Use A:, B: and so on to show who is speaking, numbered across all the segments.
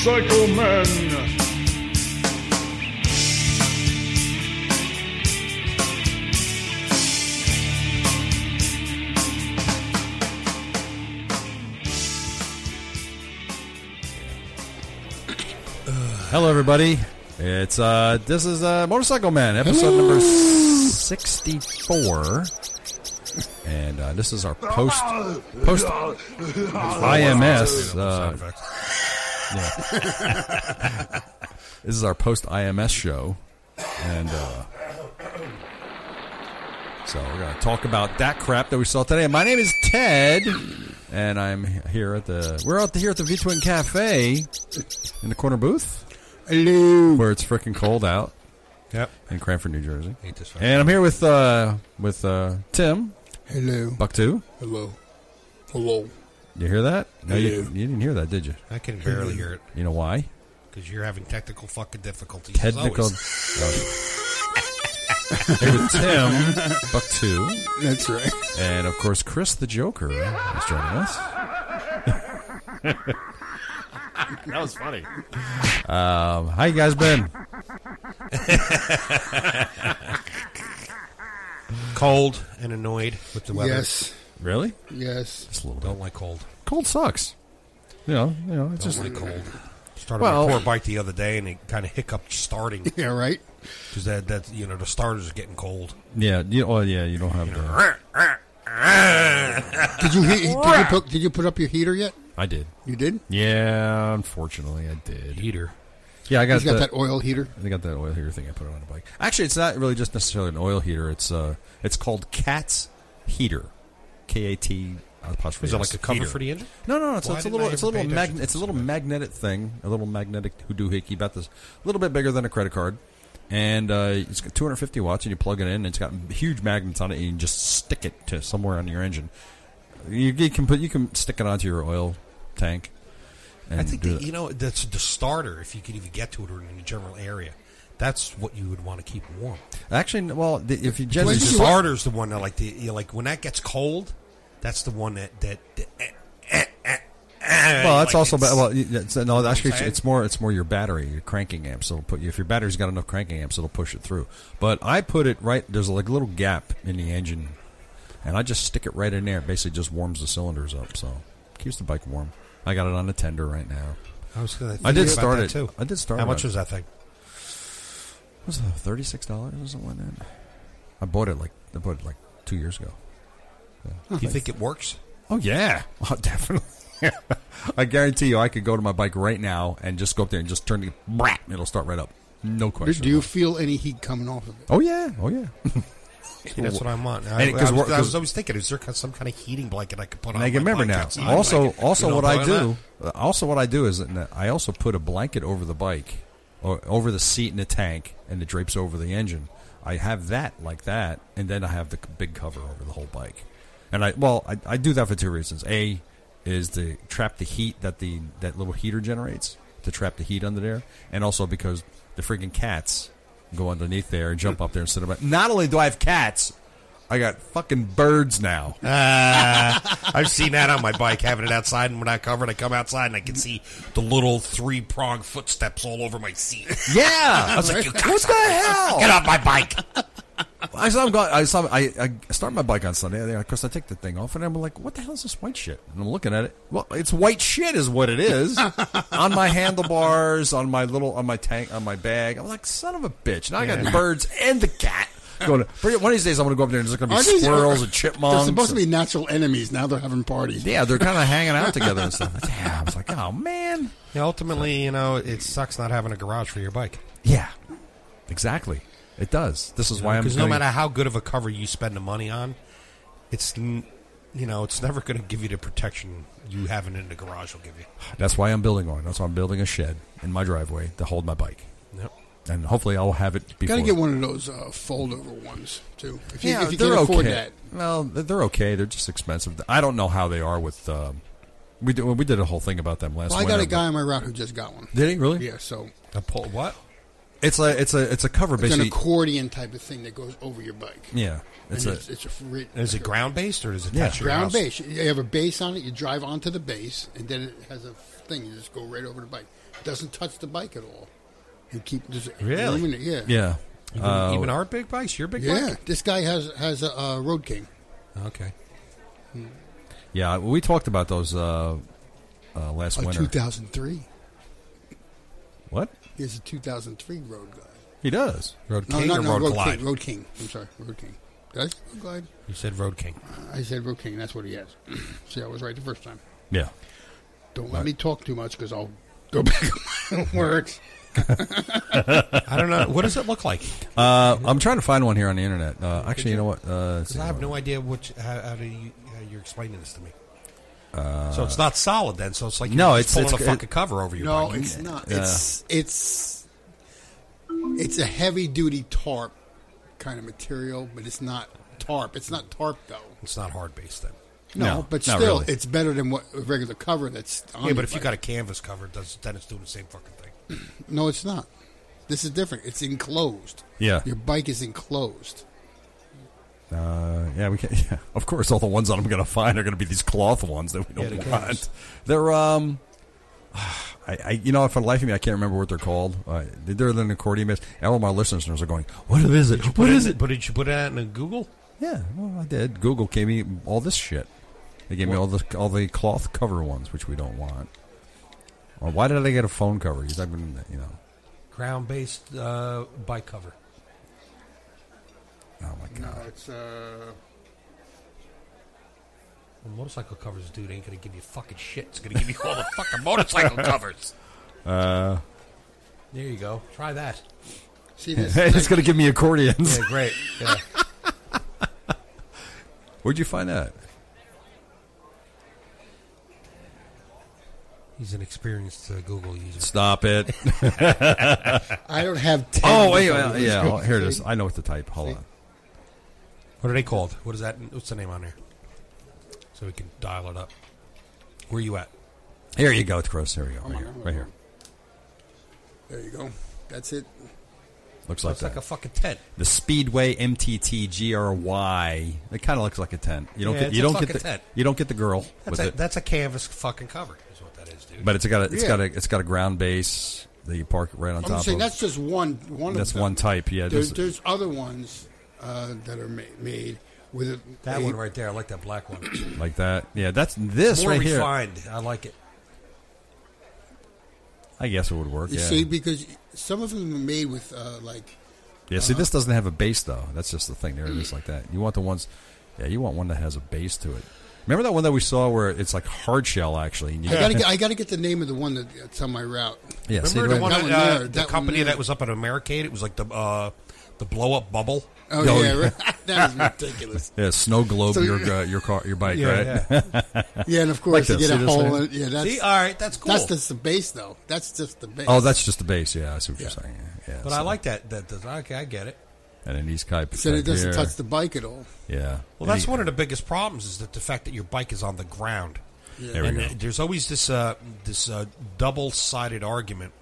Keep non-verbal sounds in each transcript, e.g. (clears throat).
A: Psycho Man.
B: Hello, everybody. It's uh, this is uh, Motorcycle Man, episode number sixty-four, and uh, this is our post post IMS. Uh, yeah. (laughs) this is our post IMS show, and uh, so we're gonna talk about that crap that we saw today. My name is Ted. And I'm here at the we're out here at the V Twin Cafe in the corner booth
C: Hello.
B: where it's freaking cold out
D: Yep.
B: in Cranford, New Jersey.
D: Hate this fucking-
B: And I'm here with uh with uh Tim
C: Hello.
B: Buck Two.
C: Hello. Hello.
B: You hear that? No, you,
C: Yeah.
B: you didn't hear that, did you?
D: I can barely hear it
B: You know why?
D: because you're having technical fucking difficulties. as
B: Technical.
D: always.
B: Oh. Here with Tim Buck Two,
C: That's right.
B: and of course Chris the Joker is joining us.
E: That was funny.
B: Um, how you guys been?
D: cold and annoyed with the weather.
C: Yes.
B: Really?
C: Yes.
B: Just a little bit.
D: Don't like cold.
B: Cold sucks. You know, you know, it's
D: Don't
B: just
D: like cold. Started
B: Well-
D: my poor bike the other day and it kind of hiccuped starting
C: Yeah, right?
D: because that that you know the starters are getting cold.
B: yeah. You, oh yeah, you don't have. The,
C: Did you he- did you put did you put up your heater yet?
B: I did.
C: You did?
B: Yeah, unfortunately, I did.
D: Heater.
B: Yeah, I got,
C: He's got
B: the-
C: that oil heater.
B: They got that oil heater thing. I put it on the bike. Actually, it's not really just necessarily an oil heater. It's uh, it's called Cat's heater, K A T uh, apostrophe.
D: Is that
B: S,
D: like a cover
B: heater.
D: for the engine?
B: No, no, it's,
D: Why
B: it's a
D: didn't
B: little,
D: I
B: it's a
D: ever
B: little
D: pay attention
B: magnet,
D: to
B: it's a
D: this
B: little magnetic thing, a little magnetic hoodoohickey, about this, a little bit bigger than a credit card, and uh, it's got 250 watts, and you plug it in, and it's got huge magnets on it, and you just stick it to somewhere on your engine. You, you can put, you can stick it onto your oil tank. And
D: I think
B: do
D: that,
B: that.
D: you know that's the starter if you could even get to it or in the general area. That's what you would want to keep warm.
B: actually, well, the, if you
D: The
C: Wait,
B: just
C: did you-
D: starter's the one that like the you know, like when that gets cold, that's the one that that. that eh, eh, eh, eh,
B: Well, that's
D: like
B: also
D: it's-
B: ba- well. you- That's, no, actually, it's,
D: saying?
B: it's more. It's more your battery, your cranking amps. It'll put you if your battery's got enough cranking amps, it'll push it through. But I put it right. There's like a little gap in the engine, and I just stick it right in there. It basically, just warms the cylinders up, so keeps the bike warm. I got it on a tender right now.
D: I was gonna.
B: I did
D: think about
B: start
D: that,
B: it.
D: too.
B: I did start
D: How much
B: it.
D: was that thing?
B: Was it thirty six dollars or something like that? I bought it like I bought it like two years ago.
D: Do you think it works?
B: Oh yeah, (laughs) oh, definitely. I guarantee you, I could go to my bike right now and just go up there and just turn the brat. It'll start right up. No question.
C: Do you
B: about it.
C: feel any heat coming off of it?
B: Oh yeah, oh yeah.
D: that's what I'm on. I,
B: And it- 'cause
D: I, was,
B: we're-
D: I
B: 'cause-
D: was always thinking, is there some kind of heating blanket I could put on?
B: I
D: my
B: can remember
D: bike
B: now.
D: that's not
B: Also,
D: like-
B: also
D: You know
B: what
D: I'm
B: I
D: talking
B: do, also what I do is that I also put a blanket over the bike, or over the seat in the tank, and it drapes over the engine. I have that like that, and then I have the c- big cover over the whole bike. And I well, I, I do that for two reasons. A is to trap the heat that the that little heater generates to trap the heat under there, and also because the freaking cats go underneath there and jump up there and sit about. Not only do I have cats, I got fucking birds now.
D: about? I've seen that on my bike, having it outside, and when I cover it, I come outside and I can see the little three prong footsteps all over my
B: (laughs)
D: seat.
B: Yeah, I was
D: like, "You
B: what the hell?
D: Get off my bike!
B: I saw him go. I saw. I, I start my bike on Sunday. Of course, I take the thing off, and I'm like, "What the hell is this white shit?" And I'm looking at it. Well, it's white shit, is what it
C: (laughs)
B: is. on my handlebars, on my little, on my tank, on my bag. I'm like, "Son of a bitch!" Now I got the birds and the cat. Going to, one of these days, I'm going to go up there and there's going to be
C: Are these-
B: squirrels and
C: (laughs) They're
B: chipmunks.
C: supposed to
B: and-
C: be natural enemies. Now they're having parties.
B: yeah, they're kind of hanging out together and stuff. Yeah, I was like, "Oh man."
D: Yeah, ultimately, you know, it sucks not having a garage for your bike.
B: Yeah, exactly. It does. This is why I'm.
D: Because no
B: gonna-
D: matter how good of a cover you spend the money on, it's n- you know it's never going to give you the protection you having in the garage will give you.
B: That's why I'm building one. That's why I'm building a shed in my driveway to hold my bike.
D: Yep.
B: and hopefully I'll have it before.
C: Got to get one of those uh, fold-over ones too. If you,
B: Yeah,
C: if you
B: they're
C: can afford
B: okay.
C: that,
B: Well, th- they're okay. They're just expensive. I don't know how they are with. Um, we did, we did a whole thing about them last.
C: well, I
B: winter,
C: got a guy on my route who just got one.
B: but- Did he really?
C: Yeah, so
D: The pull what?
B: It's a it's a it's a cover
C: It's an
B: basically.
C: accordion type of thing that goes over your bike.
B: yeah, it's
C: and
B: a
C: it's, it's a free,
D: Is it ground based or is it
B: Yeah.
D: attached to your
C: ground
D: house?
C: base. You have a base on it. You drive onto the base, and then it has a thing. You just go right over the bike. It doesn't touch the bike at all. You keep just
D: Really?
C: illuminate- Yeah.
B: yeah.
D: Even,
B: Uh,
D: even our big bikes, your big
C: Yeah, this guy has has a uh, Road King.
D: bike. Okay.
B: Hmm. yeah, we talked about those uh, uh, last
C: A
B: winter.
C: 2003.
B: what?
C: He has a 2003 Road Glide.
B: He does.
D: Road
C: No,
D: King
C: no,
D: or
C: no,
D: Road,
C: Road
D: Glide?
C: King. Road King. I'm sorry, Road King. Did I say Road Glide?
D: You said Road King.
C: I said Road King. That's what he has. (clears throat) See, I was right the first time.
B: Yeah.
C: Don't let me talk too much because I'll go (laughs) back on my words.
D: I don't know. What does
B: (laughs)
D: it look like?
B: Uh, I'm trying to find one here on the internet. Uh, actually, you know what? Uh, let's
D: Because I
B: see.
D: have no idea what how, how do you how you're explaining this to me. so it's not solid then. So it's like you're
B: Uh, No,
D: just
B: it's-
D: pulling
B: it's-
D: a fucking cover over your
C: No,
D: bike.
C: it's not. It's it's it's a heavy duty tarp kind of material, but it's not tarp. It's not tarp though.
D: It's not hard based then.
C: No,
B: No,
C: but
B: not
C: still,
B: really.
C: it's better than what a regular cover that's. On
D: Yeah,
C: the
D: but if you
C: bike.
D: got a canvas cover, it does then it's doing the same fucking thing.
C: no, it's not. This is different. It's enclosed.
B: Yeah.
C: your bike is enclosed.
B: Uh, yeah, we can. (laughs) Yeah, of course, all the ones that I'm going to find are going to be these cloth ones that we
D: Yeah,
B: don't
D: the
B: want.
D: covers.
B: They're um, (sighs) I, I you know, for the life of me, I can't remember what they're called. Uh, they're an accordion base. And all my listeners are going, "What is it? What is it?"
D: But did you put it out in Google?
B: Yeah, well, I did. Google gave me all this shit. They gave me all the all the cloth cover ones, which we don't want. Or why did I get a phone cover? Because I've been, you know, (laughs)
D: Ground based uh, bike cover.
B: oh my god. (laughs)
C: it's uh,
D: Well, motorcycle covers, dude, ain't gonna give you fucking shit. It's gonna give you all the
B: (laughs)
D: fucking motorcycle covers.
B: Uh,
D: There you go. Try that.
C: see this.
B: hey, it's going to give me accordions.
D: Yeah, great. Yeah.
B: Where'd you find that?
D: He's an experienced uh, Google user.
B: Stop it.
C: I don't have. 10
B: (laughs) Oh wait,
C: of
B: wait
C: those.
B: yeah, oh, here it is. I know what to type. Hold
C: See?
B: on.
D: What are they called? What is that? What's the name on there? So we can dial it up. Where you at?
B: Here you go, Chris. Here we go. Right
C: my
B: here.
C: God.
B: Right here.
C: There you go. That's it.
B: Looks like
D: Looks
B: that.
D: like a fucking tent.
B: the Speedway MTT GRY. It kind of looks like a tent. You don't
D: Yeah,
B: get
D: it's
B: you
D: a
B: don't get
D: fucking
B: the
D: tent.
B: you don't get the girl
D: That's
B: with
D: a,
B: it.
D: that's a canvas fucking cover. Is what that is, dude.
B: but it's got a, it's
C: Yeah.
B: got a it's got a ground base that you park right on
C: I'm
B: top
C: saying
B: of.
C: that's just one one.
B: That's
C: of them.
B: one type. Yeah.
C: There's
B: this-
C: there's other ones uh, that are ma- made with a,
D: that
C: a-
D: one right there, I like that black one.
B: like that. Yeah. That's (coughs) this
D: More
B: right here.
D: refined. I like it.
B: I guess it would work.
C: You
B: yeah.
C: see, because some of them are made with uh, like
B: yeah. See, this doesn't have a base though. That's just the thing. There it is, like that. You want the ones. Yeah. You want one that has a base to it. Remember that one that we saw where it's like hard shell actually. And you
C: I gotta get, I gotta get the name of the one that, that's on my route.
B: Yeah, see,
D: Remember
B: right-
D: the one,
C: That
D: that,
C: one
D: uh,
C: there,
D: the
C: that one
D: company
C: there.
D: that was up at Americade? It was like the uh, the blow up bubble.
C: Oh
B: No,
C: yeah, right. (laughs) that is
B: (laughs)
C: ridiculous.
B: Yeah, snow globe
C: So-
B: your uh, your car your bike, right?
C: Yeah, and of
B: Like
C: course you
B: this,
C: get
B: see
C: a
B: this
C: hole.
B: thing?
C: In, yeah, that's
D: See, all right, that's cool.
C: that's just the base though. That's just the base.
B: (laughs) Oh, that's just the base. Yeah, I see what
C: Yeah.
B: you're saying. Yeah,
D: but
B: so-
D: I like that. That does okay. I get it.
B: and an East Kipe.
C: so it
B: here.
C: doesn't touch the bike at all.
B: Yeah.
D: Well, that's one of the biggest problems is that the fact that your bike is on the ground.
B: There we
D: and
B: go.
D: there's always this uh, this uh, double sided argument.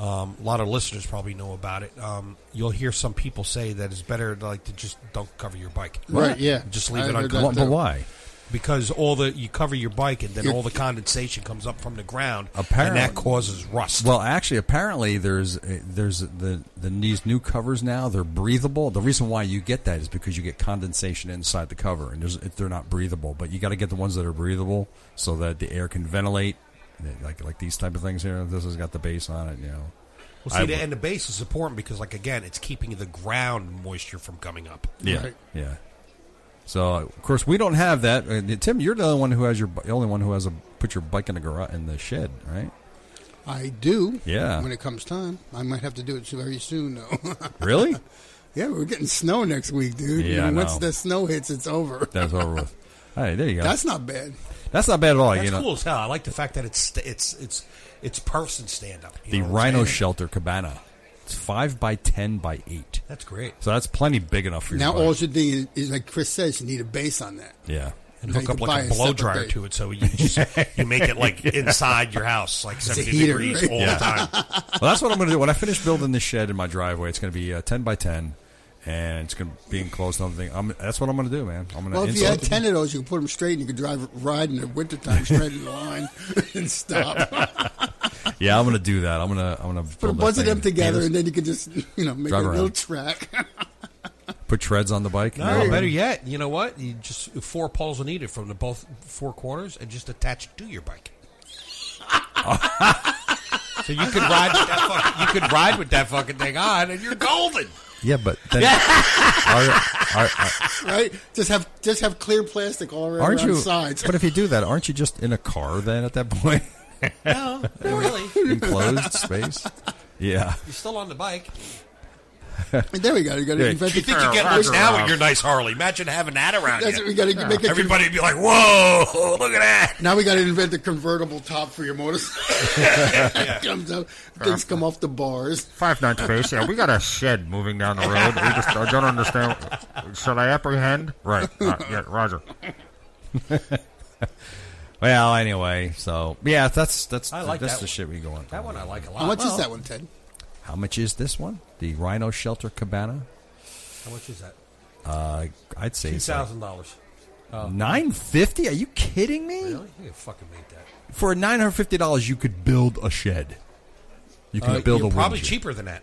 D: Um, a lot of listeners probably know about it. Um, you'll hear some people say that it's better like to just don't cover your bike
C: Right? Yeah,
D: Just leave
C: I
D: it
C: heard
D: uncovered.
B: Wha-
C: that,
B: but
C: too.
B: why?
D: because all the you cover your bike and then
C: You're-
D: all the condensation comes up from the ground
B: Apparently-
D: and that causes rust.
B: Well, actually, apparently there's uh, there's the, the these new covers now. They're breathable. The reason why you get that is because you get condensation inside the cover, and there's, they're not breathable. But you got to get the ones that are breathable so that the air can ventilate. eh, Like like these type of things here. This has got the base on it. You know.
D: Well,
B: I
D: see, the,
B: would-
D: and the base is important because, like again, it's keeping the ground moisture from coming up.
B: Yeah,
C: Right.
B: yeah. So of course we don't have that. Uh, Tim, you're the only one who has your the only one who has a put your bike in the garage in the shed, right?
C: I do.
B: Yeah.
C: when it comes time, I might have to do it very soon though. (laughs)
B: Really?
C: yeah, we're getting snow next week, dude.
B: Yeah, I
C: and once
B: know.
C: the snow hits, it's over.
B: That's over with. All right, there you go. That's,
C: That's not bad.
B: not bad at all.
D: That's
B: you know,
D: cool as hell. I like the fact that it's st- it's it's it's person stand up.
B: the Rhino Shelter Cabana. It's five by ten by eight,
D: That's great.
B: so that's plenty big enough for your
C: Now
B: bike.
C: all you do is, is like Chris says, you need a base on that.
B: yeah,
D: and
C: No, you
D: hook up
C: could buy
D: like
C: a
D: a blow
C: separate
D: dryer
C: thing.
D: to it, so you just you make it like inside your house, like seventy
C: heater,
D: degrees
C: right?
D: all
B: Yeah.
D: the time.
B: Well, that's what I'm going to do. When I finish building this shed in my driveway, it's going to be uh, 10 by 10, and it's going to be enclosed and everything. I'm, that's what I'm going to do, man. I'm going to
C: Well, if you had ten of those, you could put them straight, and you could drive ride in the wintertime straight in the line (laughs)
B: (laughs)
C: and stop.
B: Yeah, I'm going to do that. I'm going to I'm going to
C: Put a
B: build that
C: bunch of
B: thing.
C: them together, and then you could just you know make
B: Drive
C: a little
B: around.
C: track. (laughs)
B: Put treads on the bike.
D: No, better yet, you know what? You just four poles are needed from the both four corners, and just attach it to your bike. (laughs) so you could ride with that fucking, you could ride with that fucking thing on, and you're golden.
B: Yeah, but
D: (laughs)
B: then are, are,
C: right? Just have just have clear plastic all around,
B: aren't
C: around
B: you?
C: the sides. (laughs)
B: But if you do that, aren't you just in a car then at that
D: (laughs)
B: point?
D: No, not really.
B: Enclosed space. Yeah.
D: You're still on the bike.
C: And there we go. You got to
B: Yeah.
C: invent
D: You
C: (laughs)
D: think you
C: the
D: get loose now with your nice Harley? Imagine having that around
C: That's what we
D: you.
C: got to make a
D: Everybody would be like, "Whoa, (laughs) look at that!"
C: Now we got to invent a convertible top for your (laughs) motorcycle. Comes up, things come off the bars.
E: Five Nights Face. Yeah, we got a shed moving down the road. We just I don't understand. Should I apprehend? Right. Uh, yeah, Roger.
B: Well, anyway, so yeah, that's that's
D: I like
B: that's
D: that
B: the
D: one.
B: shit we go on.
D: That one I like a lot.
C: How much
D: Well,
C: is that one, Ted?
B: How much is this one? The Rhino Shelter Cabana.
D: How much is that?
B: Uh, I'd say
D: Two
B: it's like
D: thousand dollars.
B: nine fifty. Are you kidding me?
D: Really? You can fucking make that.
B: For nine hundred fifty dollars, you could build a shed. You can
D: Uh,
B: build
D: you're
B: a
D: probably
B: wind jet.
D: cheaper than that.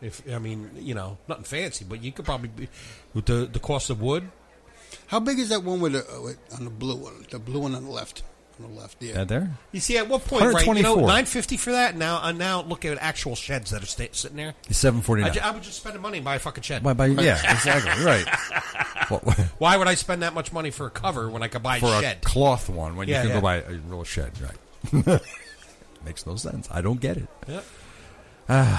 D: If I mean, you know, nothing fancy, but you could probably be, with the the cost of wood.
C: How big is that one with, the, uh, with on the blue one? The blue one on the left. On the left, yeah.
B: That there.
D: You see, at what point, right? You know,
B: 124.
D: nine fifty for that. Now, I now look at actual sheds that are sta sitting there.
B: Seven forty
D: I,
B: nine.
D: ju- I would just spend the money and buy a fucking shed.
B: By, by, yeah, exactly.
D: (laughs)
B: Right. Well,
D: Why would I spend that much money for a cover when I could buy a
B: for
D: shed?
B: a cloth one when
D: Yeah,
B: you can
D: yeah.
B: go buy a real shed, right? (laughs) Makes no sense. I don't get it.
D: Yeah.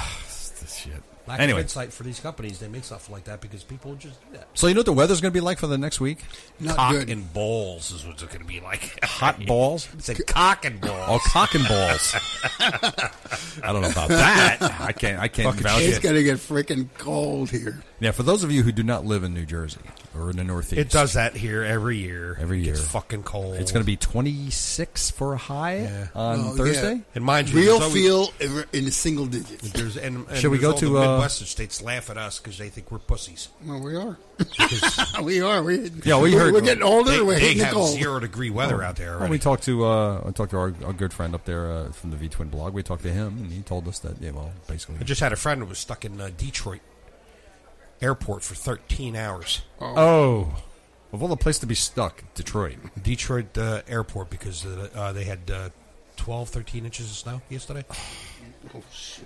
B: This shit.
D: Lack
B: anyway,
D: of insight for these companies, they make stuff like that because people just do that.
B: so you know what the weather's going to be like for the next week?
C: Not
D: cock
C: good.
D: and balls is what it's going to be like. (laughs)
B: Hot balls.
D: it's a cock and
B: Oh,
D: balls.
B: cock and balls.
D: (laughs)
B: I don't know about
D: Oh,
B: that. I can't. I can't vouch
C: it's
B: it.
C: gonna get freaking cold here.
B: Now, for those of you who do not live in New Jersey or in the Northeast,
D: It does that here every year.
B: Every
D: It gets
B: year.
D: fucking cold.
B: It's going to be 26 for a high
D: Yeah.
B: on
C: Oh, yeah.
B: Thursday.
D: and mind you,
C: Real
D: there's always-
C: feel in the single digits.
D: There's, and, and
B: Should we
D: there's
B: go
D: all
B: to,
D: the
B: uh,
D: Midwestern states laugh at us because they think we're pussies?
C: Well, we are. (laughs) we are. We,
B: Yeah, we
C: we're,
B: heard-
C: We're getting older.
D: They,
C: we're
D: they
C: hitting the
D: have
C: cold.
D: zero degree weather out there.
B: Well, Oh. we
D: Already.
B: talked to uh, I talked to our, our good friend up there uh, from the V Twin blog. We talked to him, and he told us that yeah, well, basically,
D: I just had a friend who was stuck in uh, Detroit airport for 13 hours.
B: oh, of all the place to be stuck, Detroit.
D: Detroit uh, airport because uh, uh, they had uh, 12, 13 inches of snow yesterday.
C: Oh shit!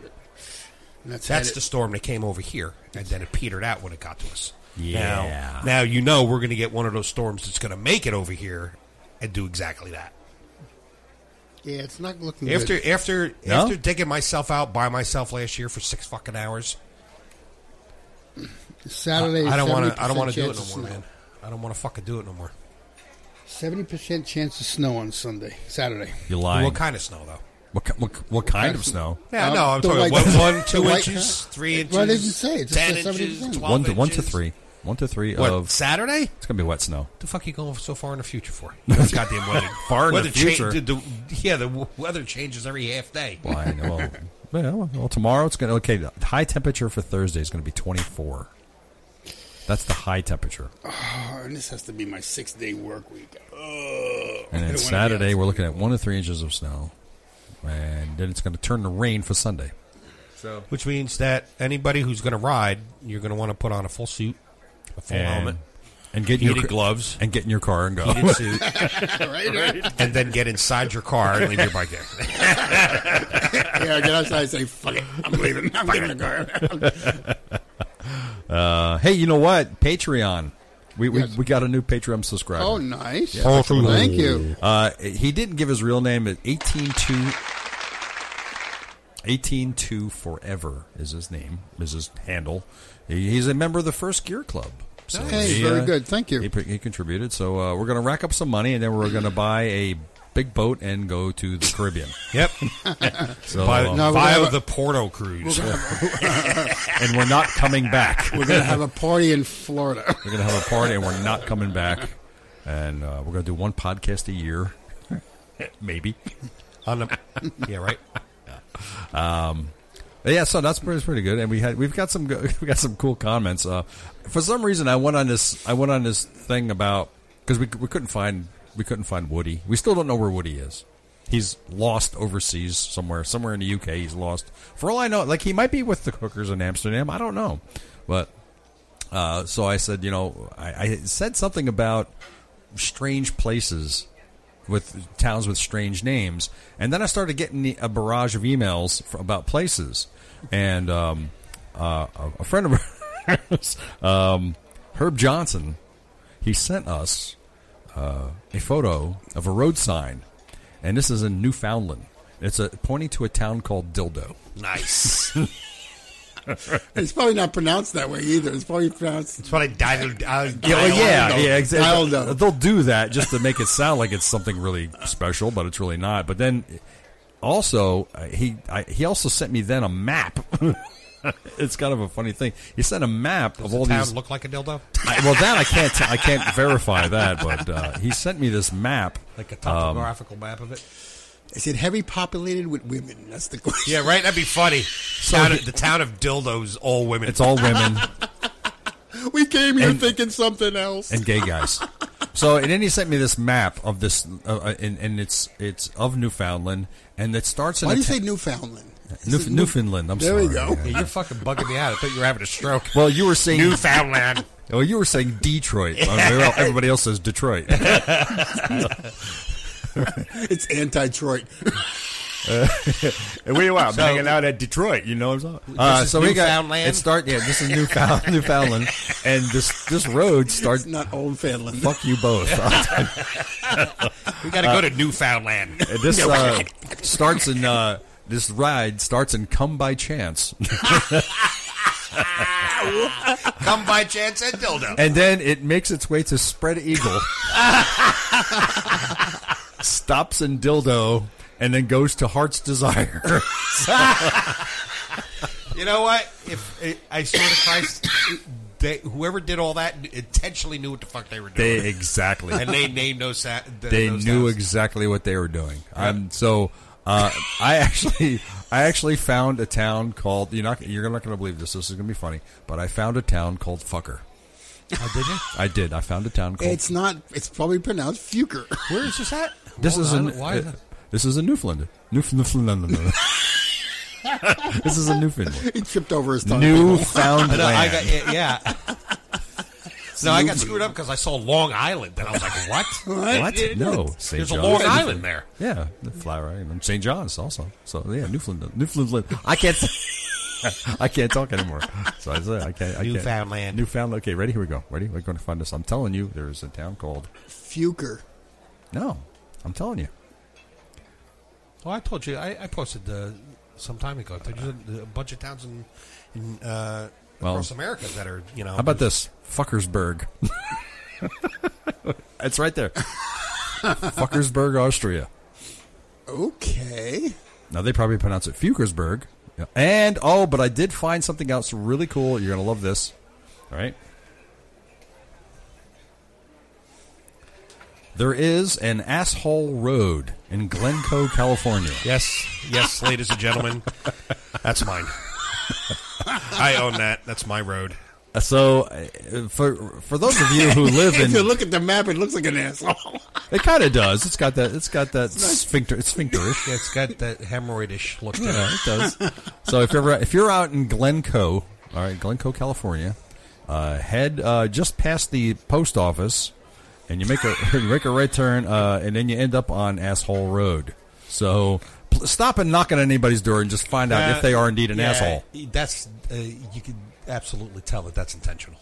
C: And that's
D: That's
C: had
D: the
C: it.
D: storm that came over here, and then it petered out when it got to us.
B: Yeah.
D: Now, now you know we're going to get one of those storms that's going to make it over here and do exactly that.
C: yeah. It's not looking
D: After
C: good.
D: after
B: No?
D: after digging myself out by myself last year for six fucking hours,
C: Saturday.
D: I don't
C: want
D: want to. I don't want to do it no more, man. I don't want to fucking do it no more.
C: Seventy percent chance of snow on Sunday, Saturday.
B: You're lying.
D: What kind of snow though?
B: What, ki- what, what kind of snow?
D: Yeah,
C: Um,
D: no, I'm
C: the
D: talking
C: white-
D: what, one, two
C: (laughs) the white-
D: inches, three inches.
C: Well, they didn't say. It just
D: ten
C: said 70%.
D: inches, twelve
B: One to
D: inches.
B: one to three. One to three
D: What
B: of
D: Saturday?
B: it's gonna be wet snow.
D: The fuck you going so far in the
B: (laughs)
D: future for? Goddamn weather.
B: Far in the
D: Weather change-
B: future.
D: the- the- yeah, the w- weather changes every half day.
B: Well,
C: (laughs)
B: I know. Well, yeah, well, well, tomorrow it's gonna okay. The high temperature for Thursday is gonna be 24. That's the high temperature,
C: Oh, and this has to be my six-day work week. Ugh. I
B: and
C: don't wanna
B: then
C: be
B: Saturday
C: out.
B: we're looking at one to three inches of snow, and then it's gonna turn to rain for Sunday.
D: Which means that anybody who's going to ride, you're going to want to put on a full suit, a full helmet,
B: and, and get in your
D: heated
B: ca-
D: gloves,
B: and get in your car and go. (laughs)
D: heated suit,
C: Right, right.
D: and then get inside your car and leave your bike there.
C: yeah, I get outside and say, "Fuck it, I'm leaving. I'm leaving the car."
B: Uh, hey, you know what? Patreon. We, we,
C: Yes.
B: we got a new Patreon subscriber.
C: oh, nice.
B: Oh,
C: Thank you.
B: Uh, he didn't give his real name. It's 182 182 forever is his name, is his handle. He- He's a member of the First Gear Club. So
C: Hey, very good. Thank you.
B: He, pr- he contributed. So uh, we're going to rack up some money, and then we're going to buy a big boat and go to the Caribbean.
D: Yep.
B: So,
D: By,
B: uh,
C: No, we're
D: via
C: gonna have
D: the Porto cruise.
B: and we're not coming back. (laughs)
C: We're gonna have a party in Florida. (laughs)
B: We're gonna have a party and we're not coming back. and uh, we're going to do one podcast a year, (laughs) maybe.
D: (laughs) On the, yeah, right.
B: But yeah, so that's pretty, pretty good. (laughs) And we had we've got some go- we got some cool comments. Uh, for some reason, I went on this I went on this thing about because we, we couldn't find we couldn't find Woody. We still don't know where Woody is. He's lost overseas somewhere, somewhere in the UK. He's lost. For all I know, like he might be with the hookers in Amsterdam. I don't know, but uh, so I said, you know, I, I said something about strange places with towns with strange names, and then I started getting the, a barrage of emails f about places, and um, uh, a, a friend of (laughs) ours, um, Herb Johnson, he sent us uh, a photo of a road sign, and this is in Newfoundland. It's a, pointing to a town called Dildo.
D: Nice.
C: It's probably not pronounced that way either. It's probably pronounced.
D: That's what I uh, died. I,
B: well, yeah,
C: Dildo.
B: yeah, exactly.
C: Dildo.
B: They'll do that just to make it sound like it's something really special, but it's really not. But then, also, uh, he I, he also sent me then a map. (laughs) it's kind of a funny thing. He sent a map of all
D: Does the town
B: these.
D: look like a dildo?
B: I, well, that I can't t- I can't verify that, but uh, he sent me this map.
D: Like a topographical map of it?
C: Is it heavy populated with women? That's the question.
D: Yeah, right. That'd be funny. Town of- the town of dildos, all women.
B: It's all women
C: We came here
B: And-
C: thinking something else.
B: and gay guys. So, and then he sent me this map of this, uh, uh, and, and it's it's of Newfoundland, and it starts in
C: Why
B: a
C: do you
B: ta-
C: say Newfoundland? Is
B: Newf-
C: it New-
B: Newfoundland. I'm
C: There we
B: sorry.
C: go.
B: yeah.
D: Yeah, you're fucking bugging me out. I thought you were having a stroke.
B: Well, you were saying
E: Newfoundland.
B: Well, you were saying Detroit. I mean, well, everybody else says Detroit.
C: It's anti-Detroit.
B: and we were out hanging out at Detroit. You know what I'm talking about? Uh,
D: is
B: so we got
D: Newfoundland?
B: it start. Yeah, this is Newfoundland, (laughs) Newfoundland, and this this road starts.
C: It's not Old Fanland.
B: Fuck you both. Uh,
D: We got to go to
B: (laughs)
D: Newfoundland.
B: this uh, starts in uh, this ride starts in Come by Chance,
D: Come by chance at dildo.
B: and then it makes its way to Spread Eagle, stops in Dildo, and then goes to Heart's Desire.
D: You know what? If I swear to Christ, they, whoever did all that intentionally knew what the fuck they were doing,
B: they exactly.
D: and they named those. Sa- th-
B: they
D: those
B: knew
D: towns.
B: exactly what they were doing. Um, so uh, I actually, I actually found a town called you're not you're not going to believe this. This is going to be funny, but I found a town called Fucker.
D: Oh, did you?
B: I did. I found a town called.
C: It's not. It's probably pronounced Fuker.
D: Where is this at?
B: this
D: Hold
B: is
D: on,
B: in
D: why?
B: uh, this is in Newfoundland. Newf- Newfoundland. (laughs) this is in Newfoundland.
C: He tripped over his tongue.
B: Newfoundland.
D: no, I got yeah. (laughs) yeah. No, I got screwed up because I saw Long Island, and I was like, (laughs) "What?
C: What?
B: What? No, St.
D: There's a
B: John's.
D: Long Island there."
B: Yeah, the Flower Island, and St. John's also. So yeah, Newfoundland, Newfoundland. I can't, (laughs) I can't talk anymore. So I said I can't. I Can't.
D: Newfoundland.
B: Newfoundland. Okay, ready? Here we go. Ready? We're going to find this. I'm telling you, there is a town called.
C: Fuker.
B: No, I'm telling you.
D: Oh, I told you. I, I posted uh, some time ago. I told you a bunch of towns in, in uh,
B: Well-
D: across America that are, you know.
B: How about this? Fuckersburg. (laughs) it's right there. (laughs) Fuckersburg, Austria.
C: Okay. (laughs)
B: Now they probably pronounce it Fukersburg. Yeah. And oh, but I did find something else really cool. You're gonna love this. All right. There is an asshole road in Glencoe, California.
D: Yes, yes, ladies and gentlemen, that's (laughs) mine. I own that. That's my road.
B: So, uh, for for those of you who
C: (laughs)
B: live
C: If you
B: in,
C: look at the map, it looks like
B: (laughs)
C: an asshole.
B: it kind of does. It's got that. It's got that sphincter. It's sphincterish.
D: Yeah, it's got that hemorrhoidish look to
B: Yeah, it does. so if you're ever- if you're out in Glencoe, all right, Glencoe, California, uh, head uh, just past the post office, and you make a (laughs) you make a right turn, uh, and then you end up on Asshole Road. So pl- stop and knock on anybody's door and just find out Uh, if they are indeed an
D: Uh, Yeah,
B: asshole.
D: That's uh, you can absolutely tell that that's intentional.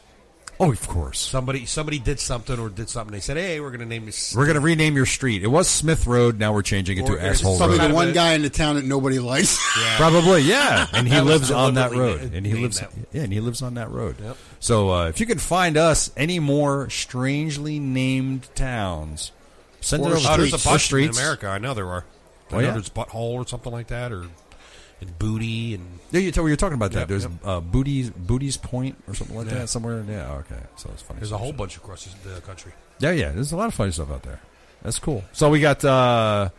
B: Oh, of course.
D: Somebody somebody did something or did something. They said, "Hey, we're going to name this."
B: We're gonna rename your street. It was Smith Road. Now we're changing it to
D: Or- or
B: Asshole
C: Probably
B: Road.
D: Kind
C: the
D: of
C: one
D: a-
C: guy in the town that nobody likes. (laughs)
B: Probably, yeah. And he
D: (laughs) That was
B: lives on that
D: deliberately
B: road.
D: na-
B: And he
D: named
B: lives
D: that.
B: yeah, and he lives on that road.
D: Yep.
B: So uh, if you can find us any more strangely named towns, send it
C: Or
B: over
D: Oh,
B: to
D: there's a
B: us.
D: bunch
B: Or streets.
D: in America. I know there are. I
B: Oh,
D: know
B: yeah.
D: there's butthole or something like that, or and booty and
B: Yeah, you tell you're talking about that.
D: Yep,
B: There's
D: yep.
B: uh, Booty's Booty's Point or something like
D: Yeah.
B: that somewhere. Yeah, okay. So it's funny.
D: there's a whole bunch across this- the country.
B: Yeah, yeah. There's a lot of funny stuff out there. That's cool. So we got uh,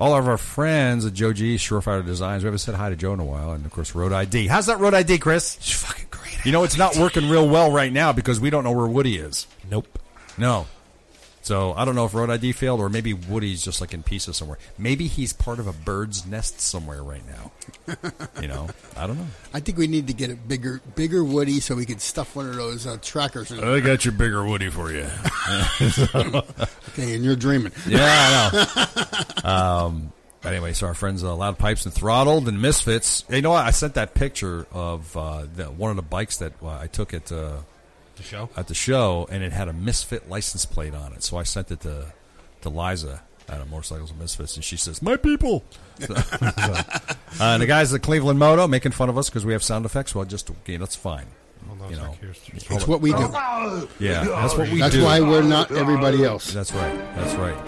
B: all of our friends at Joe G, Surefire Designs. We haven't said hi to Joe in a while, and of course Road ID. How's that Road ID, Chris?
D: It's fucking great.
B: You know it's not working real well right now because we don't know where Woody is.
D: Nope.
B: No. So I don't know if Road ID failed or maybe Woody's just like in pieces somewhere. Maybe he's part of a bird's nest somewhere right now. you know, I don't know.
C: I think we need to get a bigger, bigger Woody so we can stuff one of those uh, trackers. In.
B: I got your bigger Woody for you.
C: Okay, and you're dreaming.
B: Yeah, I know. um, anyway, so our friends uh, Loud Pipes and Throttled and Misfits. You know what? I sent that picture of uh, the, one of the bikes that uh, I took at uh,
D: The show.
B: at the show, and it had a Misfit license plate on it. So I sent it to to Liza out of Motorcycles and Misfits, and she says, "My people." So- so, uh, and the guys at Cleveland Moto making fun of us because we have sound effects. Well, just okay, that's fine. You know,
C: It's what we do.
B: yeah, that's what we
C: That's
B: do. Oh,
C: why we're not everybody else.
B: That's right. That's right.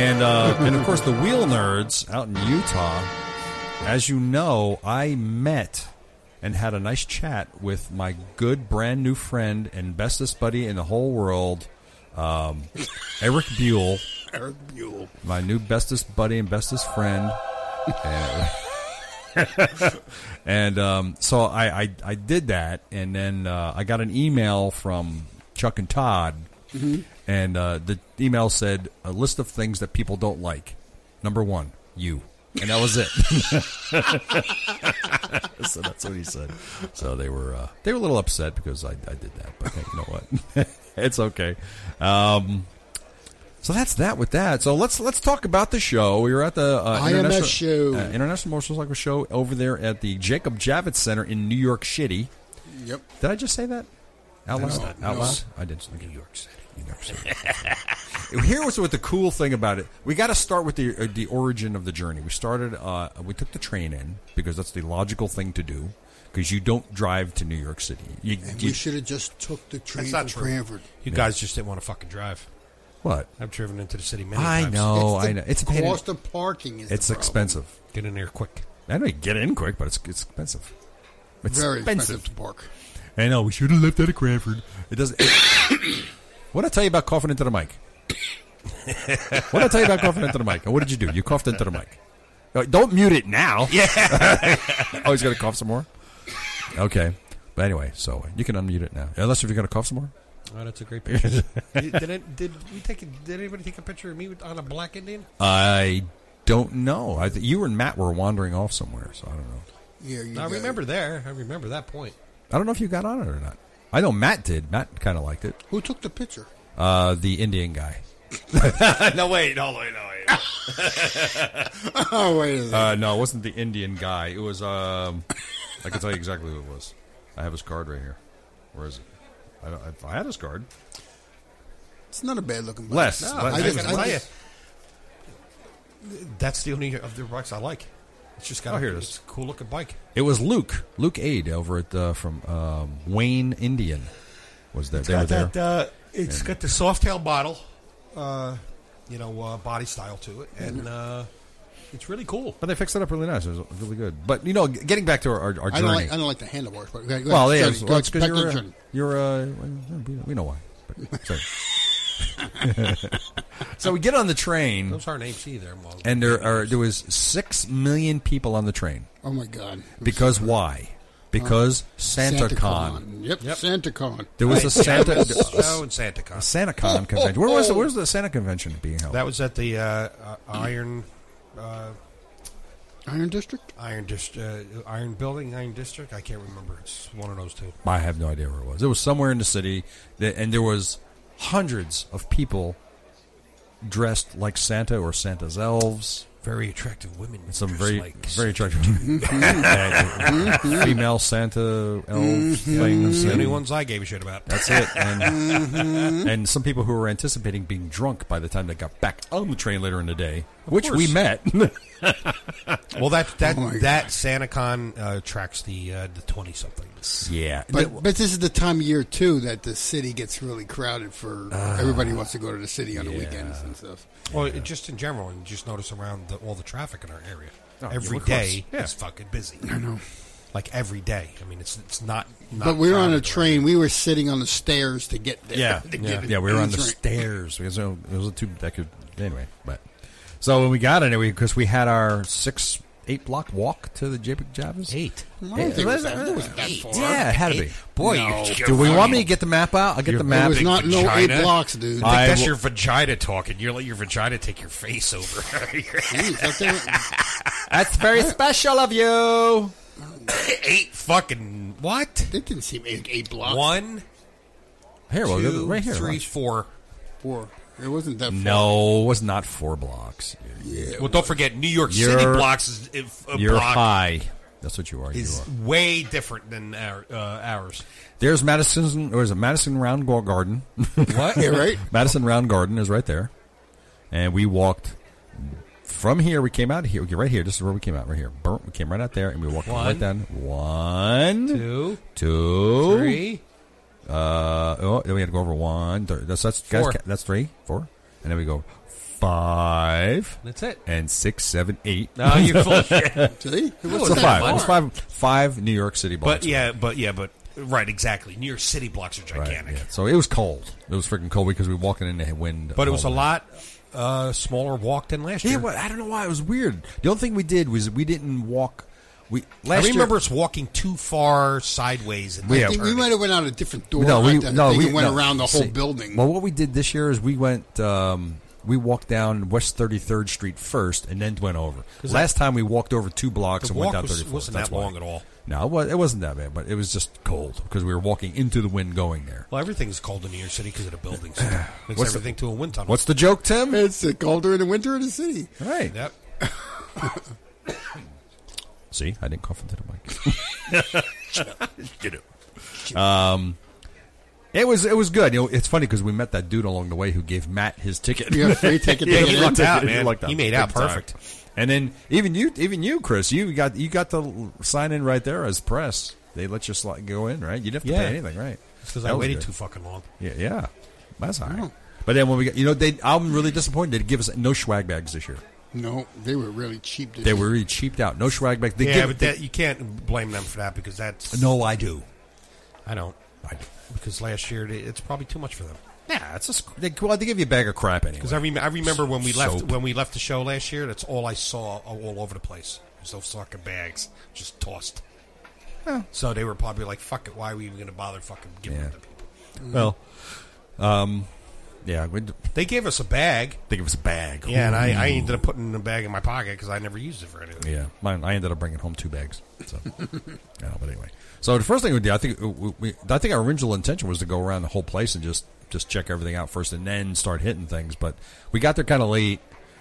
B: And uh, and of course the Wheel Nerds out in Utah. As you know, I met and had a nice chat with my good brand new friend and bestest buddy in the whole world, um, Eric Buell,
C: Eric Buell.
B: my new bestest buddy and bestest friend. And, and, (laughs) um, so I, I I did that, and then uh, I got an email from Chuck and Todd, and uh, the email said a list of things that people don't like. Number one, you, and that was it. so that's what he said. So they were uh, they were a little upset because I, I did that, but hey, you know what? (laughs) it's okay. Um, so that's that with that. So let's let's talk about the show. We were at the uh,
C: IMS
B: international-
C: show.
B: uh, International Motorcycle Show over there at the Jacob Javits Center in New York City.
C: Yep.
B: Did I just say that? Out loud?
C: not-
B: Out
C: no.
B: loud? I did. New York City. New York City. (laughs) Here was what the cool thing about it. We got to start with the uh, the origin of the journey. We started. Uh, we took the train in because that's the logical thing to do. Because you don't drive to New York City. You,
C: And
B: you-
C: we should have just took the train
D: That's
C: to
D: not true.
C: Cranford.
D: You guys just didn't want to fucking drive.
B: what?
D: I've driven into the city many
B: I
D: times.
B: know.
C: It's the
B: Oh, I know. It's a pain in-
C: cost of parking. Is
B: It's
C: the problem.
B: expensive.
D: Get in there quick.
B: I know you get in quick, but it's it's expensive. It's
C: Very expensive to park.
B: I know we should have left that at Cranford. It doesn't. it- (coughs) what did I tell you about coughing into the mic? what did I tell you about coughing into the mic? And What did you do? You coughed into the mic. Uh, Don't mute it now. Yeah. (laughs) oh, he's gonna cough some more. Okay, but anyway, so you can unmute it now. Unless if you're gonna cough some more.
D: Oh, that's a great picture. (laughs) did, did, it- did we take? A, did anybody take a picture of me with, on a black Indian?
B: I don't know. I th- you and Matt were wandering off somewhere, so I don't know.
C: Yeah, you
D: I
C: got it.
D: remember there. I remember that point.
B: I don't know if you got on it or not. I know Matt did. Matt kind of liked it.
C: Who took
B: (coughs)
C: the picture?
B: Uh, the Indian guy.
D: no wait, no wait, no wait.
C: Oh wait a minute.
B: Uh, no, it wasn't the Indian guy. It was. Um, I can tell you exactly who it was. I have his card right here. Where is it? I, don't, I, I had his card.
C: it's not a bad looking. bike.
B: Les.
D: No,
B: Les.
D: Oh, I,
C: I just-
D: can
C: I
D: tell
C: just-
D: you, that's the only of the bikes I like. It's just got
B: Oh,
D: a,
B: here it
D: it's
B: is.
D: a cool looking bike.
B: It was Luke. Luke Aid over at uh, from um, Wayne Indian was there. They were there.
D: that, uh, it's got the soft tail bottle, uh, you know, uh, body style to it, and uh, it's really cool.
B: But they fixed it up really nice. It was really good. But you know, g- getting back to our, our, our
C: I
B: journey.
C: don't like. I don't like the handlebars. But go ahead, go
B: well,
C: ahead,
B: yeah,
C: Johnny,
B: it's-
C: go
B: well, it's
C: ahead,
B: because
C: back to
B: you're, uh,
C: Johnny.
B: you're uh, we know- we know why. But, sorry.
C: (laughs)
B: so we get on the train,
D: Those aren't names either. Well,
B: and there are there was six million people on the train.
C: Oh my God!
B: Because why? Because SantaCon.
C: Con. Yep,
D: Yep.
C: SantaCon.
B: There was a Santa (laughs)
D: show in Oh, Santa
B: a
D: Con.
B: SantaCon convention. Where was the, where's the Santa convention being held?
D: That was at the uh, uh, Iron uh,
C: Iron District.
D: Iron Dist- uh, Iron Building, Iron District. I can't remember. It's one of those two.
B: I have no idea where it was. It was somewhere in the city, that, and there was hundreds of people dressed like Santa or Santa's elves.
D: Very attractive women.
B: Some
D: dressed
B: very
D: like
B: very attractive (laughs) female Santa elf things.
D: the
B: and-
D: only ones I gave a shit about.
B: That's it. And, and some people who were anticipating being drunk by the time they got back on the train later in the day, which we
D: course.
B: met.
D: Well, that that
C: Oh my God.
D: that SantaCon uh, tracks the uh, the twenty somethings.
B: (laughs) yeah.
C: But but this is the time of year too that the city gets really crowded for
B: Ah.
C: everybody wants to go to the city on the weekends and stuff.
D: Well, it- just in general, and just notice around the, all the traffic in our area.
B: Oh,
D: every
B: of course.
D: day
B: Yeah.
D: is fucking busy. I know. Like every day. I mean, it's it's not. not
C: But we were on a
D: crowded.
C: train. We were sitting on the stairs to get there.
D: Yeah,
C: to
D: yeah.
C: get
B: Yeah, we were on the
C: train.
B: stairs because it was a two decker. Anyway, but so when we got in it, because we had our six, eight block walk to the JPEG Javas.
D: Eight.
C: I don't think it was that- it wasn't that
D: Eight.
C: far.
B: Yeah, it had to be.
D: Boy,
C: No.
D: you-
B: Do we want me to get the map out? I'll get the
C: There
B: map.
D: (laughs)
C: was not no eight
D: vagina.
C: blocks, dude.
D: I think
B: I
D: that's
B: will-
D: your vagina talking. You let your vagina take your face over. (laughs)
C: Jeez, I think-
B: That's very special of you.
D: Eight fucking what?
C: That didn't seem eight, eight blocks.
D: One,
B: Here, well,
D: two,
B: right here.
D: three,
B: watch.
D: four.
C: Four. It wasn't that far.
B: No, it was not four blocks.
D: Well, don't forget New York City
B: You're-
D: blocks is if a
B: You're
D: block
B: high. That's what you are. You
D: is
B: are.
D: way different than our, uh, ours.
B: There's Madison. Or is it Madison Round Gar- Garden?
D: (laughs) What?
C: Yeah, right?
B: (laughs) Madison Round Garden is right there, and we walked from here. We came out here. Okay, right here. This is where we came out. Right here. Burnt. We came right out there, and we walked
D: One.
B: right down. One,
D: Two,
B: two,
D: three.
B: Uh, oh, then we had to go over one. thir- That's that's guys,
D: Four.
B: ca- that's three, four, and then we go five
D: That's it.
B: and six, seven, eight.
D: No, (laughs) you full of shit.
C: See? It wasn't
B: (laughs) So
C: that
B: five.
C: far.
B: It's five. Five New York City blocks.
D: But yeah, but yeah, but right, exactly. New York City blocks are
B: Right,
D: gigantic.
B: yeah. So it was cold. It was freaking cold because we were walking in the wind.
D: But it was a
B: all
D: lot uh, smaller walk than last
B: Yeah,
D: year.
B: well, I don't know why it was weird. The only thing we did was we didn't walk. We
D: I
B: last
D: remember
B: year,
D: us walking too far sideways. And
B: We-
C: I think we might have went out a different door.
B: no, we
C: right then. I
B: no
C: think
B: we
C: it went
B: no.
C: around the whole
B: See,
C: building.
B: Well, what we did this year is we went. Um, we walked down West Thirty Third Street first, and then went over. Last time we walked over two blocks
D: the
B: and went
D: walk
B: down
D: was,
B: Thirty Fourth.
D: wasn't that long at all.
B: No, it, was, it wasn't that bad, but it was just cold because we were walking into the wind going there.
D: Well, everything's cold in New York City because of the buildings. Makes
B: (sighs) What's the-
D: everything to a wind tunnel.
B: What's the joke, Tim?
C: it's uh, colder in the winter in the city.
B: Right. (laughs)
D: Yep.
B: See, I didn't cough into the mic.
D: Get it.
B: Um, It was it was good. You know, it's funny because we met that dude along the way who gave Matt his ticket.
C: You got a
B: (laughs)
C: free ticket to
D: Yeah,
C: the
D: he
C: event.
D: lucked out, man.
B: lucked
D: He made out
B: Big time.
D: perfect.
B: And then even you, even you, Chris, you got you got to sign in right there as press. They let you sli- go in, right? You didn't have to
D: Yeah.
B: pay anything, right?
D: Because
B: That
D: I
B: was
D: waited
B: good.
D: too fucking long.
B: Yeah, yeah, that's all right.
C: Oh.
B: But then when we got, you know, they I'm really disappointed. They did give us no swag bags this year.
C: No, they were really cheap. This
B: They
C: year.
B: were really cheaped out. No swag bags. They
D: yeah,
B: give,
D: but that, you can't blame them for that because that's
B: no, I do.
D: I don't
B: I do.
D: because last year they- it's probably too much for them.
B: Yeah, it's just they, well, they give you a bag of crap anyway.
D: Because I, rem- I remember when we left
B: Soap.
D: when we left the show last year, that's all I saw uh, all over the place. was those fucking bags just tossed. So they were probably like, "Fuck it, why are we even going to bother fucking giving
B: Yeah.
D: it to people?"
B: well, um, yeah, we,
D: They gave us a bag,
B: they give us a bag.
D: yeah, and I, I ended up putting the bag in my pocket because I never used it for anything.
B: Yeah, mine. I ended up bringing home two bags. So, yeah, but anyway. So the first thing we did, I think, we, we, I think our original intention was to go around the whole place and just just check everything out first, and then start hitting things. But we got there kind of late,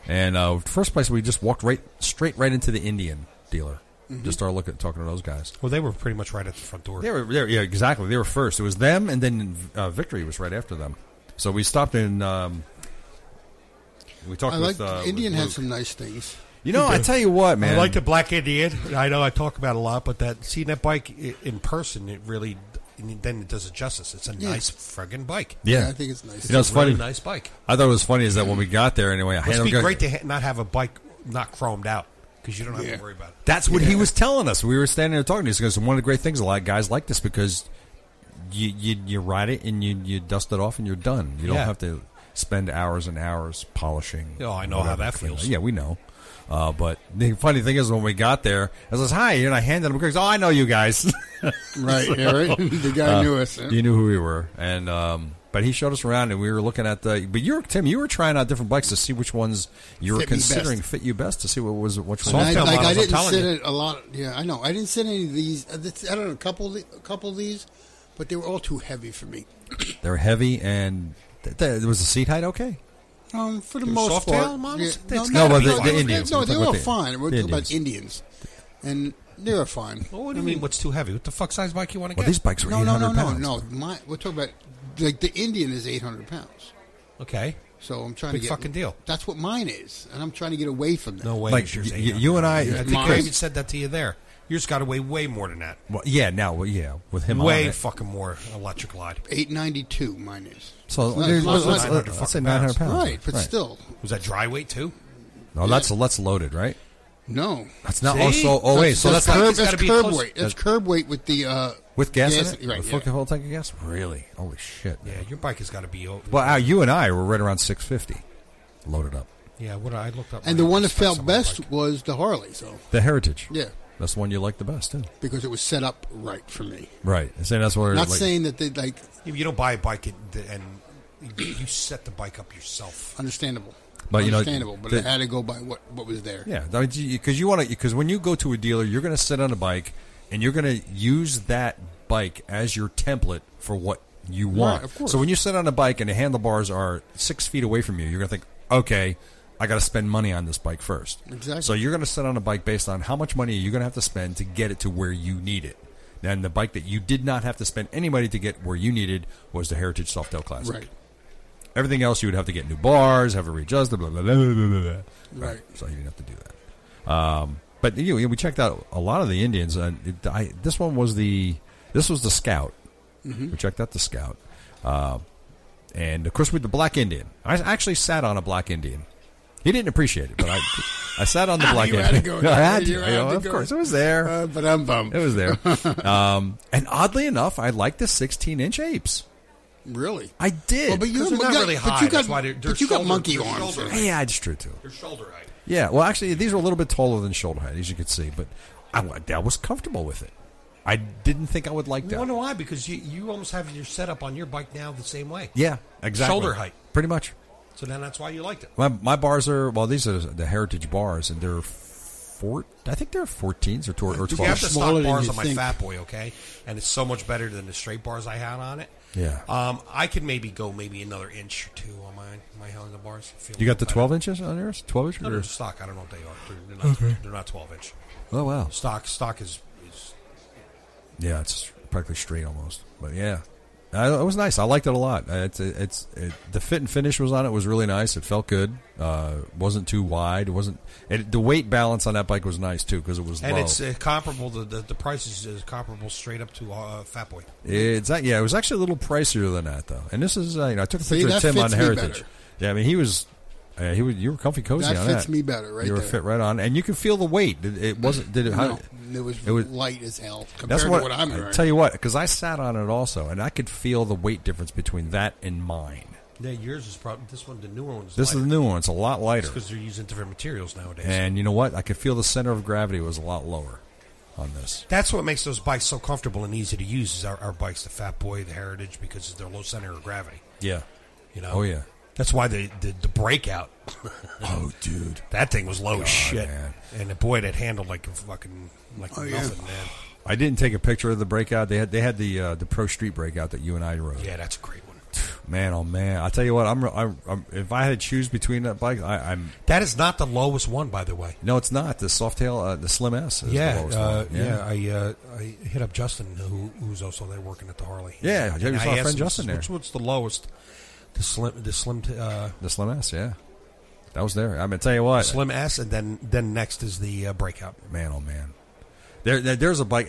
B: and uh, first place we just walked right straight right into the Indian dealer. Just started looking, talking to those guys.
D: Well, they were pretty much right at the front door.
B: They were, they were- yeah, exactly. They were first. It was them, and then uh, Victory was right after them. So we stopped in. Um, we talked
C: I
B: with uh,
C: like Indian
B: with
C: had
B: Luke.
C: some nice things.
B: You know, I tell you what, man.
D: I like the Black Indian. I know I talk about it a lot, but that seeing that bike i- in person, it really then it does it justice. It's a
C: Yeah.
D: nice friggin' bike.
B: yeah,
C: I think it's nice.
B: You know, it's
D: Really
B: funny.
D: nice bike.
B: I thought it was funny is that when we got there anyway, I
D: Must
B: had
D: be
B: him go-
D: great to ha- not have a bike not chromed out because you don't have
C: Yeah.
D: to worry about it.
B: That's what he was telling us. We were standing there talking to us because one of the great things a lot of guys like this because you you, you ride it and you you dust it off and you're done. You don't
D: Yeah.
B: have to spend hours and hours polishing.
D: Oh, I know how
B: whatever.
D: that feels.
B: Yeah, we know. Uh, but the funny thing is when we got there, I says hi, and I handed him a cookies. Oh, I know you guys. (laughs)
D: (laughs)
C: Right, yeah, right. (laughs) the guy knew us. huh?
B: uh, you knew who we were, and um, but he showed us around, and we were looking at the. But you were Tim. You were trying out different bikes to see which ones you were
C: Fit me best.
B: considering fit you best to see what was which
D: So
B: one.
C: I,
D: Film
C: like,
D: models,
C: I
D: I'm
C: didn't
D: telling
C: sit
D: you.
C: in a lot. Yeah, I know. I didn't sit any of these. uh, this- I don't know, a couple, of the- a couple of these, but they were all too heavy for me.
B: They're heavy, and th- th- was the seat height okay?
C: Um, for the
D: They're
C: most
D: soft
C: part,
D: tail models?
C: Yeah,
D: That's
B: No,
C: no,
B: but
C: no,
B: the- the
C: no, they-
B: Indians.
C: No,
B: We're
C: they
B: talking
C: were
B: about the-
C: fine. We're
B: the
C: talking about Indians, and they were fine.
D: Well, what do you mean? What's too heavy? What the fuck's size bike you want to
B: Well,
D: get?
B: these bikes were
C: No,
B: 800
C: no, no, no,
B: pounds.
C: no. My, we're talking about like the Indian is eight hundred pounds.
D: okay,
C: So I'm trying
D: Big
C: to get
D: fucking deal.
C: That's what mine is, and I'm trying to get away from that.
D: no way.
B: Like
D: yours
B: y-
D: ain't
B: you and I,
D: I think
C: Mine-
D: I even said that to you there. Yours got to weigh way more than that.
B: Well, yeah, now, well, yeah, with him on
D: Way
B: it.
D: fucking more electric glide.
C: eight ninety two. Mine is.
B: So
C: It's not-
B: there's-
C: it's not-
B: let's, let's, let's,
C: it's
D: 900
B: say
D: fucking
B: 900
D: pounds.
B: pounds.
C: not- right, but still,
D: Was that dry weight too?
B: No, that's, that's loaded, right?
C: No.
B: That's not
D: See?
B: also. Oh wait, so that's
D: like-
C: curb,
D: it's gotta
C: that's
D: be
C: curb
D: close-
C: weight. That's curb weight with the uh,
B: with gas in it.
C: Right.
B: With
C: yeah.
B: fucking whole tank of gas. Really? Holy shit! man.
D: Yeah, your bike has got to be. o-
B: Well, Al, you and I were right around six fifty, loaded up.
D: Yeah, what I looked up.
C: And
D: my
C: the one that
D: specs
C: felt
D: on my
C: best
D: bike.
C: was the Harley. So
B: The Heritage.
C: yeah,
B: That's the one you like the best too.
C: because it was set up right for me.
B: Right. And saying that's what.
C: Not
B: like,
C: saying that they like
D: Yeah, but You don't buy a bike and, and you you set the bike up yourself.
C: understandable.
B: But, you know,
C: understandable, but
B: the-
C: I had to go by what what was there.
B: Yeah, because you want to. Because when you go to a dealer, you're going to sit on a bike and you're going to use that bike as your template for what you want.
C: of course.
B: So when you sit on a bike and the handlebars are six feet away from you, you're going to think, okay, I got to spend money on this bike first.
C: Exactly.
B: So you're going to sit on a bike based on how much money you're going to have to spend to get it to where you need it. And the bike that you did not have to spend any money to get where you needed was the Heritage Softail Classic.
C: Right.
B: Everything else, you would have to get new bars, have it readjusted, blah, blah, blah, blah, blah, blah.
C: Right.
B: So you didn't have to do that. Um, but you know, we checked out a lot of the Indians. Uh, it, I, this one was the this was the Scout.
C: Mm-hmm.
B: We checked out the Scout, uh, and of course with the Black Indian. I actually sat on a Black Indian. He didn't appreciate it, but I I sat on the Black
C: (laughs) You had
B: Indian.
C: to
B: (laughs)
C: go.
B: I had to.
C: You
B: you
C: had
B: know,
C: to
B: of
C: go.
B: course, it was there.
C: Uh, but I'm bummed.
B: it was
C: (laughs)
B: there. um, and oddly enough, I like the 16 inch apes.
C: really.
B: I did.
C: Well, but you
D: They're not
C: but you got-
D: really
C: But
D: high.
C: you got,
D: That's why they're- they're
C: but you got
D: shoulder-
C: monkey
D: they're
C: arms.
D: shoulder-
B: yeah, it's true too.
D: Your shoulder height.
B: Yeah, well, actually, these are a little bit taller than shoulder height, as you can see, but I, wa- I was comfortable with it. I didn't think I would like
D: You wonder
B: that.
D: why? Because you, you almost have your setup on your bike now the same way.
B: Yeah, exactly.
D: Shoulder height.
B: Pretty much.
D: So then that's why you liked it.
B: My, my bars are, well, these are the heritage bars, and they're four, I think they're 14s or, tw- or
D: You
B: 12.
D: have to
C: smaller
D: stock
C: than
D: bars
C: you
D: on my
C: think.
D: Fat Boy, okay? And it's so much better than the straight bars I had on it.
B: Yeah.
D: Um, I could maybe go maybe another inch or two on my my handlebars. Feel
B: You got the
D: better.
B: 12 inches on yours? 12 inch?
D: No,
B: or-
D: they're stock. I don't know what they are. They're, they're not, they're not twelve inch.
B: Oh, wow.
D: Stock stock is, is
B: Yeah, it's practically straight almost. But yeah, I, it was nice. I liked it a lot. Uh, It's it's it, the fit and finish was on it was really nice. It felt good. Uh, wasn't too wide. It wasn't it, the weight balance on that bike was nice too because it was
D: and
B: low.
D: it's uh, comparable. To, the the price is, is comparable straight up to uh, Fat Boy.
B: It's not- yeah, it was actually a little pricier than that though. And this is uh, you know I took a
C: See,
B: picture of
C: that
B: Tim on
C: fits me
B: Heritage.
C: better.
B: Yeah, I mean he was uh, he was you were comfy cozy
C: That
B: on
C: fits
B: that.
C: me better right
B: you were
C: there.
B: fit right on, and you can feel the weight. It, it wasn't did it? How,
C: No, it was,
B: it was-
C: light as hell compared
B: That's what,
C: to what I'm
B: I
C: wearing.
B: tell you what because I sat on it also, and I could feel the weight difference between that and mine.
D: Yeah, yours is probably this one. The newer one's
B: This is the new one. It's a lot lighter.
D: because they're using different materials nowadays.
B: And you know what? I could feel the center of gravity was a lot lower on this.
D: That's what makes those bikes so comfortable and easy to use. Is our, our bikes, the Fat Boy, the Heritage, because they're low center of gravity.
B: Yeah.
D: You know.
B: Oh, yeah.
D: That's why the the,
B: (laughs)
D: the breakout
B: Oh, dude.
D: that thing was low as shit,
B: man.
D: and the boy that handled like a fucking like
C: Oh, yeah.
D: nothing, man.
B: I didn't take a picture of the breakout. They had they had the uh, the pro street breakout that you and I rode.
D: Yeah, that's a great one.
B: Man, oh man! I tell you what, I'm, I'm, I'm if I had to choose between that bike, I, I'm
D: That is not the lowest one, by the way.
B: no, it's not the Softail, uh, the Slim S. Is the
D: Yeah,
B: lowest
D: uh,
B: one.
D: yeah, I uh, I hit up Justin, who, who's also there working at the Harley.
B: Yeah,
D: And
B: yeah, you
D: I
B: saw our
D: asked
B: friend
D: him,
B: Justin there.
D: What's, what's the lowest? The slim, the slim, t- uh,
B: the Slim S. Yeah, that was there. I'm gonna tell you what,
D: slim S, and then then next is the uh, breakout.
B: man, oh man. There, there- there's a bike.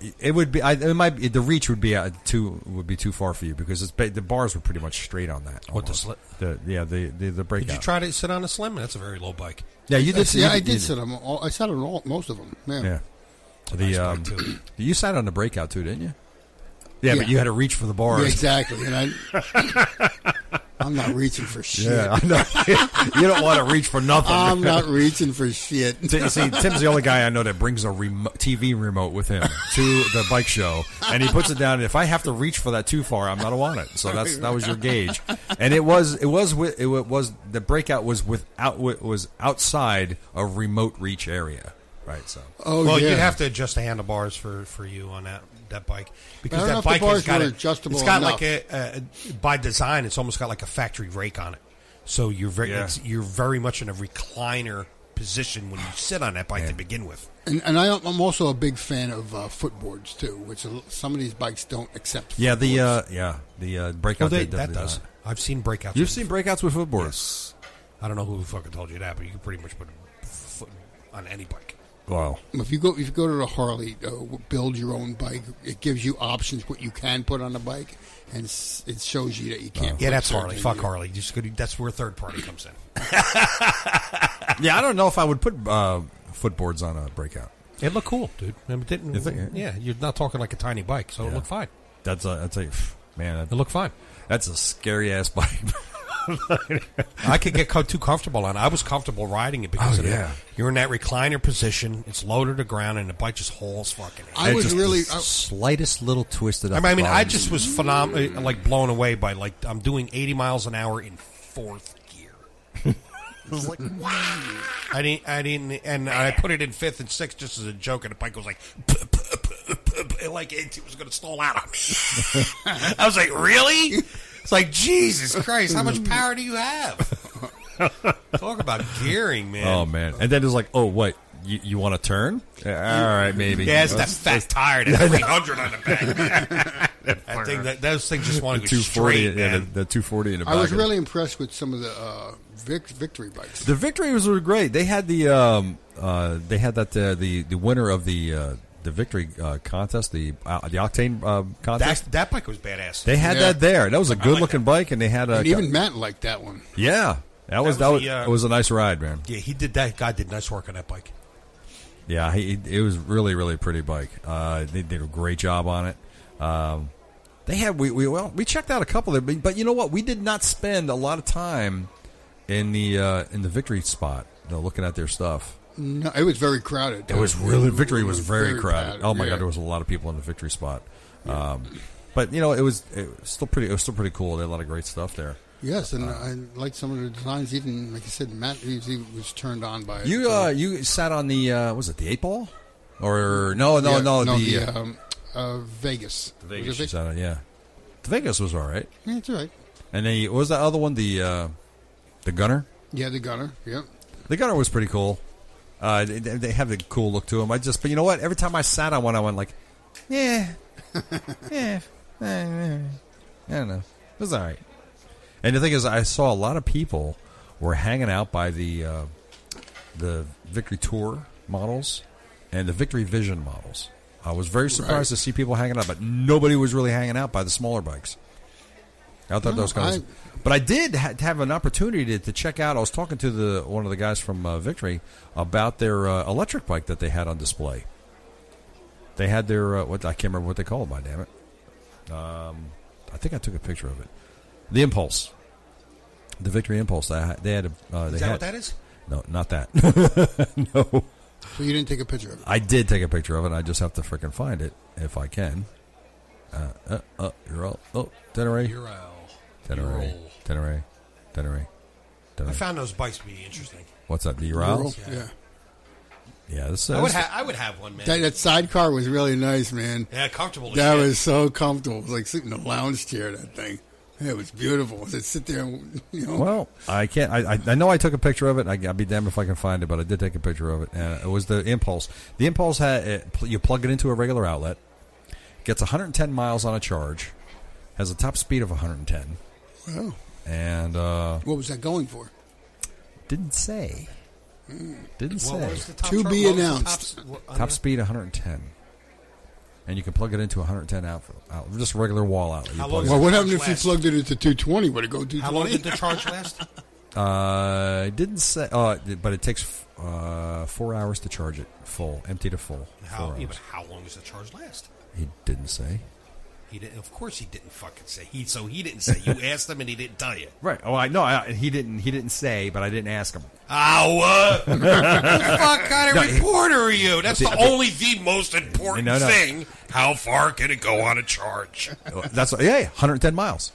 B: It, it would be. I, it might. Be, the reach would be uh, too would be too far for you because it's ba- the bars were pretty much straight on that.
D: What, the
B: almost.
D: sli-
B: The- yeah the the, the breakout.
D: Did you try to sit on a slim? That's a very low bike.
B: yeah, you
C: I,
B: did.
C: see,
B: you
C: I did
B: you
C: sit on all. I sat on all most of them. Yeah.
B: Yeah. The
D: nice
B: um,
D: bike, too.
B: (clears throat) you sat on the breakout too, didn't you? Yeah, but
C: Yeah.
B: you had to reach for the
C: Yeah,
B: bars.
C: exactly. And I,
B: (laughs)
C: I'm not reaching for shit.
B: Yeah, I know. (laughs) you don't want to reach for nothing.
D: Uh,
C: I'm not reaching for shit.
B: T- See, Tim's the only guy I know that brings a remo TV remote with him to the bike show, and he puts it down. And if I have to reach for that too far, I'm not on it. So that's that was your gauge, and it was it was wi- it wa- was the breakout was without wa- was outside a remote reach area, right? So
C: Oh
D: well,
C: yeah.
D: you'd have to adjust the handlebars for, for you on that, that bike
C: I
D: because
C: don't know
D: that
C: if the
D: bike has
C: bars
D: got
C: were
D: a,
C: adjustable
D: It's got
C: enough.
D: like a, a by design. It's almost got like a factory rake on it. So you're very
B: Yeah.
D: it's, you're very much in a recliner position when you sit on that bike to begin with.
C: and, and I, am- I'm also a big fan of uh, footboards too, which a l- some of these bikes don't accept.
B: yeah, the
C: footboards.
B: uh, yeah the uh, breakout
D: Oh, they,
B: did
D: that
B: definitely
D: does.
B: not.
D: I've seen breakouts.
B: You've
D: with-
B: seen breakouts with footboards.
D: I don't know who fucking told you that, but you can pretty much put a foot on any bike.
B: (laughs) Wow.
C: if you go if you go to the Harley, uh, w- build your own bike. It gives you options what you can put on a bike, and s- it shows you that you
B: Oh.
C: can't.
D: Yeah,
C: put
D: Oh, that's
C: certain
D: Harley.
C: things.
D: Fuck Harley. Just go to- that's where third party comes in.
B: Yeah, I don't know if I would put uh, footboards on a breakout.
D: It looked cool, dude. I mean, it didn't,
B: You think-
D: yeah, you're not talking like a tiny bike, so it
B: Yeah.
D: looked fine.
B: That's a, that's a man.
D: It
B: That,
D: looked fine.
B: that's a scary ass (laughs) bike.
D: I could get co- too comfortable on. it. I was comfortable riding it because
B: Oh,
D: of that.
B: yeah.
D: you're in that recliner position. It's low to the ground, and the bike just hauls fucking. ass.
C: I
B: It's
C: was
B: just
C: really.
B: the
C: I,
B: slightest little twist of
D: I mean, I, mean, I just was phenomenal, like blown away by like I'm doing 80 miles an hour in fourth gear. I was like, wow. I didn't, I didn't, and I put it in fifth and sixth just as a joke, and the bike was like, "Puh, puh, puh, puh, puh," like it, it was going to stall out on me. (laughs) I was like, really? It's like Jesus Christ, how much power do you have? Talk about gearing, man.
B: Oh man! And then it was like, oh what? You, you want to turn? Yeah, all right, maybe. Uh,
D: Yeah, it's that fat tire that's
B: (laughs)
D: 300 on the back. I think that those things just want to go
B: two forty.
D: straight,
B: Yeah, the,
D: man.
B: the two forty in the back.
C: I was
B: of the-
C: really impressed with some of the uh, vic- victory bikes.
B: The victories were great. They had the um, uh, they had that uh, the the winner of the uh, the victory uh, contest, the uh, the octane uh,
D: That,
B: contest.
D: that bike was badass.
B: they had
C: Yeah.
B: that there. That was a good looking bike, and they had a
C: and even Matt liked that one.
B: yeah. That was
D: was
B: that was,
D: the, uh,
B: it was a nice ride, man.
D: yeah, he did that. Guy did nice work on that bike.
B: Yeah, he, it was really really pretty bike. Uh, they did a great job on it. Um, they had we, we well we checked out a couple there, but, but you know what? We did not spend a lot of time in the uh, in the victory spot, you know, looking at their stuff.
C: No, it was very crowded.
B: It was really victory was very, crowded.
C: bad,
B: Oh my
C: yeah.
B: god, there was a lot of people in the victory spot. Um, but you know, it was, it was still pretty. It was still pretty cool. They had a lot of great stuff there.
C: yes,
B: Uh.
C: and I liked some of the designs. Even like I said, Matt he was, he was turned on by it.
B: You
C: So-
B: uh, you sat on the uh, was it the eight ball or no no
C: Yeah,
B: no, the,
C: the
B: uh,
C: um, uh, Vegas.
B: Vegas.
C: Was it
B: you
C: Vegas?
B: sat on, yeah, the Vegas was all right.
C: Yeah, that's right.
B: And then you- what was the other one? The uh, the Gunner.
C: Yeah, the Gunner. Yep.
B: The Gunner was pretty cool. Uh, they, they they have the cool look to them. I just but you know what? Every time I sat on one, I went like, yeah, yeah, eh, eh, I don't know. It was all right. And the thing is, I saw a lot of people were hanging out by the uh, the Victory Tour models and the Victory Vision models. I was very surprised to
C: Right.
B: see people hanging out, but nobody was really hanging out by the smaller bikes. I thought that
C: No,
B: was kind of,
C: I-
B: but I did ha- have an opportunity to, to check out. I was talking to the one of the guys from uh, Victory about their uh, electric bike that they had on display. They had their uh, what I can't remember what they call it. By damn it, um, I think I took a picture of it. The Impulse, the Victory Impulse. I, they had a. Uh, they
D: Is
B: had,
D: that what that is?
B: No, not that. (laughs) no,
C: So you didn't take a picture of it.
B: I did take a picture of it. I just have to frickin' find it if I can. Uh, uh, uh, you're all. Oh, Tenere.
D: Euro.
B: Tenere.
D: Ural.
B: Tenere. Tenere.
D: I
B: Tenere.
D: found those bikes to be interesting.
B: What's that? The
C: Girl,
B: Ural?
C: Yeah.
B: Yeah, this
D: I would,
B: is.
D: ha- I would have one, man.
C: That, that sidecar was really nice, man.
D: yeah, comfortable. as
C: That
D: shit.
C: was so comfortable. It was like sitting in a lounge chair. That thing. It was beautiful. To sit there, and, you know.
B: Well, I can't. I, I, I know I took a picture of it. I, I'd be damned if I can find it, but I did take a picture of it. Uh, it was the Impulse. The Impulse had it, pl- you plug it into a regular outlet, gets 110 miles on a charge, has a top speed of 110,
C: Wow.
B: and uh,
C: What was that going for?
B: didn't say. Didn't
D: What
B: say.
D: was the top
C: To
D: turn-
C: be
D: what was the
C: announced.
D: top s- what- uh,
B: Top speed 110. And you can plug it into 110 out, out just a regular wall outlet. You
D: How
B: plug
D: long-
B: it-
C: Well, what happened
D: much
C: if you
D: less?
C: plugged it into 220? Would it go 220?
D: How long did the charge last?
B: Uh, it didn't say. Uh, but it takes f- uh, four hours to charge it full, empty to full.
D: How,
B: four hours.
D: yeah, but how long does the charge last?
B: He didn't say.
D: He didn't, of course, he didn't fucking say. He so he didn't say. You asked him, and he didn't tell you.
B: Right. Oh, I no. I, he didn't. He didn't say. But I didn't ask him.
D: Ah, what? Who the fuck kind of reporter are you? That's the only, the most important
B: No, no.
D: thing. How far can it go on a charge?
B: Oh, That's yeah. 110 miles.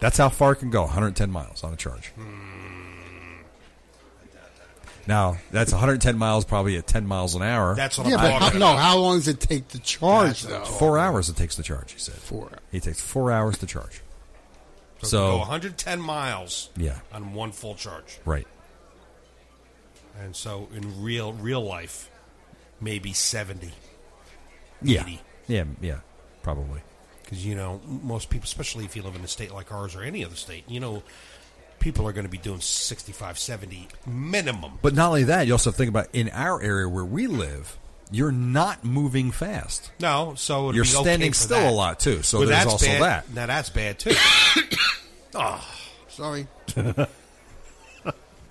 B: That's how far it can go. 110 miles on a charge. Hmm. Now that's 110 miles, probably at 10 miles an hour.
D: That's what
C: Yeah,
D: I'm
C: but
D: talking
C: how,
D: about.
C: no, how long does it take to charge, though?
B: four hours it takes to charge. He said.
C: Four.
B: He takes four hours to charge. So,
D: go 110 miles.
B: Yeah.
D: on one full charge,
B: right.
D: and so in real real life, maybe 70.
B: Yeah.
D: 80.
B: Yeah. Yeah. Probably.
D: Because you know most people, especially if you live in a state like ours or any other state, you know people are going to be doing 65, 70 minimum.
B: But not only that, you also think about in our area where we live, you're not moving fast.
D: No, so it'd
B: You're
D: be okay
B: standing
D: for
B: still
D: that.
B: a lot too. So
D: Well,
B: there's
D: that's
B: also
D: bad.
B: that.
D: Now that's bad too.
C: Sorry.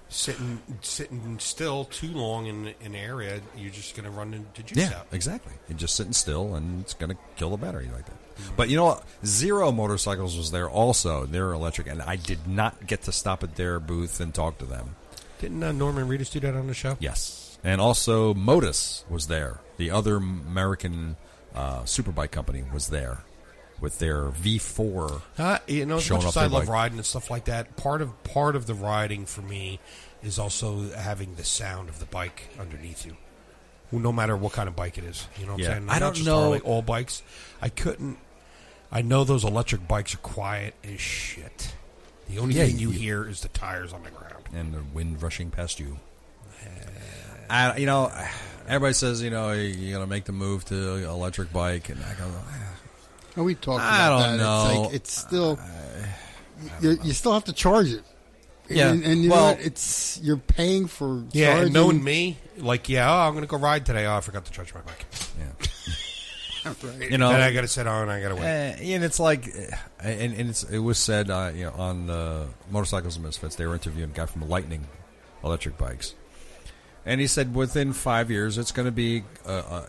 D: sitting sitting still too long in an area, you're just going to run into juice
B: Yeah,
D: out.
B: exactly. You're just sitting still, and it's going to kill the battery like that. But you know what? Zero Motorcycles was there also. They were electric, and I did not get to stop at their booth and talk to them.
D: Didn't uh, Norman Reedus do that on the show?
B: Yes. And also, Modus was there. The other American uh, superbike company was there with their V4.
D: Uh, you know, as
B: Showing
D: much
B: off
D: as I
B: their
D: love
B: bike.
D: riding and stuff like that, part of part of the riding for me is also having the sound of the bike underneath you. Well, no matter what kind of bike it is, you know what
B: Yeah.
D: I'm saying.
B: I
D: Not
B: don't
D: just
B: know-
D: Harley, all bikes. I couldn't. I know those electric bikes are quiet as shit. The only
B: Yeah,
D: thing you
B: you-
D: hear is the tires on the ground.
B: and the wind rushing past you. I, you know, everybody says you know you're gonna make the move to electric bike, and I go, "Ah,
C: Are we talked
B: I
C: about
B: don't
C: that. It's
B: know.
C: like it's still you you still have to charge it.
B: Yeah,
C: And, and you
B: well-
C: know what? it's you're paying for
D: Yeah,
C: charging.
D: and knowing me, like, yeah, oh, I'm going to go ride today. Oh, I forgot to charge my bike.
B: yeah,
C: Right.
B: you know,
D: and I got to sit on. I got to
B: Uh,
D: wait.
B: and it's like, uh, and, and it's, it was said uh, you know, on the Motorcycles and Misfits, they were interviewing a guy from Lightning Electric Bikes. And he said within five years, it's going to be uh, uh,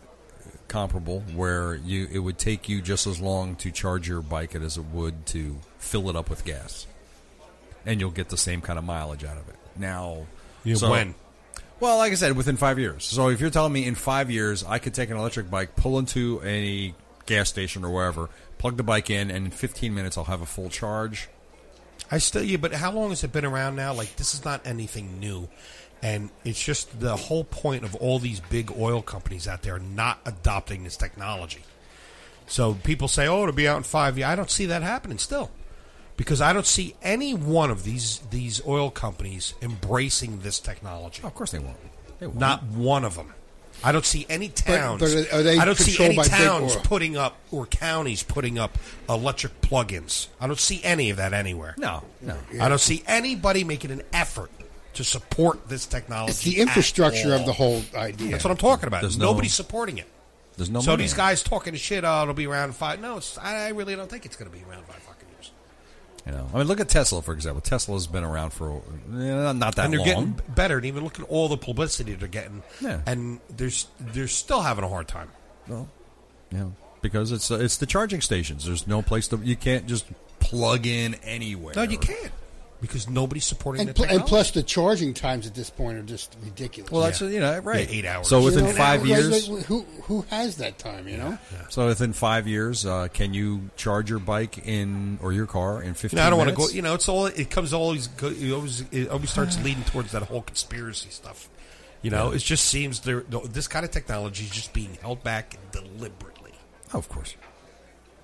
B: comparable where you it would take you just as long to charge your bike as it would to fill it up with gas. And you'll get the same kind of mileage out of it. Now,
D: You
B: so-
D: win.
B: well, like I said, within five years. So if you're telling me in five years I could take an electric bike, pull into a gas station or wherever, plug the bike in, and in 15 minutes I'll have a full charge.
D: I still, yeah, but how long has it been around now? Like, this is not anything new. And it's just the whole point of all these big oil companies out there not adopting this technology. So people say, oh, it'll be out in five years. I don't see that happening still. Because I don't see any one of these these oil companies embracing this technology.
B: Oh, of course they won't. They won't.
D: Not one of them. I don't see any towns.
C: but are they
D: I don't see
C: controlled
D: any
C: by big
D: towns
C: oil?
D: putting up or counties putting up electric plug-ins. I don't see any of that anywhere.
B: No, no.
D: I don't see anybody making an effort to support this technology.
C: It's the
D: at
C: infrastructure
D: all.
C: of the whole idea.
D: That's what I'm talking about.
B: There's no-
D: Nobody's supporting it.
B: There's no
D: so
B: money
D: these
B: in it.
D: guys talking shit. Oh, it'll be around five. No, it's, I I really don't think it's going to be around five fucking years.
B: You know, I mean, look at Tesla for example. Tesla's been around for eh, not that
D: and they're
B: long.
D: getting b- better. And even look at all the publicity they're getting.
B: Yeah.
D: And there's they're still having a hard time.
B: Well, yeah, because it's uh, it's the charging stations. There's no place to you can't just plug in anywhere.
D: No, you can't because nobody's supporting
C: and,
D: the
C: pl-
D: technology.
C: and plus, the charging times at this point are just ridiculous.
B: Well, that's you know right.
D: Yeah, eight hours.
B: So
D: You
B: within
C: You know,
B: five
C: like-
B: years,
C: like, who who has that time? You know,
B: So within five years, uh, can you charge your bike in or your car in fifteen?
D: No, I don't want to
B: minutes?
D: go. You know, it's all. It comes always. Go, it always. It always starts leading towards that whole conspiracy stuff. You know, it just seems there. no, This kind of technology is just being held back deliberately.
B: Oh, of course.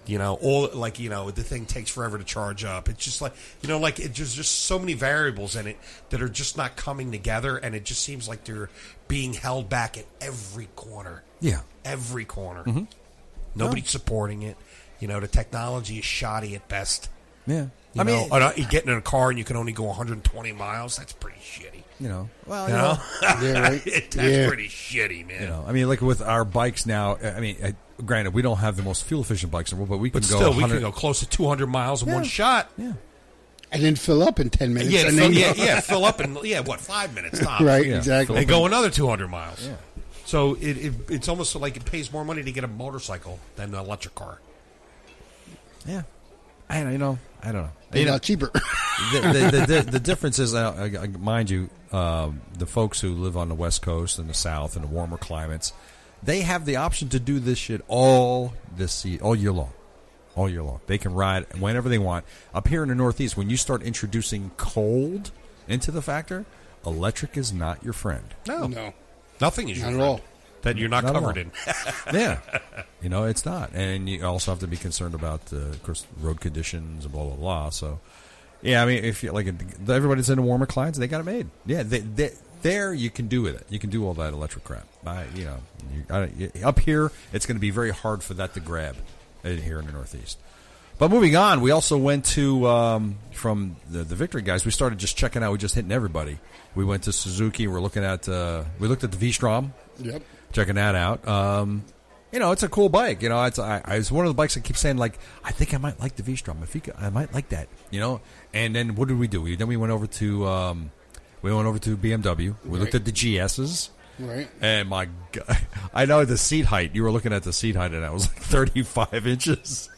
D: You know, all like you know, the thing takes forever to charge up. It's just like you know, like it just just so many variables in it that are just not coming together, and it just seems like they're being held back at every corner
B: Yeah. Mm-hmm.
D: every corner. Nobody's supporting it. You know, the technology is shoddy at best.
B: Yeah.
D: You
B: I
D: know,
B: mean,
D: and, uh, you get in a car and you can only go 120 miles. That's pretty shitty.
B: you know. Well,
D: You
B: you know.
D: know,
B: (laughs)
C: Yeah,
D: (laughs)
C: right.
D: that's
C: Yeah.
D: pretty shitty, man.
B: You know, I mean, like with our bikes now. uh, I I mean, I, granted, we don't have the most fuel efficient bikes in the world, but we can
D: but
B: go.
D: still, we
B: 100
D: can go close to 200 miles in one shot.
B: Yeah.
C: and then fill up in ten minutes.
D: Yeah,
C: and
D: fill,
C: then
D: yeah, yeah. Fill up in yeah, what five minutes tops,
C: right,
B: Yeah,
C: exactly.
D: And go another 200 miles. So it, it it's almost like it pays more money to get a motorcycle than an electric car.
B: Yeah. I don't, you know, I don't know.
C: Be a lot cheaper. (laughs)
B: the, the, the, the, the difference is, uh, uh, mind you, um, the folks who live on the West Coast and the South and the warmer climates, they have the option to do this shit all this se- all year long, all year long. They can ride whenever they want. Up here in the Northeast, when you start introducing cold into the factor, electric is not your friend.
D: No,
C: no,
D: nothing is your
C: not at
D: friend
C: all.
D: that you're not,
B: Not at
D: covered
B: all. (laughs)
D: in.
B: yeah, you know it's not, and you also have to be concerned about, uh, of course, road conditions and blah blah blah. So, yeah, I mean, if you like, everybody's in the warmer climates, they got it made. Yeah, they, they, there you can do with it. You can do all that electric crap. I, you know, you, I, you- up here it's going to be very hard for that to grab uh, here in the Northeast. But moving on, we also went to um, from the, the Victory guys. We started just checking out. We just hitting everybody. We went to Suzuki. We're looking at uh, we looked at the V Strom
C: Yep.
B: checking that out. Um, you know, it's a cool bike. You know, it's I, I, it's one of the bikes I keep saying like I think I might like the V Strom. I think I might like that. You know, and then what did we do? We, then we went over to um, We went over to BMW. We looked at the GSs.
C: Right.
B: And my God, (laughs) I know the seat height. You were looking at the seat height, and I was like 35 inches.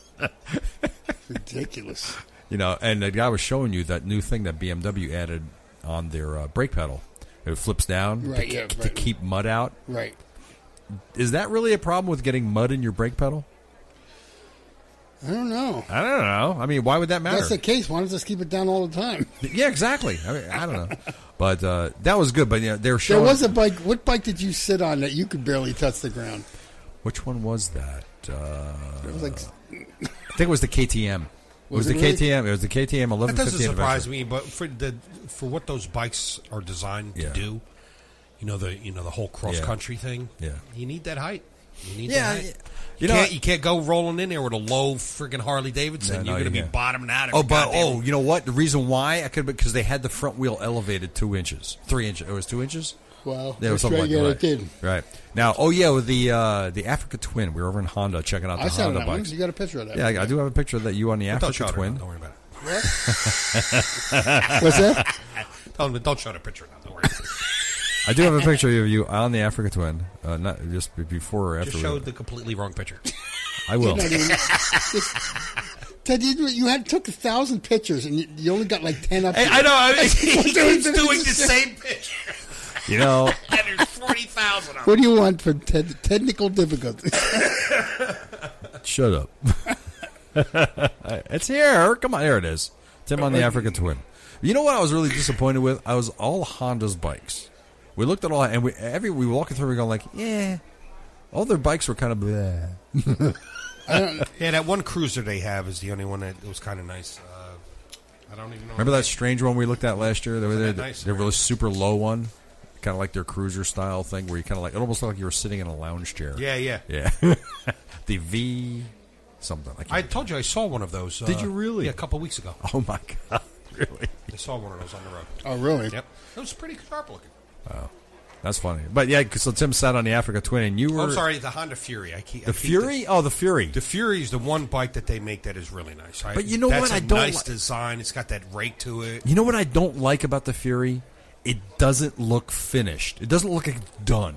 C: Ridiculous.
B: You know, and the guy was showing you that new thing that BMW added on their uh, brake pedal. It flips down
C: Right,
B: to,
C: yeah,
B: to
C: right.
B: keep mud out.
C: Right.
B: Is that really a problem with getting mud in your brake pedal?
C: I don't know.
B: I don't know. I mean, why would that matter?
C: That's the case. Why don't you just keep it down all the time?
B: yeah, exactly. I, mean, I
C: (laughs)
B: don't know. But uh, that was good. But yeah, they were
C: There
B: showing.
C: was a bike. What bike did you sit on that you could barely touch the ground?
B: Which one was that? Uh,
C: It was like
B: I think it was the KTM. it was
C: Was it
B: the
C: really?
B: KTM. It was the KTM
D: That
B: 1150
D: doesn't
B: Adventure.
D: surprise me, but for the for what those bikes are designed
B: Yeah.
D: to do, you know the you know the whole cross country thing.
B: Yeah.
D: you need that height. You need
B: Yeah,
D: that height.
B: yeah.
D: You,
B: You know,
D: can't
B: I-
D: you can't go rolling in there with a low freaking Harley Davidson.
B: No, no,
D: You're going
B: you
D: to be
B: can't.
D: bottoming out. every
B: Oh, but
D: goddamn-
B: oh, you know what? The reason why I could because they had the front wheel elevated two inches, three inches. It was two inches.
C: Wow.
B: Yeah, it was
C: That's
B: something
C: right,
B: like
C: yeah,
B: that.
C: it did.
B: Right now, oh yeah, with the uh, the Africa Twin. We were over in Honda checking out the
C: I sat on
B: Honda
C: that one.
B: bikes.
C: You got a picture of that?
B: Yeah, I, I do have a picture of that you on the
D: don't
B: Africa
D: show
B: Twin.
D: It, don't worry about it.
B: (laughs)
C: What's that?
D: Tell them, don't show the picture. Now, don't (laughs) worry.
B: I do have a picture of you on the Africa Twin. Uh, not just be- before or after. we-
D: Just showed the completely wrong picture.
B: I will.
C: No, no, no. Just- Ted, you, you had took a thousand pictures and you, you only got like ten up. here.
D: I (laughs) mean,
C: He keeps doing the
D: same picture,
B: You know,
D: and there's forty thousand of
C: What do you want for te- technical difficulties?
B: shut up. it's here. Come on, there it is. Tim on the Africa Twin. You know what I was really disappointed with? I was all Honda's bikes. We looked at all, and we every we walking through, we go like, yeah. All their bikes were kind of bleh.
D: Yeah, that one cruiser they have is the only one that was kind of nice. Uh, I don't even know.
B: Remember that strange one we looked at last year? They were
D: Wasn't
B: there,
D: that nice?
B: they were really super low one, kind of like their cruiser style thing, where you kind of like it almost looked like you were sitting in a lounge chair.
D: Yeah, yeah.
B: yeah. the V something. I, can't
D: I told you I saw one of those. Uh,
B: Did you really?
D: Yeah, a couple weeks ago.
B: (laughs) Oh my god! Really?
D: I saw one of those on
B: (laughs)
D: the road.
C: (laughs) oh, really?
D: Yep, it was pretty sharp looking.
B: That's funny. But yeah, so Tim sat on the Africa Twin, and you were
D: Oh, I'm sorry, the Honda Fury. I keep I
B: the
D: keep
B: Fury. oh, the Fury.
D: The Fury is the one bike that they make that is really nice. I,
B: But you know what?
D: that's a
B: I don't
D: nice
B: like-
D: design. It's got that rake to it.
B: you know what I don't like about the Fury? It doesn't look finished. It doesn't look like it's done.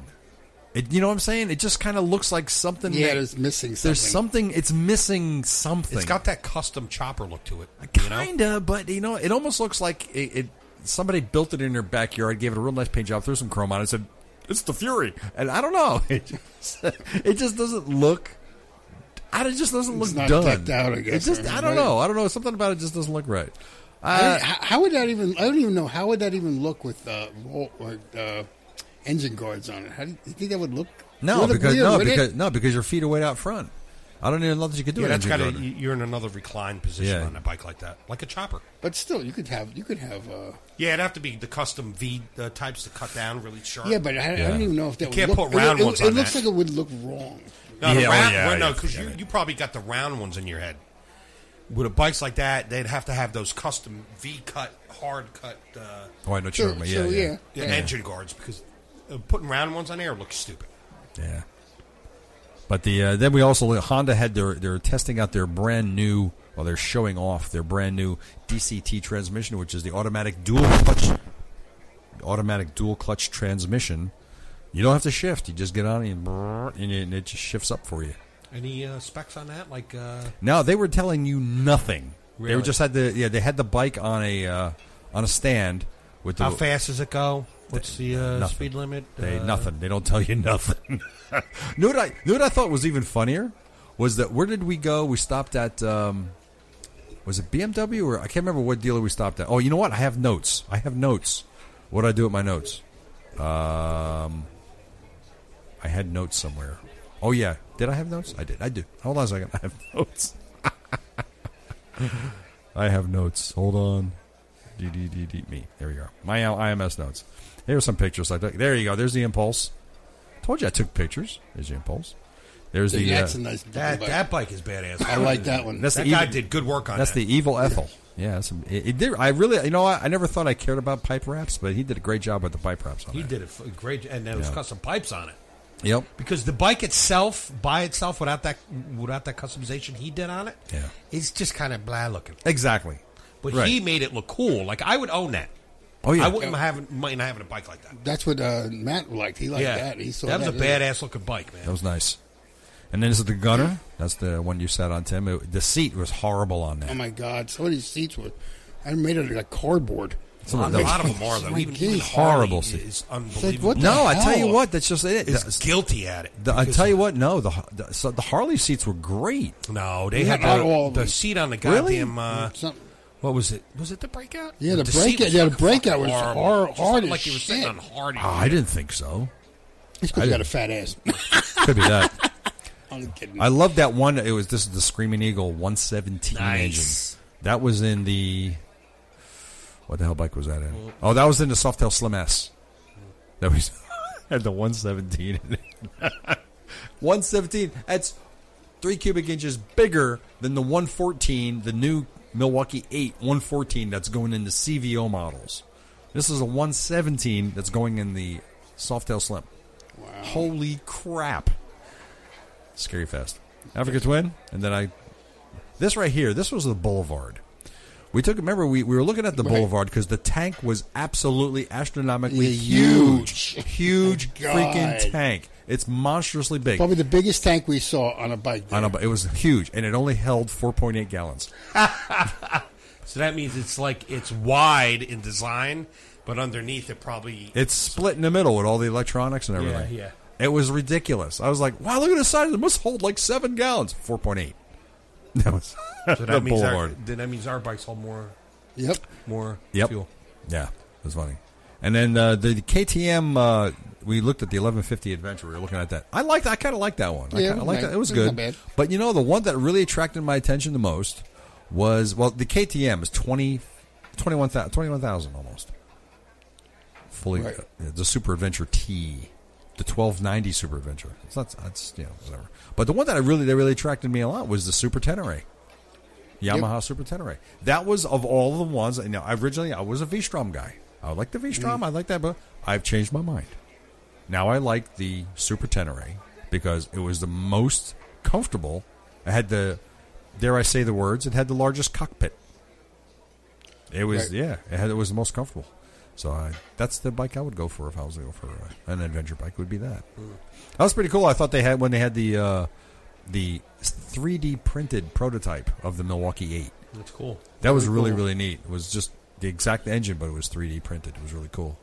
B: It, you know what I'm saying? It just kind of looks like something.
C: Yeah,
B: that-
C: there's missing something.
B: there's something. It's missing something.
D: It's got that custom chopper look to it. You know?
B: Kinda, but you know, it almost looks like it, it. Somebody built it in their backyard, gave it a real nice paint job, threw some chrome on it, and said, "It's the Fury." And I don't know, (laughs) it just, it just doesn't look. I, it just doesn't look
C: not
B: done.
C: decked out, I guess,
B: It just,
C: or
B: I don't
C: right.
B: know. I don't know. Something about it just doesn't look right.
C: I
B: Uh,
C: don't- how, how would that even? I don't even know how would that even look with uh, roll, or, uh, engine guards on it. How do you, you think that would look?
B: no,
C: would it
B: because
C: weird,
B: no,
C: would it?
B: because no, because your feet are way out front. I don't even know that you could do
D: Yeah,
B: it.
D: that's got
B: engine
D: a,
B: garden.
D: you're in another reclined position
B: Yeah.
D: on a bike like that, like a chopper.
C: But still, you could have you could have. Uh,
D: Yeah, it'd have to be the custom V uh, types to cut down really sharp.
C: yeah, but I, I
B: Yeah.
C: don't even know if that would
D: Uh, can't
C: look,
D: put
C: it-
D: round
C: it,
D: ones
C: It,
D: on
C: looks
D: that.
C: like it would look wrong.
D: No, the
B: Yeah, oh,
D: round,
B: yeah,
D: well, no,
B: yeah,
D: because you, you probably got the round ones in your head. With a bikes like that, they'd have to have those custom V cut, hard cut uh,
B: Oh, I know what
C: So,
B: you're talking
C: so
B: about. Yeah, yeah,
C: yeah.
D: engine guards because uh, putting round ones on there looks stupid.
B: Yeah. But the uh, then we also Honda had their they're testing out their brand new well they're showing off their brand new DCT transmission which is the automatic dual clutch automatic dual clutch transmission. You don't have to shift. You just get on and brrr, and it, and it just shifts up for you.
D: Any uh, specs on that? Like, uh,
B: No, they were telling you nothing. They were
D: Really?
B: just had the yeah they had the bike on a uh, on a stand with the
D: how fast does it go? What's the uh,
B: nothing.
D: speed limit?
B: They
D: uh,
B: nothing. They don't tell you nothing. (laughs) know what I know what I thought was even funnier was that where did we go? We stopped at um, was it BMW or I can't remember what dealer we stopped at. Oh, you know what? I have notes. I have notes. What do I do with my notes? Um, I had notes somewhere. Oh yeah, did I have notes? I did. I do. Hold on a second. (laughs) I have notes. I have notes. Hold on. DDDD me. There we go. My L- IMS notes. Here's some pictures. I took. There you go. There's the impulse. Told you I took pictures. There's the impulse. There's the.
C: That's
B: uh,
C: a nice.
D: That
C: bike.
D: that bike is badass.
C: I like that one.
B: that's
D: that
B: the
D: guy
B: evil,
D: did good work on
B: That's
D: that.
B: the evil Ethel. Yeah. That's, it, it did. I really. You know. I, I never thought I cared about pipe wraps, but he did a great job with the pipe wraps on
D: he
B: it.
D: did it great, and there was
B: Yeah.
D: custom pipes on it.
B: Yep.
D: because the bike itself, by itself, without that without that customization he did on it,
B: Yeah.
D: it's just kind of blah looking.
B: Exactly.
D: But
B: Right.
D: he made it look cool. Like I would own that.
B: Oh yeah,
D: I wouldn't have mind having a bike like that.
C: That's what uh, Matt liked. He liked
D: yeah,
C: that. He saw
D: that
C: that.
D: was a badass looking bike,
B: That
D: man.
B: was nice. And then this is the gunner. That's the one you sat on, Tim. It, the seat was horrible on
C: Oh
B: that.
C: my god! Some of these seats were, I made it like cardboard.
D: A lot, a
C: (laughs)
D: lot of them are though.
C: My
D: Even, even
C: geez.
B: Horrible
D: horrible
B: seat.
D: is unbelievable.
C: what the-
B: No, I tell you
C: hell?
B: what. That's just it.
D: is
B: The-
D: guilty at it.
B: the- I
D: because-
B: tell you what. No, the the, so the Harley seats were great.
D: no, they
C: Yeah,
D: had
C: not all
D: the,
C: of
D: the
C: them.
D: seat on the goddamn.
B: Really?
D: Uh,
C: Something.
D: what was it? Was it the breakout?
C: Yeah, the
D: seat
C: breakout-
D: was
C: yeah, the
D: fucking
C: breakout was
D: horrible.
C: hard-
D: Just
C: hard
D: looked
C: as
D: like you were sitting
C: shit. (laughs)
D: on hard.
B: I didn't think so.
C: It's because you got a fat ass. (laughs)
B: Could be
D: (laughs)
B: that.
C: I'm kidding.
B: I love that one. It was this is the Screaming Eagle 117
D: Nice.
B: engine. That was in the what the hell bike was that in? Oh, that was in the Softail Slim S. That was (laughs) had the 117 in it. (laughs) 117. That's three cubic inches bigger than the 114, the new Milwaukee 8 114 that's going in the CVO models. This is a 117 that's going in the Softail Slim. Holy crap. Scary fast. Africa Twin, and then I. This right here, this was the Boulevard. We took. Remember, we, we were looking at the
C: Right.
B: Boulevard because the tank was absolutely astronomically
C: Yeah,
B: huge,
C: huge. (laughs)
B: huge
C: God.
B: freaking tank. It's monstrously big.
C: Probably the biggest tank we saw on a bike.
B: I
C: There.
B: know, (laughs) but it was huge, and it only held four point eight gallons.
D: So that means it's like it's wide in design, but underneath it
B: (laughs)
D: probably
B: It's split in the middle with all the electronics and
D: Yeah,
B: everything.
D: yeah.
B: It was ridiculous. I was like, wow, look at the size. It must hold like seven gallons. Four point eight. That was
D: So
B: the
D: that means our,
B: Boulevard.
D: then that means our bikes hold more
C: Yep.
D: more
B: Yep.
D: fuel.
B: Yeah, it was funny. And then uh, the, the KTM, uh, we looked at the 1150 Adventure. We were looking at that. I liked. I kind of liked that one. I
C: Yeah, it
B: kinda
C: was
B: liked
C: nice.
B: that. It was
C: It was
B: good.
C: not bad.
B: But you know, the one that really attracted my attention the most was well, the KTM is 20, 21,000 21,000 almost. Fully,
C: Right.
B: uh, the Super Adventure T, the 1290 Super Adventure. It's not. It's you know whatever. But the one that I really that really attracted me a lot was the Super Tenere. Yamaha Super Tenere. That was of all the ones. You know, originally I was a V-Strom guy. I like the V-Strom. I like that, but I've changed my mind. Now I like the Super Tenere because it was the most comfortable. It had the, dare I say the words, it had the largest cockpit. It was
C: Right.
B: yeah, it had it was the most comfortable. So I, that's the bike I would go for if I was to go for uh, an adventure bike. Would be that. That was pretty cool. I thought they had when they had the uh, the 3D printed prototype of the Milwaukee Eight.
D: That's cool.
B: That was really really neat. It was just the exact engine, but it was 3D printed. It was really cool.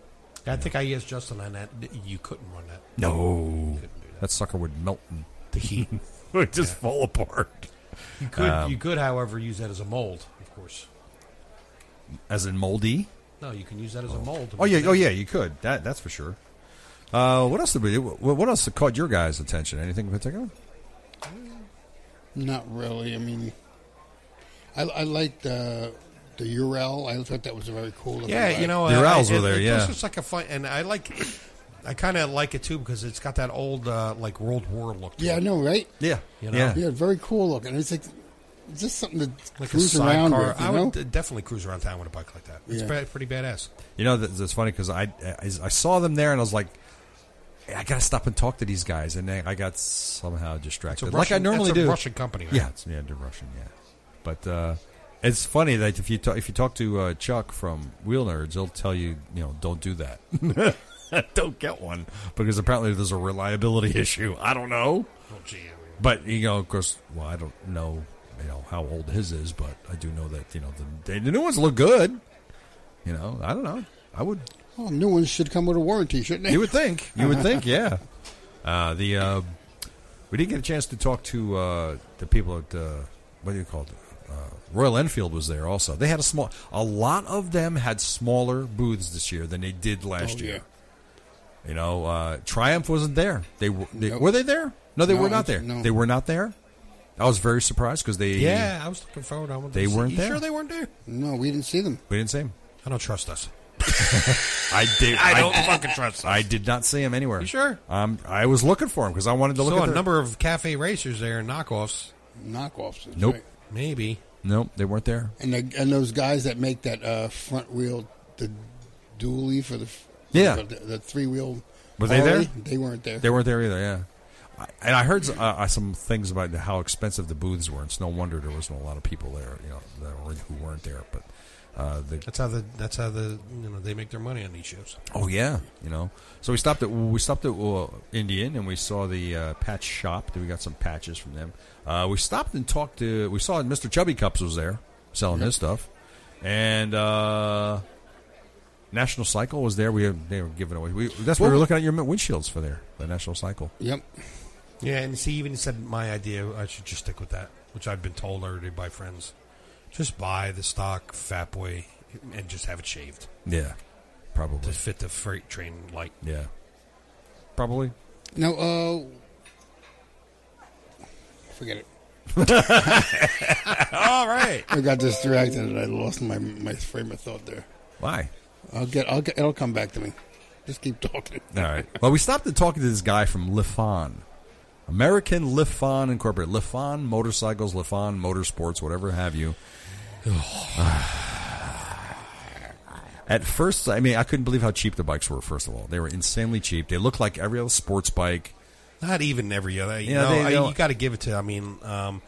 D: I think I asked Justin on that. You couldn't run that.
B: No, that sucker would melt in the heat. (laughs)
E: It just fall apart.
D: You could.
B: Um,
D: you could, however, use that as a mold, of course.
B: As in moldy?
D: No, you can use that as a mold.
B: Oh yeah, oh yeah, you could. That that's for sure. Uh, what else did we do? What what else caught your guys' attention? Anything in particular?
C: Not really. I mean, I, I liked uh, the Ural. I thought that was a very cool. looking
D: Yeah,
C: bike.
D: you know, uh,
B: The
D: I-
B: Urals
D: I-
B: were
D: it-
B: there,
D: it
B: yeah.
D: was just like a fun, and I like. I kind of like it too because it's got that old uh, like World War look. To
C: Yeah, I
D: it.
C: know, right?
B: Yeah,
D: You know?
B: yeah.
C: Yeah, very cool looking. It's like it's just something to
D: like a
C: cruise around
D: sidecar.
C: with. You
D: I
C: know?
D: would d- definitely cruise around town with a bike like that. It's
C: Yeah.
D: ba- pretty badass.
B: You know, that's that's funny because I, I I saw them there and I was like, I gotta stop and talk to these guys, and then I got somehow
D: It's a
B: distracted,
D: Russian,
B: like I normally
D: it's a
B: do.
D: Russian company. right?
B: Yeah, it's, yeah, they're Russian. Yeah, but uh, it's funny that if you talk, if you talk to uh, Chuck from Wheel Nerds, he'll tell you, you know, don't do that. (laughs) don't get one because apparently there's a reliability (laughs) issue. I don't know,
D: Oh, gee, I mean,
B: but you know, of course, well, I don't know, you know, how old his is, but I do know that you know the, the new ones look good. You know, I don't know. I would
C: Oh, new ones should come with a warranty, shouldn't they?
B: you would think. You would think. Yeah. (laughs) Uh, the uh, we didn't get a chance to talk to uh, the people at uh, what do you call it? Uh, Royal Enfield was there also. They had a small. A lot of them had smaller booths this year than they did last
C: Oh, yeah.
B: year. You know, uh, Triumph wasn't there. They were. They,
C: Nope.
B: Were they there? No, they
C: No,
B: were not there.
C: no.
B: They were not there. I was very surprised because they.
D: yeah, I was looking forward. I wanted
B: They
D: to see-
B: weren't
D: you
B: there.
D: Sure, they weren't there.
C: No, we didn't see them.
B: We didn't see him.
D: I don't trust us.
B: I did.
D: I don't fucking trust us.
B: I did not see him anywhere.
D: You sure?
B: Um, I was looking for him because I wanted to look
D: saw
B: at
D: a
B: their-
D: number of cafe racers there and knockoffs.
C: Knockoffs. that's
B: Nope.
C: right.
D: Maybe.
B: Nope, they weren't there.
C: And the, and those guys that make that uh, front wheel, the dually for the f-
B: Yeah.
C: the, the three wheel.
B: Were they there?
C: They weren't there.
B: They weren't there either, yeah. I- And I heard uh, uh, some things about how expensive the booths were. It's no wonder there wasn't a lot of people there, you know, that were, who weren't there. But Uh, the
D: That's how the that's how the you know they make their money on these shows.
B: Oh yeah, you know. So we stopped at we stopped at uh, Indian and we saw the uh, patch shop. Then we got some patches from them. Uh, we stopped and talked to. We saw Mr. Chubby Cups was there selling his stuff, and uh, National Cycle was there. We had, they were giving away. We, that's why we were looking at your windshields for there. The National Cycle.
C: Yep.
D: Yeah, and see, even said my idea. I should just stick with that, which I've been told already by friends. Just buy the stock Fat Boy and just have it shaved
B: Yeah,
D: to
B: probably.
D: fit the freight train light.
B: Yeah, probably.
C: Now, uh, forget it.
D: All right.
C: I got distracted and I lost my my frame of thought there.
B: Why?
C: I'll get. I'll get. It'll come back to me. Just keep talking.
B: All right. Well, we stopped and talking to this guy from Lifan, American Lifan Incorporated. Lifan Motorcycles, Lifan Motorsports, whatever have you. (sighs) At first, I mean, I couldn't believe how cheap the bikes were. First of all, they were insanely cheap. They looked like every other sports bike.
D: Not even every other. You
B: Yeah,
D: know,
B: they
D: I-
B: don't-
D: you got to give it to. I mean, um,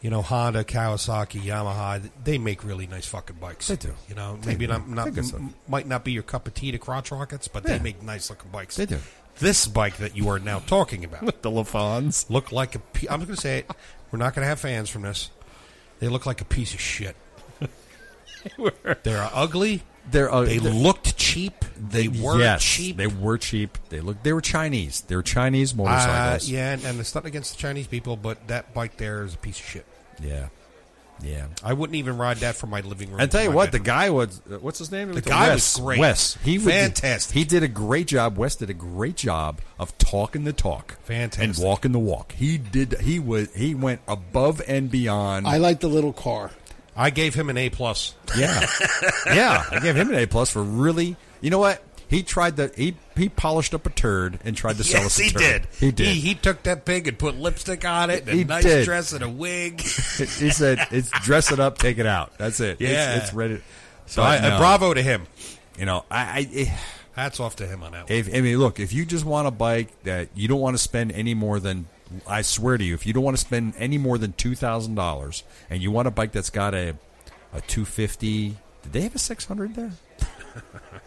D: you know, Honda, Kawasaki, Yamaha. They make really nice fucking bikes.
B: They do.
D: You know, maybe not, not
B: They do so.
D: might not be your cup of tea to crotch rockets, but
B: Yeah.
D: they make nice looking bikes.
B: They do.
D: This bike that you are now talking
B: (laughs)
D: about
B: The Lifans.
D: look like a. Pe- I'm going to say it. We're not going to have fans from this. They look like a piece
B: (laughs)
D: of shit. They're ugly.
B: They're uh,
D: They
B: they're-
D: looked cheap. They were
B: yes,
D: cheap.
B: They were cheap. They looked. They were Chinese. They were Chinese
D: uh,
B: motorcycles.
D: yeah, and, and it's not against the Chinese people, but that bike there is a piece of shit.
B: yeah, yeah.
D: I wouldn't even ride that from my living room.
B: I tell
D: to
B: you
D: my
B: what, the
D: bedroom.
B: guy was uh, what's his name? The
D: guy was great.
B: Wes, he would-
D: Fantastic.
B: he did a great job. Wes did a great job of talking the talk,
D: Fantastic.
B: and walking the walk. He did. He was. He went above and beyond.
C: I like the little car.
D: I gave him an A plus.
B: (laughs) yeah, yeah. I gave him an A plus for really. You know what? He tried to. He he polished up a turd and tried to sell us. a turd. He did.
D: He, he took that pig and put lipstick on it, and
B: He
D: a nice
B: did.
D: dress and a wig.
B: he said, "It's dress it up, take it out. That's it.
D: Yeah.
B: it's, it's ready."
D: So
B: (laughs)
D: I, uh,
B: But no,
D: bravo to him.
B: You know, I. eh, I it,
D: Hats off to him on that. One.
B: If, I mean, look, if you just want a bike that you don't want to spend any more than, I swear to you, if you don't want to spend any more than two thousand dollars, and you want a bike that's got a a two fifty, did they have a six hundred
D: (laughs)
B: there?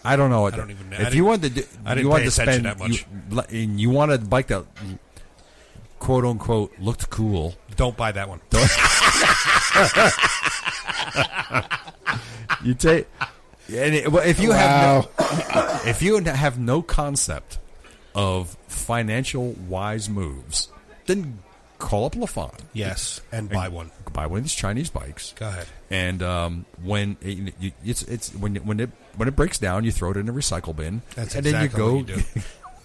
B: I don't know. I
D: don't even know. I
B: If
D: didn't-
B: you wanted to, do,
D: I didn't
B: you wanted
D: pay
B: to
D: attention
B: spend
D: that much.
B: You, and you wanted a bike that, quote unquote, looked cool.
D: Don't
B: (laughs)
D: buy that one.
B: You take, and it, well, if you have no,
C: Wow.
B: if you have no concept of financial wise moves, then call up LaFon.
D: Yes, and buy one.
B: Buy one of these Chinese bikes,
D: Go ahead.
B: and um, when it, you, it's it's when it- when it when it breaks down, you throw it in a recycle bin,
D: That's
B: and
D: exactly
B: then you
D: what
B: go,
D: you
B: (laughs)
D: do.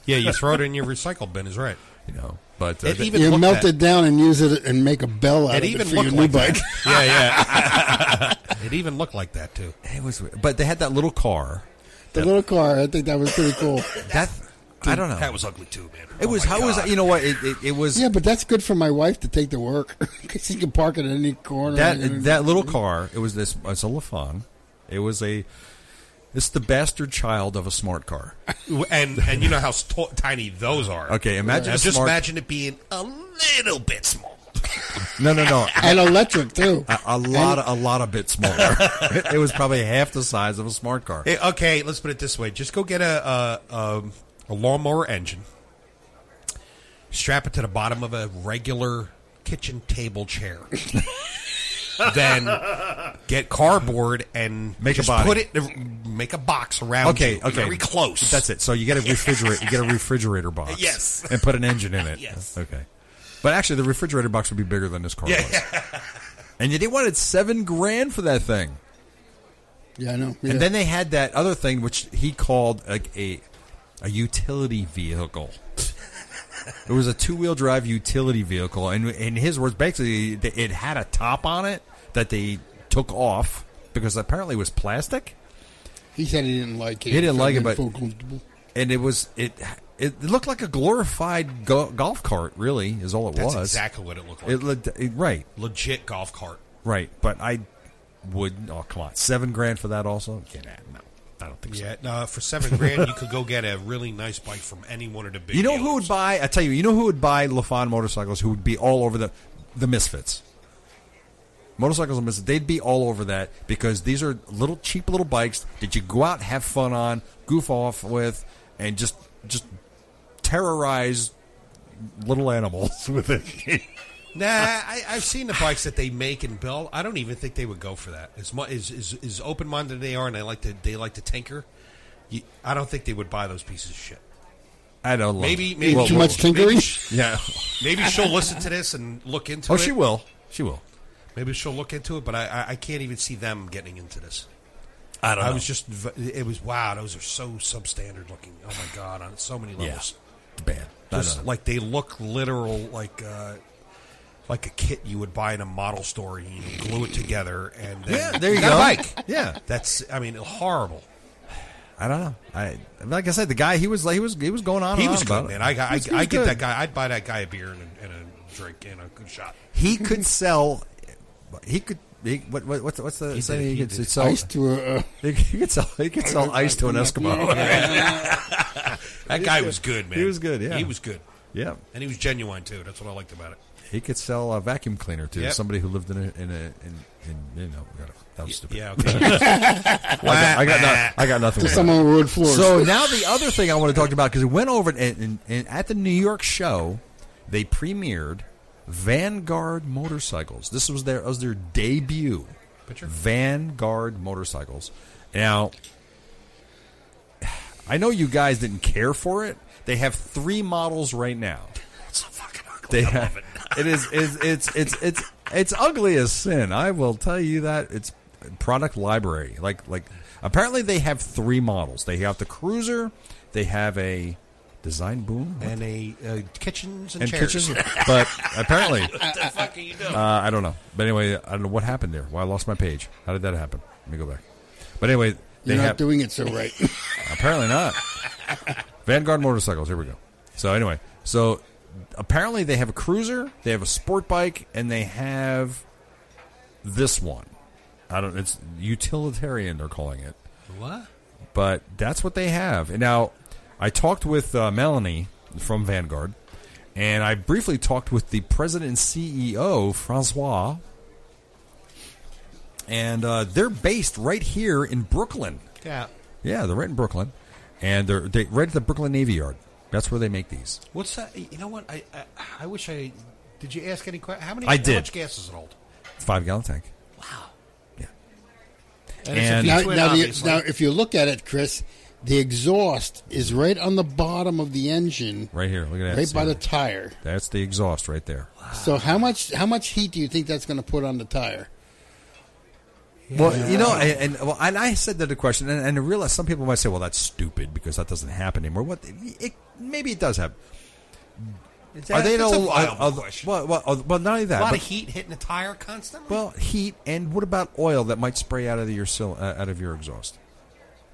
D: yeah, you throw it in your recycle bin. Is right.
B: you know. But uh,
D: It even
C: You
D: looked
C: melt
D: that-
C: it down and use it and make a bell out
D: It
C: of it
D: even
C: for your
D: looked
C: new
D: like
C: bike.
D: that. Yeah,
B: (laughs)
D: yeah. it even looked like that too.
B: it was, but they had that little car.
C: (laughs) The little car. I think that was pretty cool.
B: That I don't know.
D: That was ugly too, man. Oh
B: it was how was that? you know what it it, it was
C: Yeah, but that's good for my wife to take to work (laughs) 'Cause she can park it in any corner.
B: that that little car. It was this. It's a LaFon. It was a. It's the bastard child of a smart car.
D: and and you know how st- tiny those are.
B: Okay, imagine a
D: Just
B: smart-
D: imagine it being a little bit small.
B: No, no, no.
C: and electric too.
B: A,
D: (laughs)
B: a lot, of, a lot of bit smaller. it was probably half the size of a smart car.
D: Hey, okay, let's put it this way: just go get a a, um a lawnmower engine, strap it to the bottom of a regular kitchen table (laughs) chair, then get cardboard and
B: Make a
D: just
B: body.
D: Put it, make a box around.
B: okay,
D: you,
B: okay,
D: very close.
B: That's it. So you get a refrigerator. you get a refrigerator box.
D: (laughs) Yes.
B: and put an engine in it.
D: Yes.
B: Okay, but actually, the refrigerator box would be bigger than this car was. And yet, they wanted seven grand for that thing.
C: yeah, I know. Yeah.
B: And then they had that other thing which he called a a, a utility vehicle. it was a two wheel drive utility vehicle, and in his words, basically, th- it had a top on it that they took off because apparently it was plastic,
C: he said he didn't like it.
B: He didn't like it, but-
C: felt comfortable.
B: and it was it it looked like a glorified go- golf cart. Really, is all it
D: (laughs) That's
B: was.
D: exactly what it looked like.
B: It, looked- it right,
D: Legit golf cart.
B: right, but I would. Oh, come on, seven grand for that also? Get out, no, I don't think so.
D: Yeah, no, for seven grand, you could go get a really nice bike from any one of the big.
B: You know
D: dealers.
B: who would buy? I tell you, you know who would buy Lafon motorcycles? Who would be all over the the Misfits? Motorcycles and business, they'd be all over that because these are little cheap little bikes that you go out, have fun on, goof off with, and just just terrorize little animals (laughs) with it.
D: Nah, I, I've seen the bikes that they make and build. I don't even think they would go for that. As much as as, as open minded they are, and they like to they like to tinker. You, I don't think they would buy those pieces of shit.
B: I don't. Love
D: Maybe
B: it.
D: maybe
B: Well,
C: Too
B: well,
C: much tinkering?
B: Yeah.
D: Maybe she'll listen to this and look into
B: Oh,
D: it.
B: she will. She will.
D: Maybe she'll look into it, but I, I, I can't even see them getting into this.
B: I don't.
D: I was just v- it was wow. Those are so substandard looking. Oh my god, on so many
B: yeah.
D: levels.
B: Bad. I
D: Just
B: don't know.
D: like they look literal, like uh, like a kit you would buy in a model store. And you glue it together, and then
B: yeah, there you
D: got
B: go.
D: a bike.
B: Yeah.
D: That's I mean horrible.
B: I don't know. I like I said, the guy he was like he was he was going on.
D: He
B: and
D: was
B: on
D: good,
B: about it.
D: man. I got,
B: He was- he
D: I,
B: was
D: I get
B: good.
D: that guy. I'd buy that guy a beer and a, and a drink and a good shot.
B: He could sell. He could. He, what, what what's what's the saying?
D: did,
B: He,
D: he
B: could
D: did.
B: sell.
C: Ice to a. Uh, (laughs)
B: He could sell. He could sell ice to an Eskimo.
D: That guy was good, man.
B: He was good, yeah.
D: he was good,
B: (laughs) yeah,
D: and he was genuine too. That's what I liked about it.
B: he could sell a vacuum cleaner to
D: Yep.
B: somebody who lived in a in a in, in you know that was stupid. (laughs)
D: Yeah. Okay. (laughs)
B: I got no, I got nothing.
C: to
B: with that.
C: someone on wood floor.
B: So now the other thing I want to talk about because it went over and, and, and at the New York show, they premiered Vanguard motorcycles. This was their was their debut.
D: Picture.
B: Vanguard motorcycles. Now, I know you guys didn't care for it. They have three models right now.
D: It's so fucking ugly.
B: (laughs) They
D: I love
B: have,
D: it.
B: it is it's it's it's it's it's ugly as sin. I will tell you that it's product library. Like like apparently they have three models. They have the cruiser. They have a design boom
D: And a uh, kitchens and,
B: and
D: chairs.
B: kitchens, but apparently
D: (laughs) What the fuck are you doing?
B: uh, I don't know. But anyway, I don't know what happened there. Why I lost my page? How did that happen? Let me go back. But anyway, they
C: You're not
B: have
C: doing it so right.
B: Apparently not. Vanguard motorcycles. Here we go. So anyway, so apparently they have a cruiser, they have a sport bike, and they have this one. I don't. It's utilitarian. They're calling it,
D: what?
B: but that's what they have. And now, I talked with uh, Melanie from Vanguard, and I briefly talked with the president and CEO Francois, and uh, they're based right here in Brooklyn.
D: Yeah.
B: Yeah, they're right in Brooklyn, and they're they right at the Brooklyn Navy Yard. That's where they make these.
D: What's that? You know what? I I, I wish I did. You ask any questions? How many?
B: I did.
D: How much gas does it hold?
B: Five gallon tank.
D: And, it's
B: (laughs)
D: a
B: And-
C: now,
D: V-twin,
C: now, the,
D: obviously.
C: now, if you look at it, Chris, the exhaust is right on the bottom of the engine,
B: Right here. Look at that.
C: right
B: See
C: by the
B: that?
C: tire.
B: That's the exhaust right there.
C: So how much how much heat do you think that's going to put on the tire?
B: Well, you know, and, and well, and I said that a question, and, and I realized some people might say, "Well, that's stupid because that doesn't happen anymore." What? It, maybe it does happen.
D: Is
B: Are
D: that-
B: they
D: that's
B: no?
D: a viable
B: are- are-
D: question.
B: well, well, uh, well, not only that,
D: a lot
B: but,
D: of heat hitting the tire constantly.
B: well, heat, and what about oil that might spray out of your sil- uh, out of your exhaust?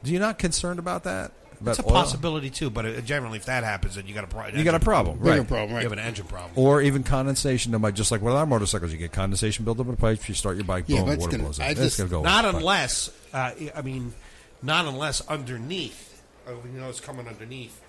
B: Do you not concerned about that? About
D: it's a
B: oil?
D: possibility too, but uh, generally, if that happens, then you got a problem.
B: You Oh, got a problem,
C: Bigger
B: right?
C: problem,
D: You
C: right?
D: have an engine problem.
B: or even condensation. That might just like with our motorcycles, you get condensation build up in the pipes. You start your bike,
C: Yeah,
B: boom,
C: but it's
B: water
C: gonna-
B: blows
C: I
B: up. it's
C: just-
B: gonna go.
D: Not
B: up.
D: unless, uh, I mean, not unless underneath, uh, we know it's coming underneath,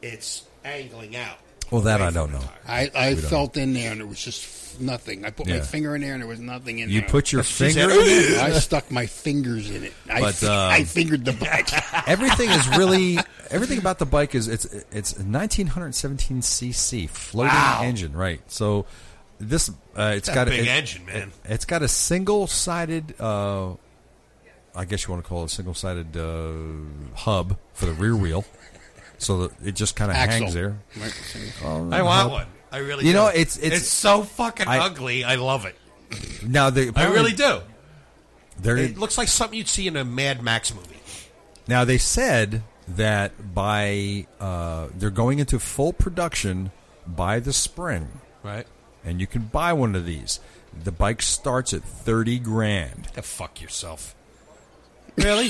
D: it's angling out.
B: Well, that
D: Away
B: I don't
D: from the
B: know.
D: tire.
C: I, I felt in there and there was just f- nothing. I put my
B: Yeah.
C: finger in there and there was nothing in
B: You
C: there.
B: put your
D: just
B: finger.
D: it.
B: in it.
C: I stuck my fingers in it. I,
B: But,
C: fi-
B: um,
C: I fingered the
B: (laughs)
C: bike.
B: (laughs) Everything is really everything about the bike is it's it's 1917 cc floating engine, right? So this uh, it's
D: That
B: got
D: big
B: it-
D: engine, man.
B: It, has got a single sided. Uh, I guess you want to call it a single sided uh, hub for the rear wheel. So that it just kind of
C: Axle.
B: hangs there.
D: I want one. I really.
B: You
D: do.
B: know, it's- it's-
D: so fucking
B: I-
D: ugly. I love it.
B: Now they
D: I really do.
B: They're,
D: It looks like something you'd see in a Mad Max movie.
B: Now they said that by uh, they're going into full production by the spring,
D: Right.
B: and you can buy one of these. The bike starts at thirty grand,
D: The fuck yourself.
B: really,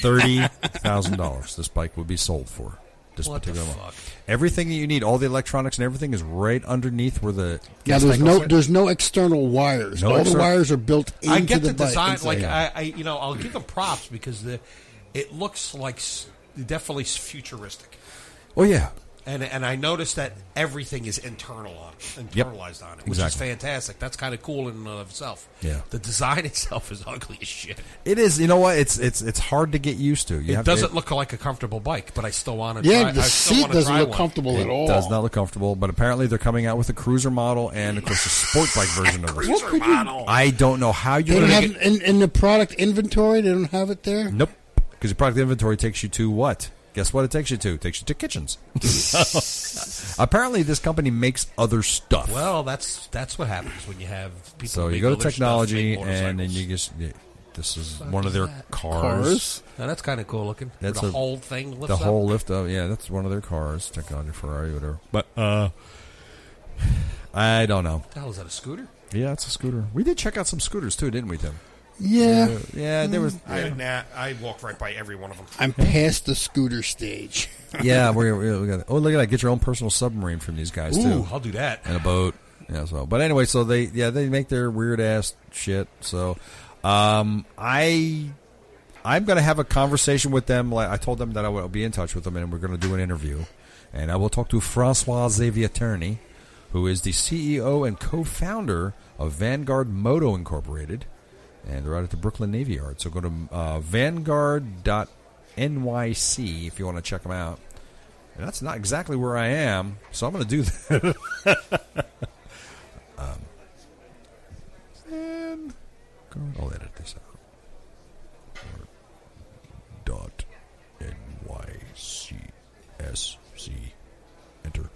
B: thirty thousand dollars. This bike would be sold for this
D: (laughs) What the
B: particular one.
D: fuck?
B: Everything that you need, all the electronics and everything, is right underneath where the
C: now
B: gas
C: there's
B: tank
C: no
B: goes.
C: there's no external wires.
B: No
C: All
B: external-
C: the wires are built into
D: I get the,
C: bike
D: design.
C: inside.
D: Like I, I, you know, I'll give them props because the, it looks like s- definitely futuristic.
B: Oh yeah,
D: And, and I noticed that everything is internal on, internalized on it, which
B: Exactly.
D: is fantastic. That's kind of cool in and of itself.
B: Yeah.
D: The design (laughs) itself is ugly as shit.
B: It is. You know what? It's it's it's hard to get used to. You
D: It
B: have
D: doesn't look like a comfortable bike, but I still want to.
C: Yeah,
D: try,
C: the
D: I still
C: seat
D: wanna
C: doesn't
D: try
C: look
D: one.
C: comfortable at all.
B: It does not look comfortable, but apparently they're coming out with a cruiser model and, of course, a sport bike version of it.
C: What could you?
B: I don't know how
C: They
B: you're
C: don't
B: going to
C: have
B: get.
C: in, in the product inventory. They don't have it there.
B: Nope. Because the product inventory takes you to what? Guess what it takes you to? It takes you to kitchens. (laughs) apparently, this company makes other stuff.
D: Well, that's that's what happens when you have people.
B: so
D: who
B: you
D: make
B: go to
D: other stuff,
B: technology,
D: make
B: and then
D: motorcycles.
B: you just. yeah, This is one of
D: is
B: their
D: that?
B: cars.
D: Now, that's kind of cool looking. Where
B: That's
D: the
B: a-
D: whole thing. Lifts
B: The
D: up.
B: whole lift up. Yeah, that's one of their cars. Technology, Ferrari, whatever. But uh, I don't know.
D: What the hell is that? A scooter?
B: Yeah, it's a scooter. We did check out some scooters too, didn't we, Tim?
C: Yeah,
B: Yeah, there was.
D: I, nah, I walk right by every one of them.
C: I'm past the scooter stage.
B: Yeah, we're, we're, we got. Oh, look at that! Get your own personal submarine from these guys too,
D: Ooh, I'll do that.
B: and a boat. Yeah. So, but anyway, so they yeah they make their weird ass shit. So, um, I I'm gonna have a conversation with them. Like I told them that I will be in touch with them, and we're gonna do an interview, and I will talk to Francois Xavier Turney, who is the CEO and co-founder of Vanguard Moto Incorporated, and they're out at the Brooklyn Navy Yard. So go to uh, vanguard.nyc if you want to check them out. And that's not exactly where I am, so I'm going to do (laughs) that. um, and I'll edit this out. Or Dot N Y C S C enter.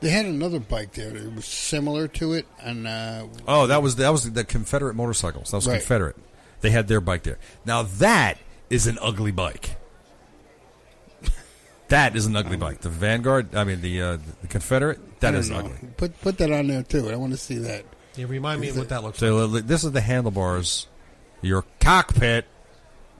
C: They had another bike there that was similar to it, and uh,
B: Oh, that was that was the Confederate motorcycles. That was
C: Right.
B: Confederate. They had their bike there. Now that is an ugly bike. (laughs) That is an ugly bike. The Vanguard, I mean the uh, the Confederate,
C: I
B: that
C: don't
B: is
C: know.
B: ugly.
C: Put put that on there too. I want to see that.
D: Yeah, remind me of what that looks like.
B: So uh, li- this is the handlebars, your cockpit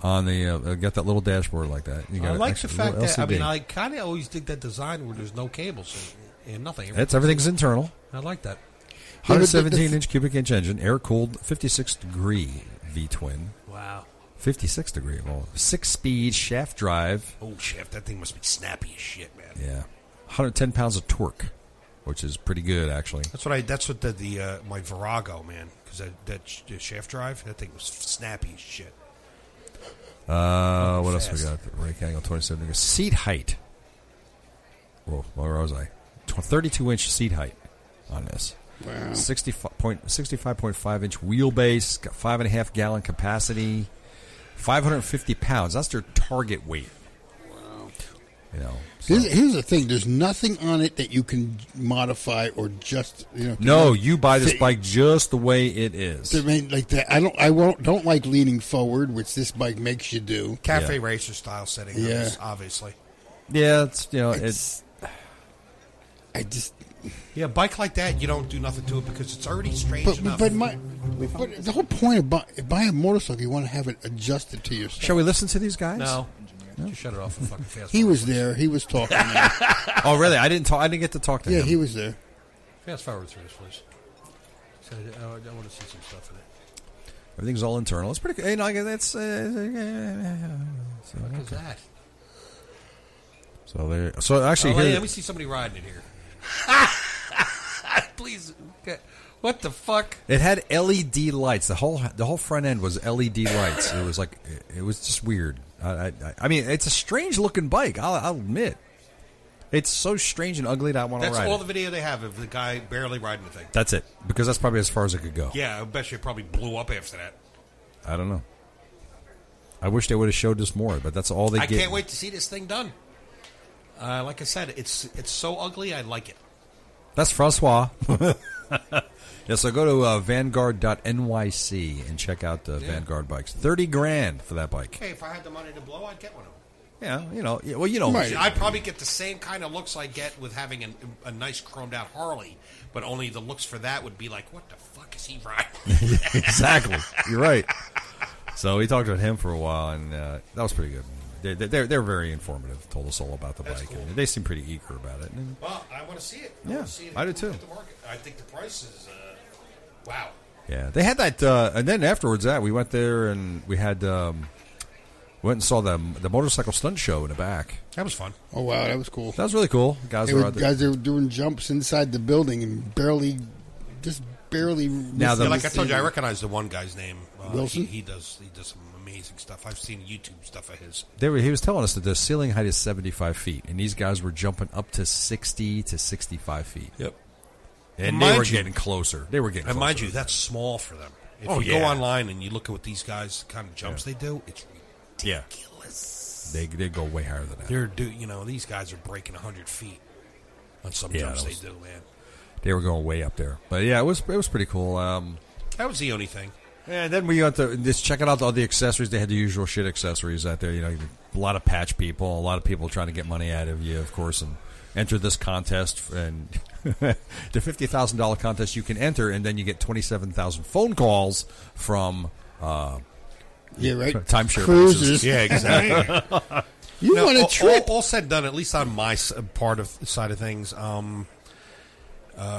B: on the uh, got that little dashboard like that. You got
D: I
B: an
D: like
B: extra
D: the fact
B: little
D: that I mean
B: LCD.
D: I kind of always dig that design where there's no cables and, and nothing.
B: it's everything's internal.
D: I like that.
C: Yeah, but the- the-
B: 117 inch cubic inch engine, air cooled, 56 degree V twin,
D: Wow.
B: 56 degree, well, six speed shaft drive.
D: Oh shit, that thing must be snappy as shit, man.
B: Yeah, 110 pounds of torque, which is pretty good actually.
D: That's what I. That's what the, the uh, my Virago man because that that sh- the shaft drive that thing was snappy as shit.
B: Uh, what else we got?
D: Fast.
B: Right angle, 27 degrees. Seat height. Whoa, where was I? Tw- 32 inch seat height on this.
C: Wow.
B: 65.5 inch wheelbase, got five and a half gallon capacity, 550 pounds. That's their target weight. Wow. You know. so-
C: Here's, here's the thing: there's nothing on it that you can modify or just you know.
B: no, you buy this
C: Fit-
B: bike just the way it is.
C: I mean, like that. I don't. I won't. Don't like leaning forward, which this bike makes you do.
D: Cafe
B: Yeah.
D: racer style setting.
C: Yeah.
D: Yeah. obviously.
B: Yeah, it's you know it's
C: It's. I just.
D: Yeah, a bike like that, you don't do nothing to it because it's already strange
C: But
D: enough.
C: but my. But the whole point of buy, buying a motorcycle, you want to have it adjusted to yourself.
B: Shall we listen to these guys?
D: no, just shut it off and fucking fast.
C: He
D: forward.
C: was there. He was talking.
B: (laughs) Oh, really? I didn't talk. I didn't get to talk to
C: yeah,
B: him.
C: he was there.
D: fast forward through this, please. So, I, I, want to see some stuff in it.
B: Everything's all internal. It's pretty. You know, I guess that's. Uh, so,
D: What is that?
B: so there. So
D: Oh,
B: actually,
D: hey,
B: here-
D: let me see somebody riding it here. (laughs) please, okay. what the fuck?
B: It had LED lights. The whole the whole front end was LED lights. It was like it was just weird. I I, I mean, it's a strange looking bike. I'll, I'll admit, it's so strange and ugly that I want to
D: That's
B: ride.
D: all
B: it.
D: the video they have of the guy barely riding the thing.
B: That's it because that's probably as far as it could go.
D: Yeah, I bet you it probably blew up after that.
B: I don't know. I wish they would have showed us more, but that's all they
D: I
B: get.
D: can't wait to see this thing done. Uh, like I said, it's it's so ugly. I like it.
B: That's Francois. (laughs) yeah, so go to uh, vanguard.nyc and check out the Vanguard bikes. Thirty grand for that bike.
D: Okay, if I had the money to blow, I'd get one of them.
B: Yeah, you know. yeah, Well, you know. (laughs)
C: Right.
D: I'd probably get the same kind of looks I get with having an, a nice chromed out Harley, but only the looks for that would be like, what the fuck is he
B: (laughs)
D: riding?
B: exactly. You're right. So we talked about him for a while, and uh, that was pretty good. They, they, they're they're very informative. Told us all about the
D: That's
B: bike,
D: cool.
B: and they seem pretty eager about it. And
D: well, I want to see it.
B: Yeah,
D: wanna see it
B: I do too.
D: At the market. I think the price is uh, wow.
B: yeah, they had that, uh, and then afterwards that we went there and we had um, Went and saw the the motorcycle stunt show in the back.
D: That was fun.
C: Oh wow, that was cool.
B: That was really cool. Guys
C: They
B: were
C: were,
B: out there.
C: guys, they were doing jumps inside the building and barely, just barely.
B: Now
C: missed
B: the-
D: Yeah,
C: it.
D: like I told you, I recognize the one guy's name. Uh,
C: Wilson?
D: He, he does. He does some amazing stuff. I've seen YouTube stuff of his.
B: They were, he was telling us that the ceiling height is 75 feet, and these guys were jumping up to 60 to 65 feet.
D: Yep.
B: And
D: Mind
B: they were
D: you-
B: getting closer. They were getting
D: And
B: closer.
D: mind you, that's small for them. If
B: Oh,
D: you go
B: yeah.
D: online and you look at what these guys the kind of jumps they do, it's
B: yeah.
D: ridiculous.
B: They, they go way higher than that.
D: They're do you know these guys are breaking hundred feet on some
B: Yeah,
D: jumps
B: that
D: they
B: was-
D: do, man.
B: They were going way up there. But yeah, it was it was pretty cool. Um,
D: That was the only thing.
B: and then we went to just checking out all the accessories. They had the usual shit accessories out there. You know, a lot of patch people, a lot of people trying to get money out of you, of course, and enter this contest and (laughs) the fifty thousand dollar contest you can enter, and then you get twenty seven thousand phone calls from. Uh,
C: yeah, right.
B: (laughs) Timeshare
C: cruises.
B: buses.
D: Yeah, exactly.
C: You
D: No, oh,
C: want
D: all,
C: a trip?
D: All, all said and done, at least on my s- uh, part of side of things. Um, uh,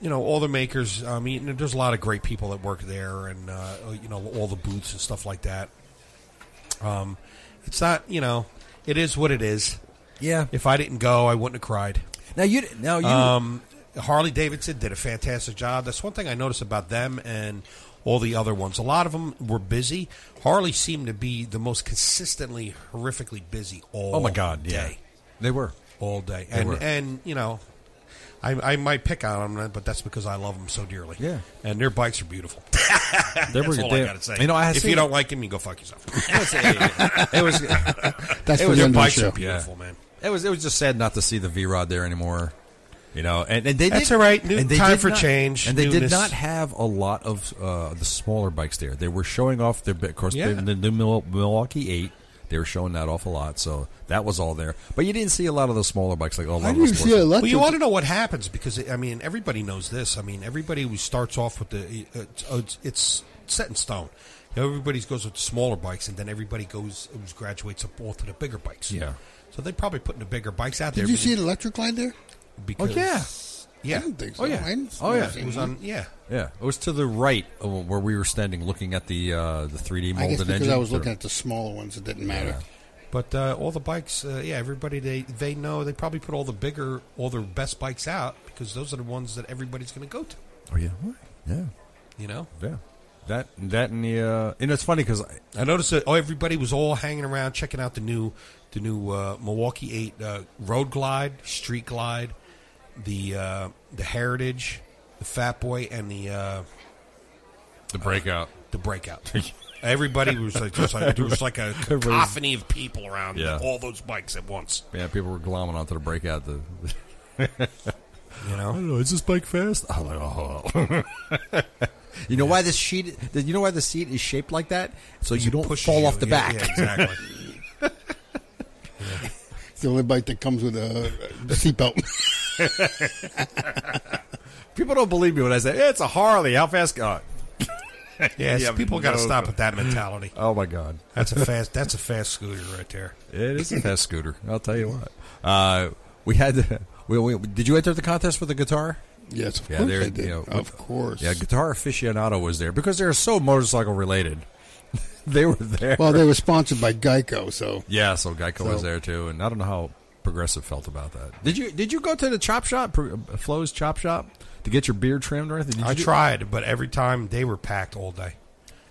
D: you know, all the makers. I mean, there's a lot of great people that work there, and uh, you know, all the booths and stuff like that. Um, it's not, you know, it is what it is.
B: yeah.
D: If I didn't go, I wouldn't have cried.
B: Now you now you
D: Um, Harley Davidson did a fantastic job. That's one thing I noticed about them and all the other ones. A lot of them were busy. Harley seemed to be the most consistently horrifically busy all.
B: Oh my God! Yeah,
D: day.
B: they
D: (laughs)
B: were.
D: all day, and
B: were.
D: and you know, I I might pick on them, but that's because I love them so dearly.
B: Yeah.
D: and their bikes are beautiful.
B: They
D: That's
B: were.
D: all
B: they-
D: I gotta say.
B: You know, I had
D: if
B: seen
D: you
B: it.
D: don't like them, you go
B: (laughs)
D: fuck yourself.
B: it was.
D: (laughs) oh,
C: That's
B: it was
C: for the
B: your
C: end of the
D: bikes
C: show.
D: are beautiful, man.
B: It was. It was just sad not to see the V Rod there anymore. You know, and, and they
D: That's
B: did,
D: all right. New-
B: and they
D: time
B: did
D: for
B: not-
D: change,
B: And they did
D: newness.
B: not have a lot of uh, the smaller bikes there. They were showing off their bit. Of course,
D: Yeah.
B: the, the new Mil- Milwaukee Eight. They were showing that off a lot, so that was all there. But you didn't see a lot of the smaller bikes, like a lot
C: I
B: of
C: didn't
B: the
C: see a
B: sports-
C: lot.
D: Well, you want to know what happens because I mean everybody knows this. I mean everybody who starts off with the uh, it's, it's set in stone. Everybody goes with the smaller bikes, and then everybody goes who graduates up all to the bigger bikes.
B: Yeah.
D: So they probably putting the bigger bikes out there.
C: Did you see an electric line there?
B: Oh
D: Because,
B: yeah,
C: I
D: yeah,
C: didn't think so.
B: Oh, yeah.
C: I didn't see
B: Oh, yeah.
C: anything.
D: it was on. Yeah,
B: yeah. It was to the right of where we were standing, looking at the uh, the 3D
C: I
B: molded
C: guess because
B: engine.
C: I was
B: So-
C: looking at the smaller ones, it didn't matter.
D: but uh, all the bikes. Uh, yeah, everybody they they know they probably put all the bigger, all their best bikes out because those are the ones that everybody's going to go to.
B: Oh yeah, yeah,
D: You know.
B: yeah. That that and the uh, and it's funny because
D: I noticed that oh, everybody was all hanging around checking out the new the new uh, Milwaukee Eight uh, Road Glide, Street Glide, the uh, the Heritage, the Fat Boy, and the uh,
B: the breakout.
D: the Breakout. everybody was like, just like there
B: (laughs)
D: was like a cacophony of people around
B: Yeah.
D: all those bikes at once.
B: Yeah, people were glomming onto the breakout. The
D: You know,
B: know, is this bike fast? I'm like, oh. (laughs) you know why this sheet? You know why the seat is shaped like that? So you don't
D: Pushes
B: fall
D: you.
B: off the
D: Yeah,
B: back.
D: yeah, exactly.
C: It's the only bike that comes with a a seatbelt.
B: (laughs)
C: (laughs)
B: People don't believe me when I say "Yeah, it's a Harley. How fast? Uh,
D: yes,
B: Yeah,
D: people got to
B: no.
D: stop with that mentality.
B: oh my god,
D: That's a fast. That's a fast scooter right there.
B: it is a fast scooter. I'll tell you what. Uh, we had. To, (laughs) we, we, did you enter the contest with the guitar?
C: yes, of
B: Yeah,
C: course
B: they're-
C: I did.
B: you know,
C: of course.
B: Yeah, guitar aficionado was there because they're so motorcycle related. (laughs) they were there.
C: well, they were sponsored by Geico, so
B: Yeah, so Geico was there too, and I don't know how Progressive felt about that. Did you did you go to the chop shop, Pro- uh, Flo's chop shop, to get your beard trimmed or anything? Did
D: I
B: you do-
D: tried, but every time they were packed all day.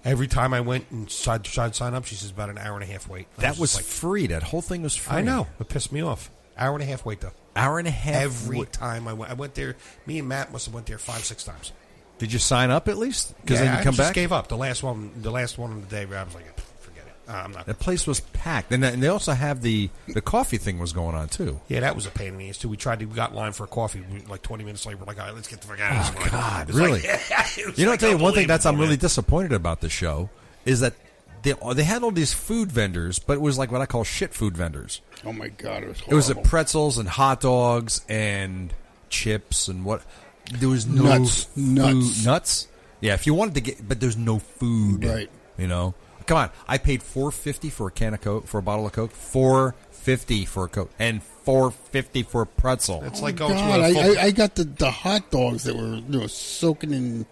D: Every time I went and tried, tried to sign up, she says about an hour and a half wait. I
B: That was
D: just
B: free. That whole thing was free.
D: like, I know. It pissed me off. Hour and a half wait though.
B: Hour and a half.
D: Every
B: What-
D: time I went, I went there. Me and Matt must have went there five, six times.
B: Did you sign up at least? Because
D: Yeah,
B: then you come
D: I
B: back.
D: Just gave up. The last one, the last one of the day. I was like, forget it. Uh, I'm not.
B: that place was packed, and, and they also have the the coffee thing was going on too.
D: Yeah, that was a pain in the ass too. We tried to, we got in line for a coffee. We, like 20 minutes later, we're like, all right, let's get the fuck out of this. one."
B: Oh, God,
D: It was like-
B: really?
D: it was
B: You know,
D: like (laughs)
B: I'll tell you one thing that's I'm
D: unbelievable,
B: really
D: man.
B: disappointed about the show is that they they had all these food vendors, but it was like what I call shit food vendors.
C: oh my god, it was horrible.
B: It was at pretzels and hot dogs and chips and what. There was no
C: Nuts.
B: food-
C: Nuts.
B: nuts. Yeah, if you wanted to get, but there's no food.
C: Right.
B: You know, Come on, I paid four fifty for a can of Coke, for a bottle of Coke, four fifty for a Coke, and four fifty for a pretzel.
D: It's like going
C: Oh God,
D: to a
C: I,
D: football.
C: I, I got the, the hot dogs that were you know soaking in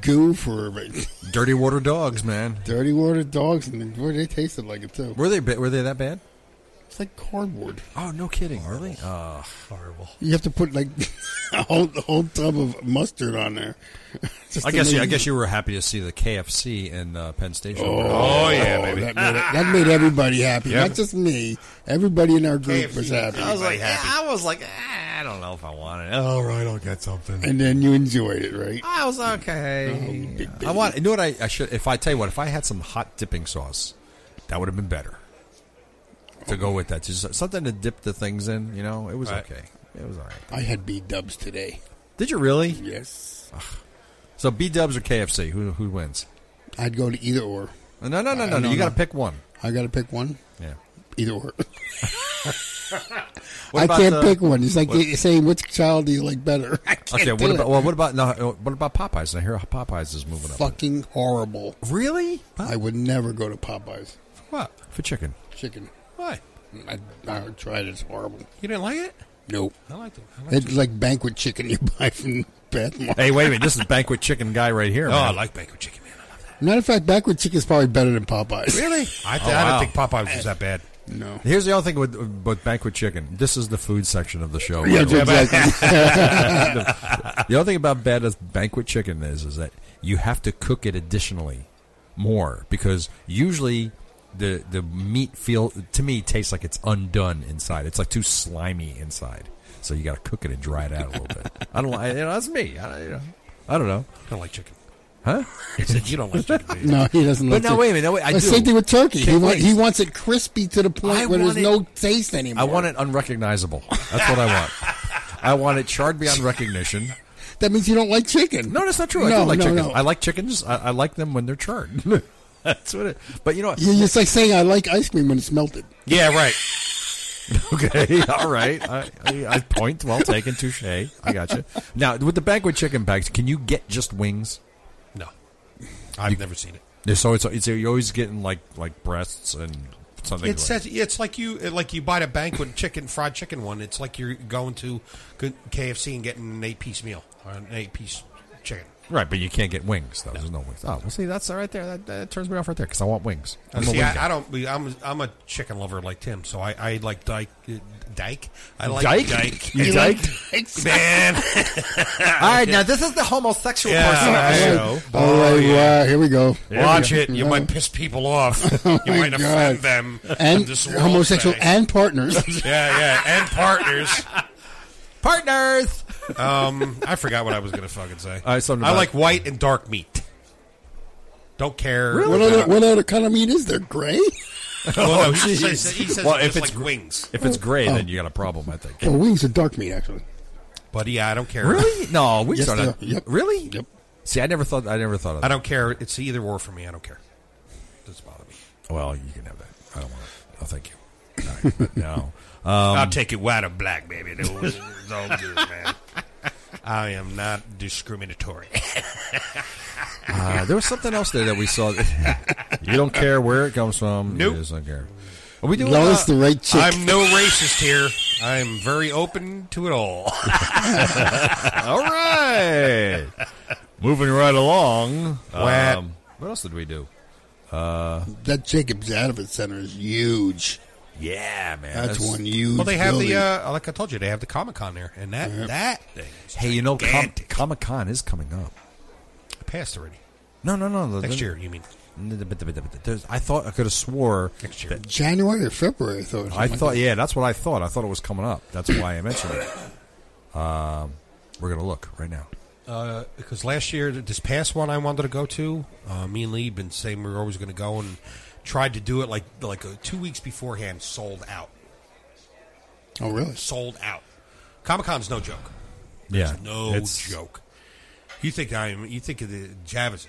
C: goo for about
B: Dirty water dogs, man.
C: (laughs) dirty water dogs, and boy, they tasted like it too.
B: Were they ba- were they that bad?
C: It's like cardboard.
B: Oh, no kidding, really? Uh, horrible.
C: You have to put like (laughs) a whole, a whole tub of mustard on there. (laughs) Just
B: I
C: to
B: guess
C: make
B: I
C: it-
B: guess you were happy to see the KFC in uh, Penn Station.
D: oh yeah,
C: Oh,
D: baby.
C: that, made, it- that made everybody happy. Not just me. Everybody in our group was happy.
D: I was like, happy.
B: I was like, "Ah, I don't know if I want it. All right, I'll get something.
C: And then you enjoyed it, right?
B: I was okay. I want. You know what? I, I should. If I tell you what, if I had some hot dipping sauce, that would have been better. To go with that, just something to dip the things in. You know, it was
D: Right.
B: okay. It was all right.
C: I had B dubs today.
B: Did you really?
C: Yes.
B: So B Dubs or KFC? Who who wins? Uh,
C: I'd go to either or.
B: No, no, no, no,
D: Uh,
B: no.
C: no,
B: no. You got to
C: no.
B: pick one.
C: I got to pick one.
B: Yeah.
C: Either or.
B: What
C: I
B: about
C: can't
B: the-
C: pick one. It's like saying which child do you like better. (laughs) I can't
B: Okay. What
C: do it.
B: about well, what about no, uh, what about Popeyes? I hear Popeyes is moving up.
C: fucking horrible?
B: Really?
C: I would never go to Popeyes
B: What for chicken?
C: chicken.
D: Why?
C: I, I tried it. It's horrible.
D: You didn't like it?
C: Nope.
D: I liked it. I liked
C: It's like banquet chicken you (laughs) buy from Bath Mart.
B: Hey, wait a minute. This is banquet chicken guy right here.
D: it. Oh,
B: man.
D: I like bacon chicken, man. I love that.
C: Matter of fact, banquet chicken is probably better than Popeyes.
B: really?
D: I, th-
B: Oh,
D: I
B: wow.
D: don't think Popeyes was that bad.
C: No.
B: Here's the other thing with, with banquet chicken. This is the food section of the show. by
C: Yeah,
B: the way.
C: (laughs) exactly.
B: The other thing about bad as banquet chicken is is that you have to cook it additionally more because usually the the meat feel to me tastes like it's undone inside. It's like too slimy inside. So you got to cook it and dry it out a little bit. I don't like you know, that's me. I, you know, I don't know.
D: I don't like chicken.
B: Huh?
D: I said you don't like chicken.
C: (laughs)
D: do you?
C: no, he doesn't.
B: But
C: like
B: no,
C: chicken.
B: wait a minute, no, wait, I
C: That's
B: do.
C: Same thing with turkey. He,
B: Can't
C: wa-
B: wait.
C: he wants it crispy to the point
B: I
C: where there's
B: want it-
C: no taste anymore.
B: I want it unrecognizable. That's what I want. I want it charred beyond recognition.
C: That means you don't like chicken.
B: No, that's not true. I
C: No,
B: do like
C: no,
B: chickens.
C: no.
B: I like chickens. I, I like them when they're charred. (laughs) that's what it. But you know what?
C: You- It's like saying I like ice cream when it's melted.
D: yeah, right.
B: (laughs) Okay, (laughs) all right. I, I, I point well taken, touche. I got you. Now with the banquet chicken bags, can you get just wings?
D: No, I've never seen it.
B: There's always it's, you're always getting like like breasts and something.
D: It
B: like.
D: says it's like you like you buy a banquet chicken fried chicken one. It's like you're going to good KFC and getting an eight piece meal or an eight piece chicken.
B: right, but you can't get wings though. There's no wings. Oh, well, see, that's all right there. That, that turns me off right there because I want wings. I'm a
D: See,
B: wing
D: I,
B: guy.
D: I don't. be- I'm I'm a chicken lover like Tim, so I, I like Dyke. uh, Dyke. I like
B: Dyke?
D: Dyke.
B: You
C: like
B: dyke?
C: dykes?
D: man.
B: All right, now this is the homosexual
D: Yeah, I
B: the
D: know.
C: All right,
D: yeah.
C: wow, here we go.
D: Watch it. You
C: No.
D: might piss people off. you
C: my
D: might offend
C: God.
D: them.
C: And
D: This world
C: homosexual
D: thing. (laughs)
C: and partners.
D: yeah, yeah, and partners.
B: Partners.
D: Um, I forgot what I was gonna fucking say.
B: Uh, something
D: I
B: about-
D: like white and dark meat. Don't care.
C: what,
D: about-
C: other, what other kind of meat is there? Gray?
D: Well, no,
B: Oh,
D: he
B: geez.
D: says, he says
B: Well, if
D: it's just
B: it's
D: like wings.
B: If it's gray, then you got a problem. I think.
C: Oh, wings are dark meat, actually.
D: But yeah, I don't care.
B: Really? No, we
C: Yes,
B: are not
C: they are. Yep.
B: Really?
C: Yep.
B: See, I never thought. I never thought of
D: I
B: that.
D: don't care. It's either or for me. I don't care. doesn't bother me.
B: Well, you can have that. I don't want it. Oh, thank you. All right, but no.
D: I'll take it white or black, baby. It's all it's all good, man. I am not discriminatory.
B: Uh, there was something else there that we saw. you don't care where it comes from.
D: Nope.
B: You just don't care. Are we
C: As
B: doing?
C: long as
B: uh,
C: the right chick.
D: I'm no racist here. I'm very open to
B: (laughs)
D: it all.
B: all right. Moving right along.
D: Wha-
B: Um, what else did we do?
C: that Jacob's Advent Center is huge.
B: Yeah, man.
C: That's, one huge.
D: Well, they have
C: building.
D: the uh, like I told you, they have the Comic Con there, and that that thing is
B: Hey, you know, Com-
D: gigantic.
B: Comic Con is coming up.
D: passed already
B: No, no, no. the-
D: next year. You mean
B: There's, I thought I could have swore
D: next year?
B: that
C: January or February, I thought.
B: I thought, yeah, that's what I thought. I thought it was coming up. That's why I mentioned it. Um, we're gonna look right now.
D: Uh, because last year, this past one, I wanted to go to. Uh, me and Lee been saying we were always going to go, and tried to do it like like uh, two weeks beforehand. Sold out.
C: Oh, really?
D: Sold out. Comic Con's no joke.
B: Yeah,
D: No joke. You think I'm? You think of the Javis?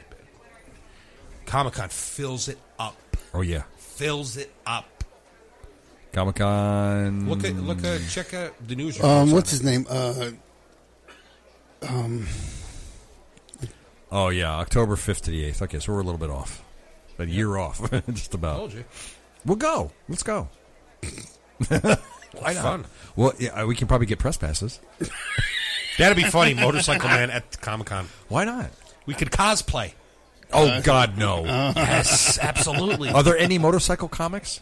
D: Comic Con fills it up.
B: Oh yeah,
D: Fills it up.
B: Comic Con.
D: Look at look at check out the news. reports
C: Um,
D: on
C: what's
D: it.
C: his name? Uh,
B: Oh yeah, October fifth to the eighth. Okay, so we're a little bit off. a year off, (laughs) just about.
D: Told you.
B: We'll go. Let's go.
D: Why not? Fun.
B: Well, yeah, uh, we can probably get press passes.
D: That'd be funny, Motorcycle Man at Comic Con.
B: Why not?
D: We could cosplay.
B: Oh
D: Uh,
B: God, no.
D: uh-huh. Yes, (laughs) absolutely.
B: Are there any motorcycle comics?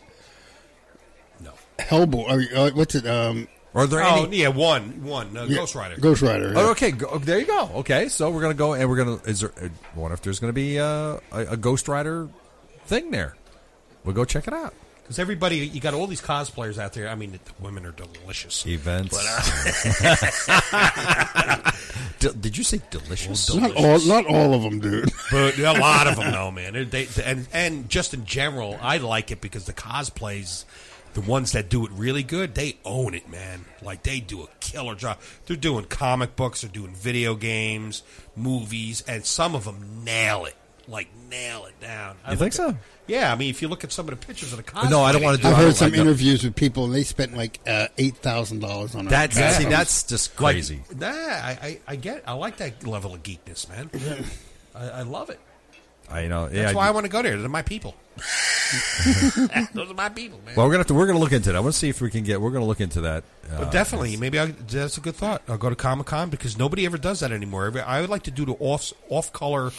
A: Hellboy. Are you- uh, what's it? Um,
B: Are there
D: Oh
B: any?
D: yeah, one, one uh, Ghost Rider.
A: Ghost Rider.
B: Oh, okay, go, oh, there you go. Okay, so we're gonna go and we're gonna. Is there? uh, I wonder if there's gonna be uh, a, a Ghost Rider thing there. We'll go check it out.
D: Because everybody, you got all these cosplayers out there. I mean, the women are delicious.
B: Events. (laughs) D- did you say delicious?
A: Not all, not all of them,
C: (laughs)
A: dude.
D: But a lot of them, though, man. They, they- and and just in general, I like it because the cosplays, the ones that do it really good, they own it, man. Like they do a killer job. They're doing comic books, they're doing video games, movies, and some of them nail it. Like nail it down. I
B: You think
D: look at-
B: so?
D: Yeah, I mean, if you look at some of the pictures of the cosplay,
B: No, I don't wanna do-
A: I've
B: I
A: heard
B: don't
A: some
B: like them.
A: interviews with people, and they spent like uh, eight thousand dollars on a
B: That's
A: bathroom.
B: see, that's just
D: Like,
B: crazy.
D: Nah, I, I, I get. I like that level of geekness, (laughs) man. I, I love it.
B: I know. Yeah.
D: That's why
B: I-
D: I want to go there. They're my (laughs) people. Those are my people, man.
B: well, we're gonna have to, we're gonna look into that. I want to see if we can get. We're gonna look into that.
D: But
B: Uh,
D: definitely, maybe I, that's a good thought. I'll go to Comic Con because nobody ever does that anymore. Every, I would like to do the off off color,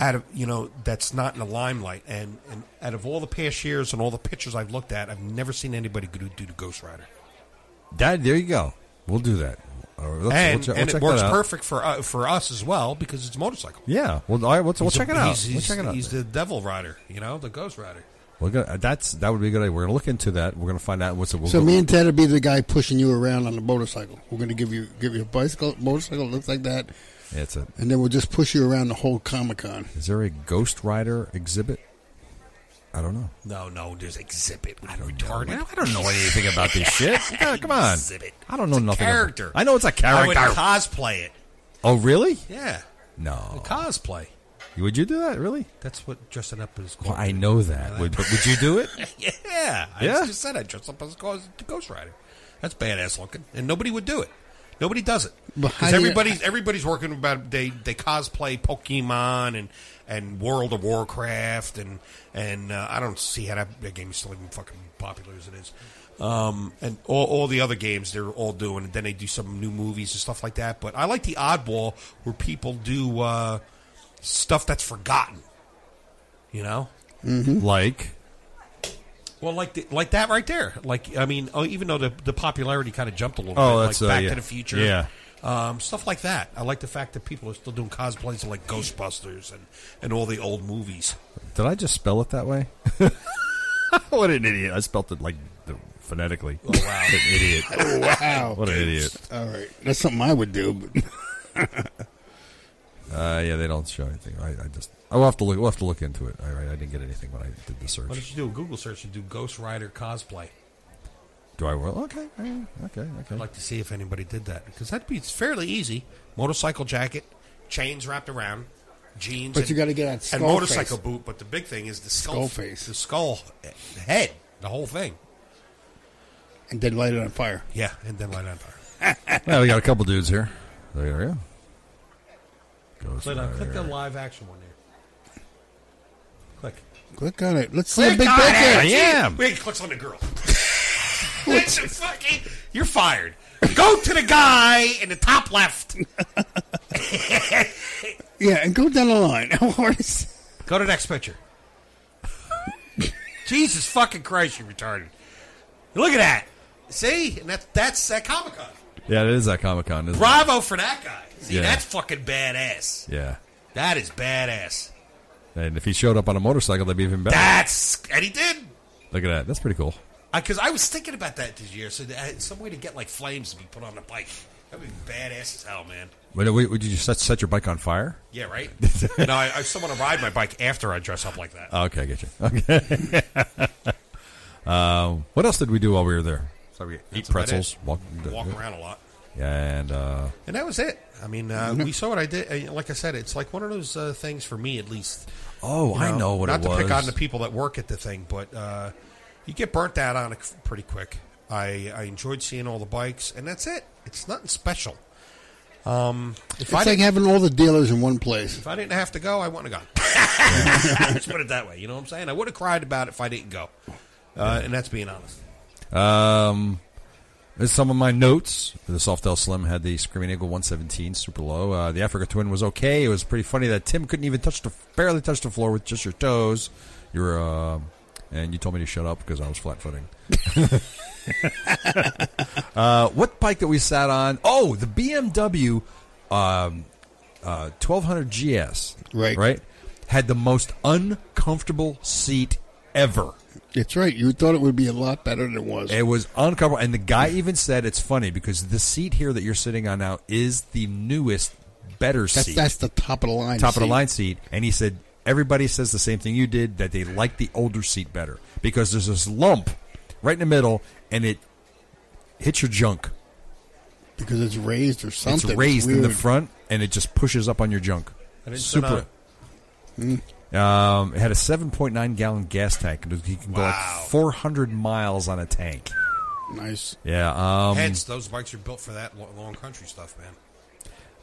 D: out of you know that's not in the limelight. And, and out of all the past years and all the pictures I've looked at, I've never seen anybody do, do the Ghost Rider.
B: that there you go. We'll do that. All right, let's- we'll
D: and
B: che- we'll
D: and
B: check
D: it
B: that
D: works
B: out.
D: perfect for uh, for us as well because it's a motorcycle.
B: Yeah. Well, all right, we'll, we'll
D: He's a-
B: check it out.
D: He's,
B: we'll
D: he's-
B: check it out.
D: he's the Devil Rider, you know, the Ghost Rider.
B: We're gonna, uh, that's that would be a good idea. We're gonna look into that. We're gonna find out what's. We'll
A: So
B: go-
A: me and Ted will be the guy pushing you around on the motorcycle. We're going to give you give you a bicycle, motorcycle, looks like that,
B: Yeah, it's a.
A: and then we'll just push you around the whole Comic
B: (laughs)
A: Con.
B: Is there a Ghost Rider exhibit? I don't know.
D: No, no, there's exhibit. I don't retarded.
B: I don't know anything about this shit. (laughs) Yeah, come on.
D: Exhibit.
B: I don't know
D: It's a
B: nothing. about-
D: character.
B: I know it's a
D: I would
B: character.
D: cosplay it.
B: oh, really?
D: Yeah,
B: No.
D: cosplay.
B: Would you do that? Really?
D: That's what dressing up is
B: Well,
D: called.
B: I know that. Would, but would you do (laughs) it?
D: (laughs) yeah, I
B: Yeah.
D: just said I dressed up as a ghost, the ghost Rider. That's badass looking, and nobody would do it. Nobody does it
A: But how
D: because
A: do you-
D: everybody's everybody's working about they they cosplay Pokemon and and World of Warcraft and and uh, I don't see how that, that game is still even fucking popular as it is. Um, and all, all the other games they're all doing, and then they do some new movies and stuff like that. But I like the oddball where people do uh, stuff that's forgotten. You know,
B: Like,
D: well, like the, like that right there. Like I mean, oh, even though the the popularity kind of jumped a little
B: Oh,
D: bit,
B: that's,
D: like
B: uh,
D: Back
B: yeah.
D: to the Future,
B: Yeah.
D: um, stuff like that. I like the fact that people are still doing cosplays of like Ghostbusters and and all the old movies.
B: did I just spell it that way? (laughs) what an idiot! I spelled it like the, phonetically. Oh, wow, (laughs) an idiot!
A: Wow!
B: What an idiot!
A: All right, that's something I would do. But (laughs)
B: Uh, yeah, they don't show anything. I, I just I will have to look. We'll have to look into it. I, I didn't get anything when I did the
D: Why
B: search.
D: don't you do a Google search and do Ghost Rider cosplay?
B: Do I? Well, okay, all right, okay, okay.
D: I'd like to see if anybody did that because that'd be it's fairly easy. Motorcycle jacket, chains wrapped around, jeans.
A: But
D: and,
A: you gotta get that
D: and
A: skull
D: motorcycle
A: face.
D: boot. But the big thing is the skull,
A: Skull
D: f-
A: face.
D: the skull he- head, the whole thing.
A: and then light it on fire.
D: Yeah, and then light on fire.
B: Well, we got a couple dudes here. There you go. Ghost
D: Click, on, uh, click the
B: Rider.
D: live action one there. Click.
A: Click on it. Let's see a big picture.
B: I am.
D: Wait, clicks on
A: (laughs)
D: the girl. That's a fucking. You're fired. Go to the guy in the top left.
A: Yeah, and go down the line. (laughs) How hard is?
D: Go to the next picture. (laughs) Jesus fucking Christ, you retarded. Look at that. See? And that, that's at Comic Con.
B: Yeah, it is at Comic Con, isn't it?
D: Bravo for that guy. See,
B: Yeah.
D: that's fucking badass.
B: Yeah.
D: That is badass.
B: And if he showed up on a motorcycle, that'd be even better.
D: That's. And he did.
B: Look at that. That's pretty cool.
D: Because I, was thinking about that this year. So that, some way to get like flames to be put on the bike. That'd be badass as hell, man.
B: Wait, wait, would you set, set your bike on fire? (laughs)
D: Yeah, right. no, I, I still want to ride my bike after I dress up like that.
B: Oh, okay, I get you. (laughs) Okay. um, what else did we do while we were there? So we eat
D: That's about
B: pretzels,
D: it.
B: walk,
D: walk around a lot,
B: and uh,
D: and that was it. I mean, uh, we saw what I did. uh, Like I said, it's like one of those uh, things for me, at least.
B: oh,
D: You
B: I know what
D: not
B: it was.
D: to pick on the people that work at the thing, but uh, you get burnt out on it c- pretty quick. I, I enjoyed seeing all the bikes, and that's it. It's nothing special. Um, if I
A: It's like
D: didn't,
A: having all the dealers in one place.
D: if I didn't have to go, I wouldn't have gone. Let's put it that way. You know what I'm saying? I would have cried about it if I didn't go. Uh, and that's being honest.
B: Um, there's some of my notes. The Softel Slim had the Screaming Eagle 117, super low. Uh, the Africa Twin was okay. It was pretty funny that Tim couldn't even touch the, barely touch the floor with just your toes. You were, uh, and you told me to shut up because I was flat footing. (laughs) uh, what bike that we sat on? Oh, the BMW um, uh, 1200 GS.
C: Right.
B: Right. Had the most uncomfortable seat ever.
C: It's right. You thought it would be a lot better than it was.
B: It was uncomfortable, and the guy even said it's funny because the seat here that you're sitting on now is the newest, better
C: that's,
B: seat,
C: that's the top of the line.
B: top of the
C: seat.
B: line seat. And he said everybody says the same thing you did that they like the older seat better because there's this lump right in the middle, and it hits your junk.
C: because it's raised or something.
B: It's raised in the
C: weird.
B: front, and it just pushes up on your junk.
D: I didn't sit on
B: Super. Um, it had a 7.9 gallon gas tank, and you can go
D: Wow.
B: like 400 miles on a tank.
C: Nice.
B: Yeah. Um,
D: Hence, those bikes are built for that lo- long country stuff,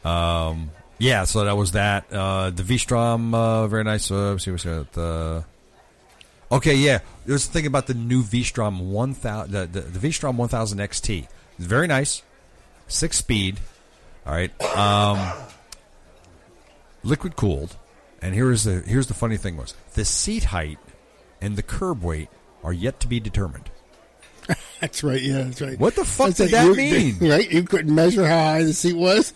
D: man.
B: Yeah, so that was that. Uh, the V-Strom, uh, very nice. Uh, let's see what's got. Uh, okay, yeah. There's the thing about the new V-Strom 1000, the, the, the V-Strom 1000 XT. It's very nice. Six speed. All right. Um, liquid cooled. And here is the here's the funny thing was the seat height and the curb weight are yet to be determined.
C: That's right. Yeah, that's right.
B: What the fuck did
C: That's like
B: that
C: you-
B: mean?
C: (laughs) Right? You couldn't measure how high the seat was.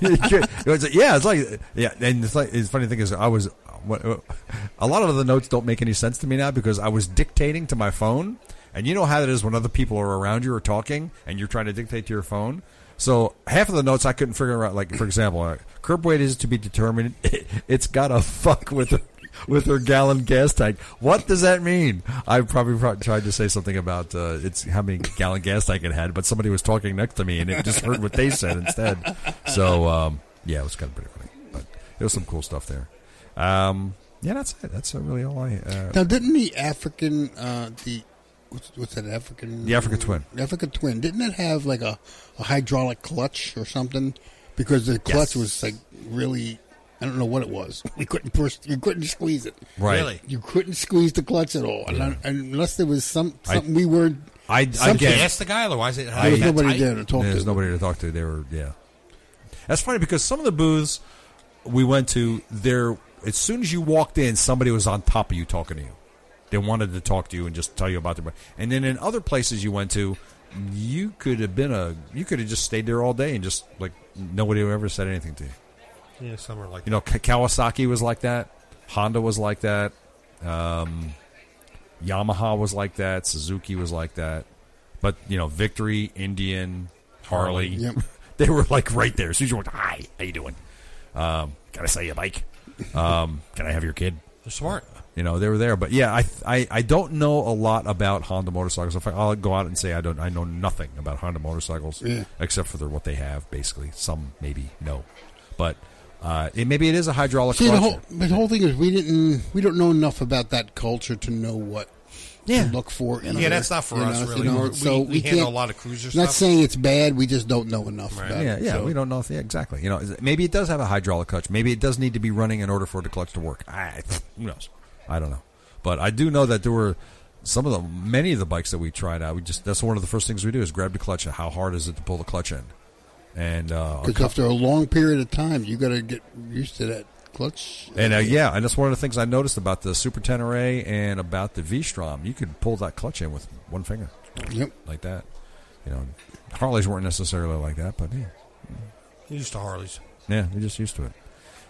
B: It was- yeah, (laughs) it's like yeah, and it's like it's funny thing is I was a lot of the notes don't make any sense to me now because I was dictating to my phone, and you know how that is when other people are around you or talking and you're trying to dictate to your phone. So half of the notes I couldn't figure out. Like for example, uh, curb weight is to be determined. (laughs) It's got to fuck with. Her. With her gallon gas tank, what does that mean? I probably pro- tried to say something about uh, it's how many gallon gas tank it had, but somebody was talking next to me and it just heard what they said instead. So um, yeah, it was kind of pretty funny, but it was some cool stuff there. Um, yeah, that's it. That's uh, really all I. Uh,
C: Now, didn't the African, uh, the what's, what's that African?
B: The Africa Twin.
C: The Africa Twin. Didn't it have like a, a hydraulic clutch or something? Because the
B: Yes.
C: clutch was like really, I don't know what it was. (laughs) We couldn't push. You couldn't squeeze it.
B: right.
D: Really?
C: You couldn't squeeze the clutch at all, and I- and unless there was some
B: I-
C: something we weren't.
B: I, I
C: Something-
B: get.
D: Ask the guy, otherwise it.
C: There was
D: that
C: nobody
D: tight.
C: there to talk
B: There's
C: to.
B: nobody to talk to. They were yeah. That's funny because some of the booths we went to, there as soon as you walked in, somebody was on top of you talking to you. They wanted to talk to you and just tell you about their. bike. And then in other places you went to, you could have been a you could have just stayed there all day and just like nobody ever said anything to you.
D: Yeah, some are like
B: you know Ka- Kawasaki was like that, Honda was like that, um, Yamaha was like that, Suzuki was like that, but you know Victory, Indian, Harley,
C: Yep.
B: (laughs) they were like right there. As soon as you went, hi, how you doing? Um, can I sell you a bike? Um, can I have your kid?
D: they're smart.
B: You know they were there, but yeah, I I, I don't know a lot about Honda motorcycles. In fact, I'll go out and say I don't I know nothing about Honda motorcycles
C: Yeah.
B: except for their, what they have. Basically, some maybe no, but uh, it, maybe it is a hydraulic.
C: See, the
B: clutch.
C: whole the whole thing is we didn't we don't know enough about that culture to know what
B: Yeah.
C: to look for. In
D: Yeah,
C: other-
D: that's not for
C: in
D: us, really.
C: you know,
D: We're- we-
C: so
D: we handle
C: can't,
D: a lot of cruiser
C: Not
D: stuff.
C: saying it's bad, we just don't know enough.
D: Right.
C: About
B: Yeah,
C: it,
B: yeah,
C: so.
B: we don't know. If, yeah, exactly. You know, is it- maybe it does have a hydraulic clutch. Maybe it does need to be running in order for the clutch to work. I, who knows? I don't know. But I do know that there were some of the many of the bikes that we tried out. We just that's one of the first things we do is grab the clutch and how hard is it to pull the clutch in, and uh,
C: Because after a long period of time, you got to get used to that clutch.
B: and uh, yeah, and that's one of the things I noticed about the Super Tenere and about the V-Strom. You could pull that clutch in with one finger
C: Yep.
B: like that. You know, Harleys weren't necessarily like that, but yeah.
D: You're used to Harleys.
B: Yeah, we're just used to it.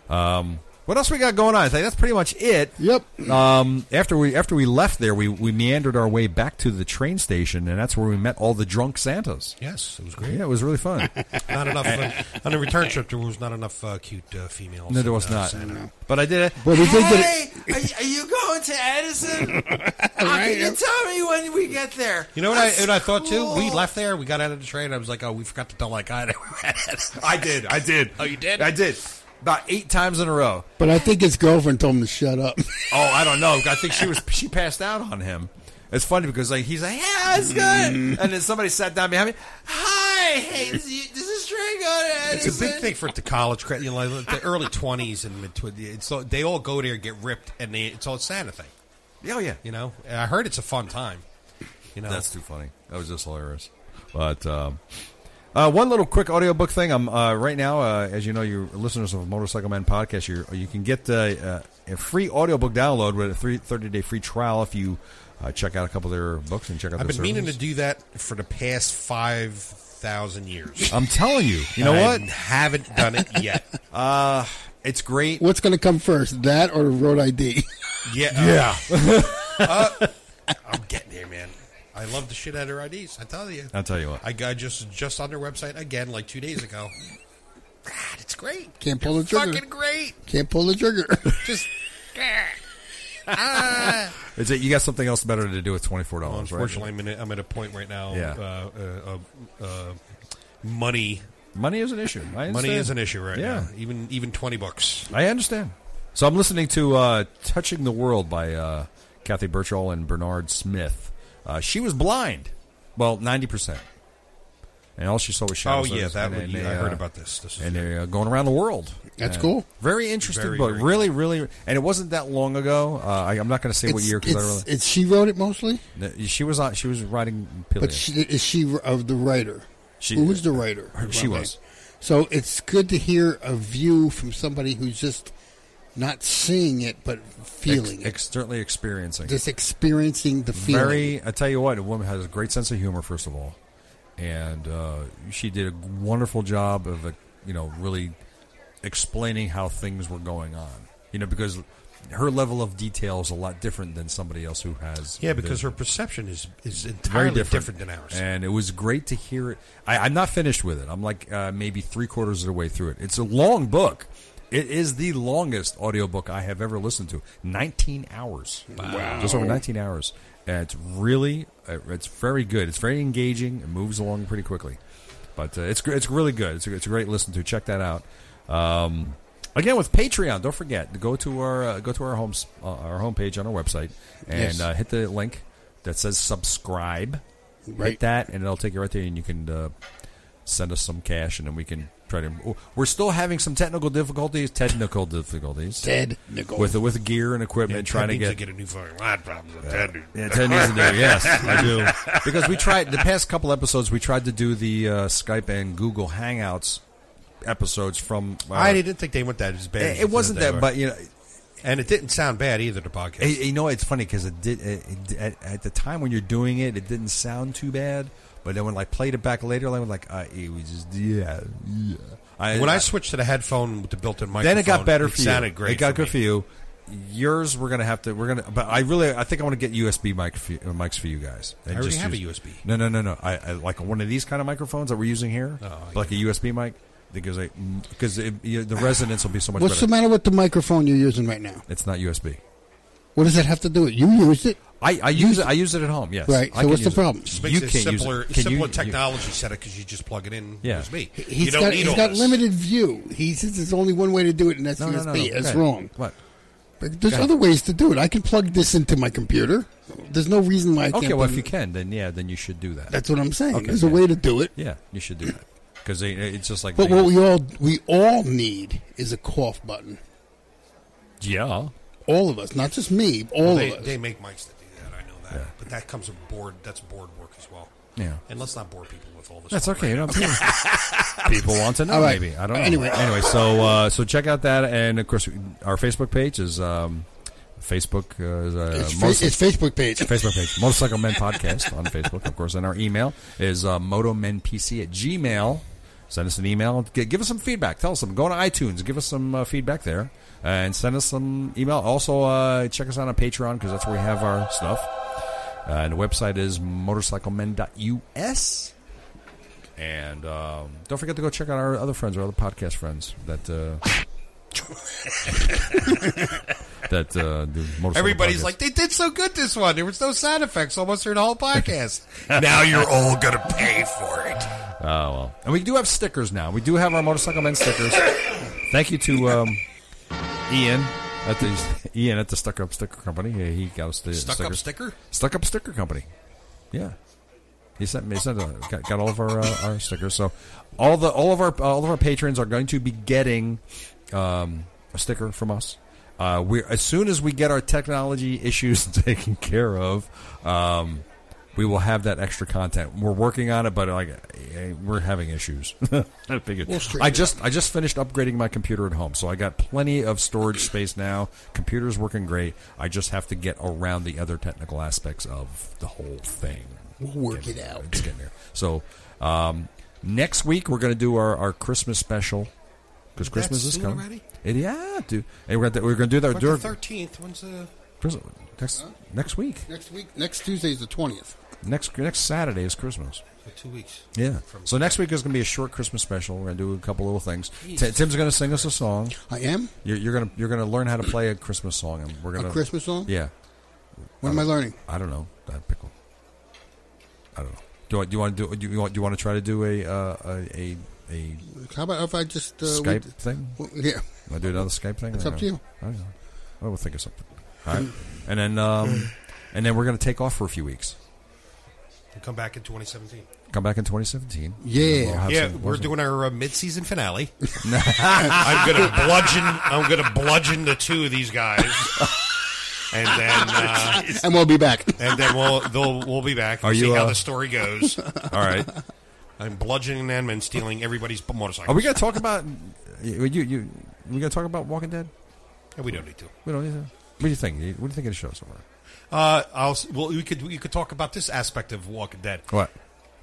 B: Um, what else we got going on? I think that's pretty much it.
C: Yep.
B: Um, after we after we left there, we, we meandered our way back to the train station, and that's where we met all the drunk Santas.
D: Yes, it was great.
B: Yeah, it was really fun.
D: Not enough uh, on the return trip. There was not enough uh, cute uh, females.
B: No, there was
D: and, uh,
B: not.
D: Santa.
B: But I did it.
C: But we did get it.
F: are, are you going to
D: (laughs)
F: Edison? How
C: Right.
F: can you tell me when we get there?
D: You know what I,
F: That's
D: what I thought too? We
F: cool.
D: left there. We got out of the train. I was like, oh, we forgot to tell that guy (laughs) that we were at Edison.
B: I did. I did.
D: Oh, you did?
B: I did. About eight times in a row.
C: But I think his girlfriend told him to shut up. (laughs)
B: Oh, I don't know. I think she was she passed out on
D: Mm-hmm.
B: him. It's funny because like he's like, yeah, it's good, and then somebody sat down behind me. Hi,
G: hey, does he- does this train go to
D: It's
G: Edison?
D: a big thing for the college credit, you know, like the early twenties and mid twenties. So they all go there, get ripped, and they, it's all Santa thing.
B: Oh yeah,
D: You know, And I heard it's a fun time. You know,
B: That's too funny. That was just hilarious. But um, uh, one little quick audiobook thing. I'm uh, right now, uh, as you know, you listeners of Motorcycle Man podcast, you you can get uh, uh, a free audiobook download with a three, 30 day free trial if you uh, check out a couple of their books and check out.
D: I've been
B: their
D: meaning to
B: services.
D: do that for the past five thousand years.
B: I'm telling you. You know
D: I
B: what?
D: haven't done it yet.
B: It's great.
A: What's going to come first, that or the road
C: (laughs)
A: ID?
D: Yeah, yeah. Uh, I'm getting there, man. I love the shit out of their IDs. I tell you,
B: I'll tell you what.
D: I got just just on their website again like two days ago. God, it's great.
A: Can't pull the trigger.
D: Fucking great.
A: Can't pull the trigger.
D: Just
B: Is it you got something else better to do with twenty four dollars?
D: unfortunately, I'm, in a, I'm at a point right now.
B: Yeah.
D: Uh, uh, uh, uh, money,
B: money is an issue. I
D: money
B: understand.
D: is an issue right
B: Yeah.
D: now. Even even twenty bucks.
B: I understand. So I'm listening to uh, "Touching the World" by uh, Kathy Burchell and Bernard Smith. Uh, she was blind, well, ninety percent, and all she saw was
D: Oh
B: shadows.
D: yeah, that
B: and,
D: would.
B: and
D: I
B: they,
D: heard
B: uh,
D: about this. This is
B: And they're uh, going around the world.
A: That's
B: And
A: cool.
B: Very interesting
D: Very,
B: book.
D: very
B: really, really, and it wasn't that long ago. Uh, I, I'm not going to say what
A: It's-
B: year because I
A: it's-
B: don't.
A: it's- she wrote it mostly,
B: Really, she was on. She was writing. Pillion.
A: but she, is she of the writer?
B: She-
A: Who was the writer?
B: Her- she was.
A: So it's good to hear a view from somebody who's just not seeing it but feeling it,
B: externally experiencing.
A: just experiencing the feeling.
B: Very, I tell you what, a woman has a great sense of humor, first of all, and uh, she did a wonderful job of, uh, you know, really explaining how things were going on. You know, because her level of detail is a lot different than somebody else who has.
D: yeah, because her perception is is entirely different. than ours.
B: And it was great to hear it. I, I'm not finished with it. I'm like uh, maybe three quarters of the way through it. It's a long book. It is the longest audiobook I have ever listened to. 19 hours. Wow. Just over 19 hours. And it's really, uh, it's very good. It's very engaging. It moves along pretty quickly. But uh, it's gr- it's really good. It's a, it's a great listen to. Check that out. Um, again with Patreon, don't forget to go to our uh, go to our homes uh, our homepage on our website and
A: Yes.
B: uh, hit the link that says subscribe. Hit
A: Right.
B: that, and it'll take you right there, and you can uh, send us some cash, and then we can try to. oh, We're still having some technical difficulties. Technical difficulties.
A: Ted Nicole.
B: With with gear and equipment, trying to
D: Ted needs
B: get
D: to get a new fucking laptop.
B: yeah, Ted needs to do. Yes, I do. (laughs) Because we tried the past couple episodes, we tried to do the uh, Skype and Google Hangouts episodes from. Uh,
D: I didn't think they went that as bad. as
B: It,
D: they
B: it wasn't
D: said they
B: that,
D: were.
B: but you know,
D: and it didn't sound bad either. The podcast.
B: it, you know, it's funny because it did it, it, at, at the time when you're doing it, it didn't sound too bad. But then when I played it back later, I was like, uh, it was just yeah, yeah.
D: when I switched to the headphone with the built-in microphone,
B: then it got better for you.
D: sounded great.
B: It got
D: for
B: good for you. Yours, we're gonna have to. We're gonna. But I really, I think I want to get USB mic for, you- uh, mics for you guys. And
D: I already have a USB.
B: No, no, no, no. I, I like one of these kind of microphones that we're using here,
D: Oh,
B: like a USB mic, because I because it, you,
D: (sighs)
B: the resonance will be so much
A: What's
B: better.
A: the matter with the microphone you're using right now?
B: it's not USB.
A: What does that have to do with you? Used it.
B: I, I use it. I use it at home. Yes.
A: Right,
B: I
A: so
B: can
A: what's the
B: use it.
A: problem?
D: It makes it simpler,
B: Can you-
D: simpler
B: you-
D: technology setup because you just plug it in
B: Yeah.
D: USB.
A: He's
D: you don't
A: got,
D: need
A: he's
D: all
A: got
D: this.
A: limited view. He says there's only one way to do it, and that's
B: No, no,
A: USB.
B: no, no.
A: That's
B: Okay.
A: wrong.
B: What?
A: But there's
B: Okay.
A: other ways to do it. I can plug this into my computer. There's no reason why I can't.
B: Okay. Well,
A: plug
B: if you
A: it-
B: can, then yeah, then you should do that.
A: That's what I'm saying.
B: Okay,
A: there's
B: yeah.
A: a way to do it.
B: yeah, you should do that because it's just like.
A: But
B: they-
A: what we all we all need is a cough button.
B: yeah.
A: All of us, not just me. All
D: They,
A: of us.
D: they make mics that do that. I know that, but that comes with board. That's board work as well.
B: Yeah.
D: and let's not bore people with all this.
B: That's
D: stuff
B: okay.
D: right
B: (laughs) you know, people- people want to know.
A: All right.
B: Maybe I don't know.
A: Anyway.
B: anyway, so uh, so check out that, and of course, our Facebook page is um, Facebook uh, is uh,
A: it's, fa-
B: mostly-
A: it's Facebook page.
B: Facebook page, Motorcycle Men Podcast on Facebook, of course. And our email is uh, motomenpc at gmail. Send us an email. G- Give us some feedback. Tell us some. Go to iTunes. Give us some uh, feedback there. Uh, and send us some email. Also, uh, check us out on Patreon because that's where we have our stuff. Uh, and the website is motorcyclemen.us. And um, don't forget to go check out our other friends, our other podcast friends that uh, (laughs) that uh, do motorcycle
D: Everybody's
B: podcasts.
D: like, they did so good this one. There was no sound effects almost through the
B: (laughs)
D: whole podcast. now you're all gonna pay for it.
B: Oh well, and we do have stickers now. We do have our motorcycle men stickers. Thank you to um, Ian at the (laughs) Ian at the Stuck Up Sticker Company. He he got us the
D: Stuck up
B: stickers.
D: sticker.
B: Stuck Up Sticker Company. Yeah, He sent me he sent, uh, got, got all of our uh, our stickers. So all the all of our uh, all of our patrons are going to be getting um, a sticker from us. Uh, we as soon as we get our technology (laughs) issues taken care of, um, we will have that extra content. We're working on it, but like eh, we're having issues. (laughs) I figured- I just I just finished upgrading my computer at home, so I got plenty of storage space now. Computer's working great. I just have to get around the other technical aspects of the whole thing.
C: We'll work it
B: Getting-
C: out.
B: It's getting there. So um, next week we're going to do our, our Christmas special because Christmas is
D: soon
B: coming.
D: already?
B: It, yeah, dude. And we're going to we're going to do that.
D: But
B: during-
D: the thirteenth. When's the?
B: Christmas- next next week.
C: Next week, next Tuesday is the twentieth.
B: Next next Saturday is Christmas.
D: Two weeks.
B: Yeah. So next week is going to be a short Christmas special. We're going to do a couple little things. Ti- Tim's going to sing us a song.
C: I am
B: You're, you're going to you're going to learn how to play a Christmas song, and we're going
C: a
B: to
C: Christmas song.
B: Yeah.
C: What am I learning?
B: I don't know that pickle. I don't know. Do I, do you want to do, do you want do you want to try to do a uh, a a, a
C: How about if I just uh,
B: Skype
C: we-
B: thing?
C: Well, yeah, (laughs)
B: Want to do another Skype thing?
C: It's
B: I
C: up
B: don't
C: to
B: know.
C: you.
B: I don't know. Well, we'll think of something. All right. And then
C: (laughs)
B: um, and then we're going to take off for a few weeks.
D: We'll come back in 2017.
B: Come back in 2017.
C: Yeah.
B: We'll have
D: Yeah,
B: some-
D: we're
B: we'll-
D: doing our uh, mid-season
B: (laughs)
D: finale. I'm gonna bludgeon. I'm gonna bludgeon the two of these guys, (laughs) and then uh,
C: and we'll
B: (laughs)
C: be back.
D: and then we'll they'll, we'll be back.
B: Are
D: and see
B: you,
D: how
B: uh,
D: the story goes? (laughs)
B: All right.
D: I'm bludgeoning them and stealing everybody's motorcycle.
B: Are we going to talk about you you we going to talk about Walking Dead?
D: Yeah, we don't need to.
B: We don't need to. What do you think? What do you think of the show so far?
D: Uh, I'll. s- Well, we could we could talk about this aspect of Walking Dead.
B: What?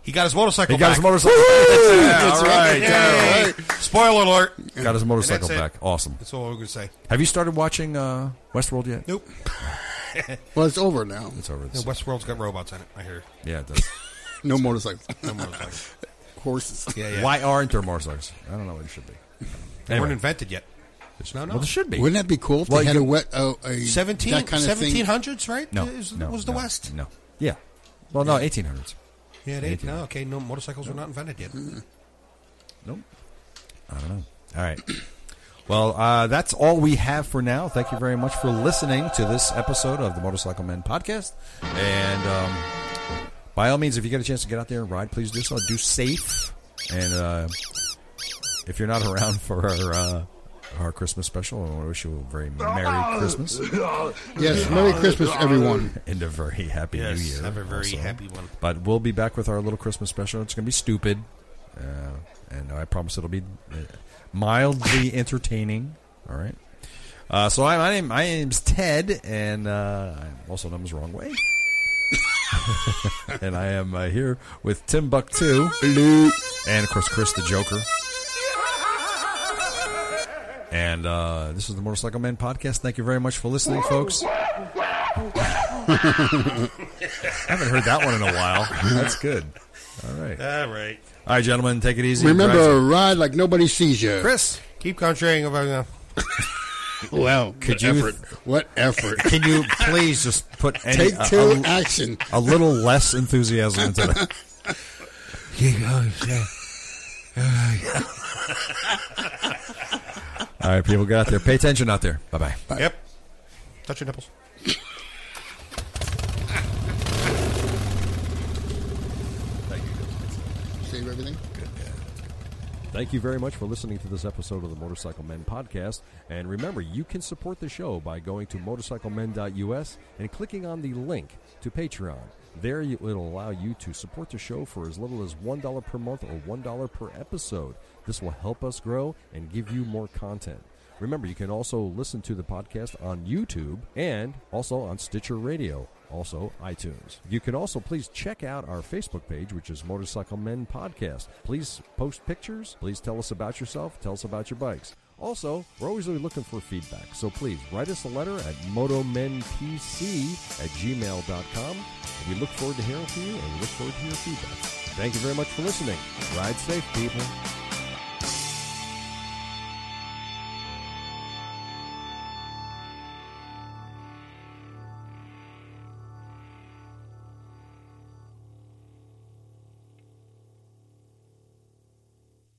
D: He got his motorcycle.
B: He got his
D: back.
B: motorcycle. yeah, all right.
D: Yay! Spoiler alert.
B: Got his motorcycle
D: And that's
B: back.
D: it.
B: Awesome.
D: That's all we're gonna say.
B: Have you started watching uh, Westworld yet?
D: Nope.
C: Well, it's over now.
B: It's over.
D: No,
B: It's,
D: Westworld's got robots in it. I hear.
B: yeah, it does.
C: No motorcycles, (laughs)
D: No motorcycle.
B: (laughs)
C: horses.
D: Yeah, yeah.
B: Why aren't there more slugs? I don't know what it should be.
D: They weren't invented yet. No, no.
B: Well, there should be.
C: Wouldn't that be cool if
B: Well,
C: they had
B: you-
C: a wet uh, a
D: Seventeen,
C: that kind of
D: seventeen
C: thing?
D: hundreds, right?
B: no,
D: Is-
B: no,
D: was the
B: no,
D: West.
B: No. Yeah. Well, no, 1800s.
D: Yeah, they,
B: Eighteen.
D: no, okay, no motorcycles were not invented yet.
B: Nope. I don't know. All right. (clears throat) Well, uh, that's all we have for now. Thank you very much for listening to this episode of the Motorcycle Men podcast. And um, by all means, if you get a chance to get out there and ride, please do so. Do safe. And uh, if you're not around for our uh, our Christmas special, I wish you a very merry
C: (laughs)
B: Christmas (laughs)
C: Yes, Merry Christmas, everyone.
B: and a very happy
D: Yes,
B: New Year.
D: have a very
B: also.
D: happy one.
B: But we'll be back with our little Christmas special. It's going to be stupid, uh, and I promise it'll be uh, mildly (laughs) entertaining. All right. Uh, so I, my name my name's Ted, and uh, I'm also known as Wrong Way. (laughs) and I am uh, here with Tim Buck too, and of course Chris the Joker. And uh, this is the Motorcycle Man podcast. Thank you very much for listening, folks. I haven't heard that one in a while. That's good. All right.
D: All right.
B: All right, gentlemen, take it easy.
C: Remember, ride like nobody sees you.
B: Chris,
D: Keep contrarying about uh,
C: Wow,
B: could you
C: what effort?
B: can you please just put any,
C: (laughs)
B: uh,
C: Take
B: a-
C: two
B: a,
C: action.
B: a little less enthusiasm into that?
C: (laughs)
B: All right, people, get out there. Pay attention out there. Bye bye.
D: Yep. Touch your nipples.
B: um,
C: Save everything.
B: Thank you very much for listening to this episode of the Motorcycle Men Podcast. And remember, you can support the show by going to motorcyclemen.us and clicking on the link to Patreon. There, you, it'll allow you to support the show for as little as $1 per month or $1 per episode. This will help us grow and give you more content. Remember, you can also listen to the podcast on YouTube and also on Stitcher Radio, also iTunes. You can also please check out our Facebook page, which is Motorcycle Men Podcast. Please post pictures. Please tell us about yourself. Tell us about your bikes. Also, we're always really looking for feedback, so please write us a letter at motomenpc at gmail.com. We look forward to hearing from you and we look forward to your feedback. Thank you very much for listening. Ride safe, people.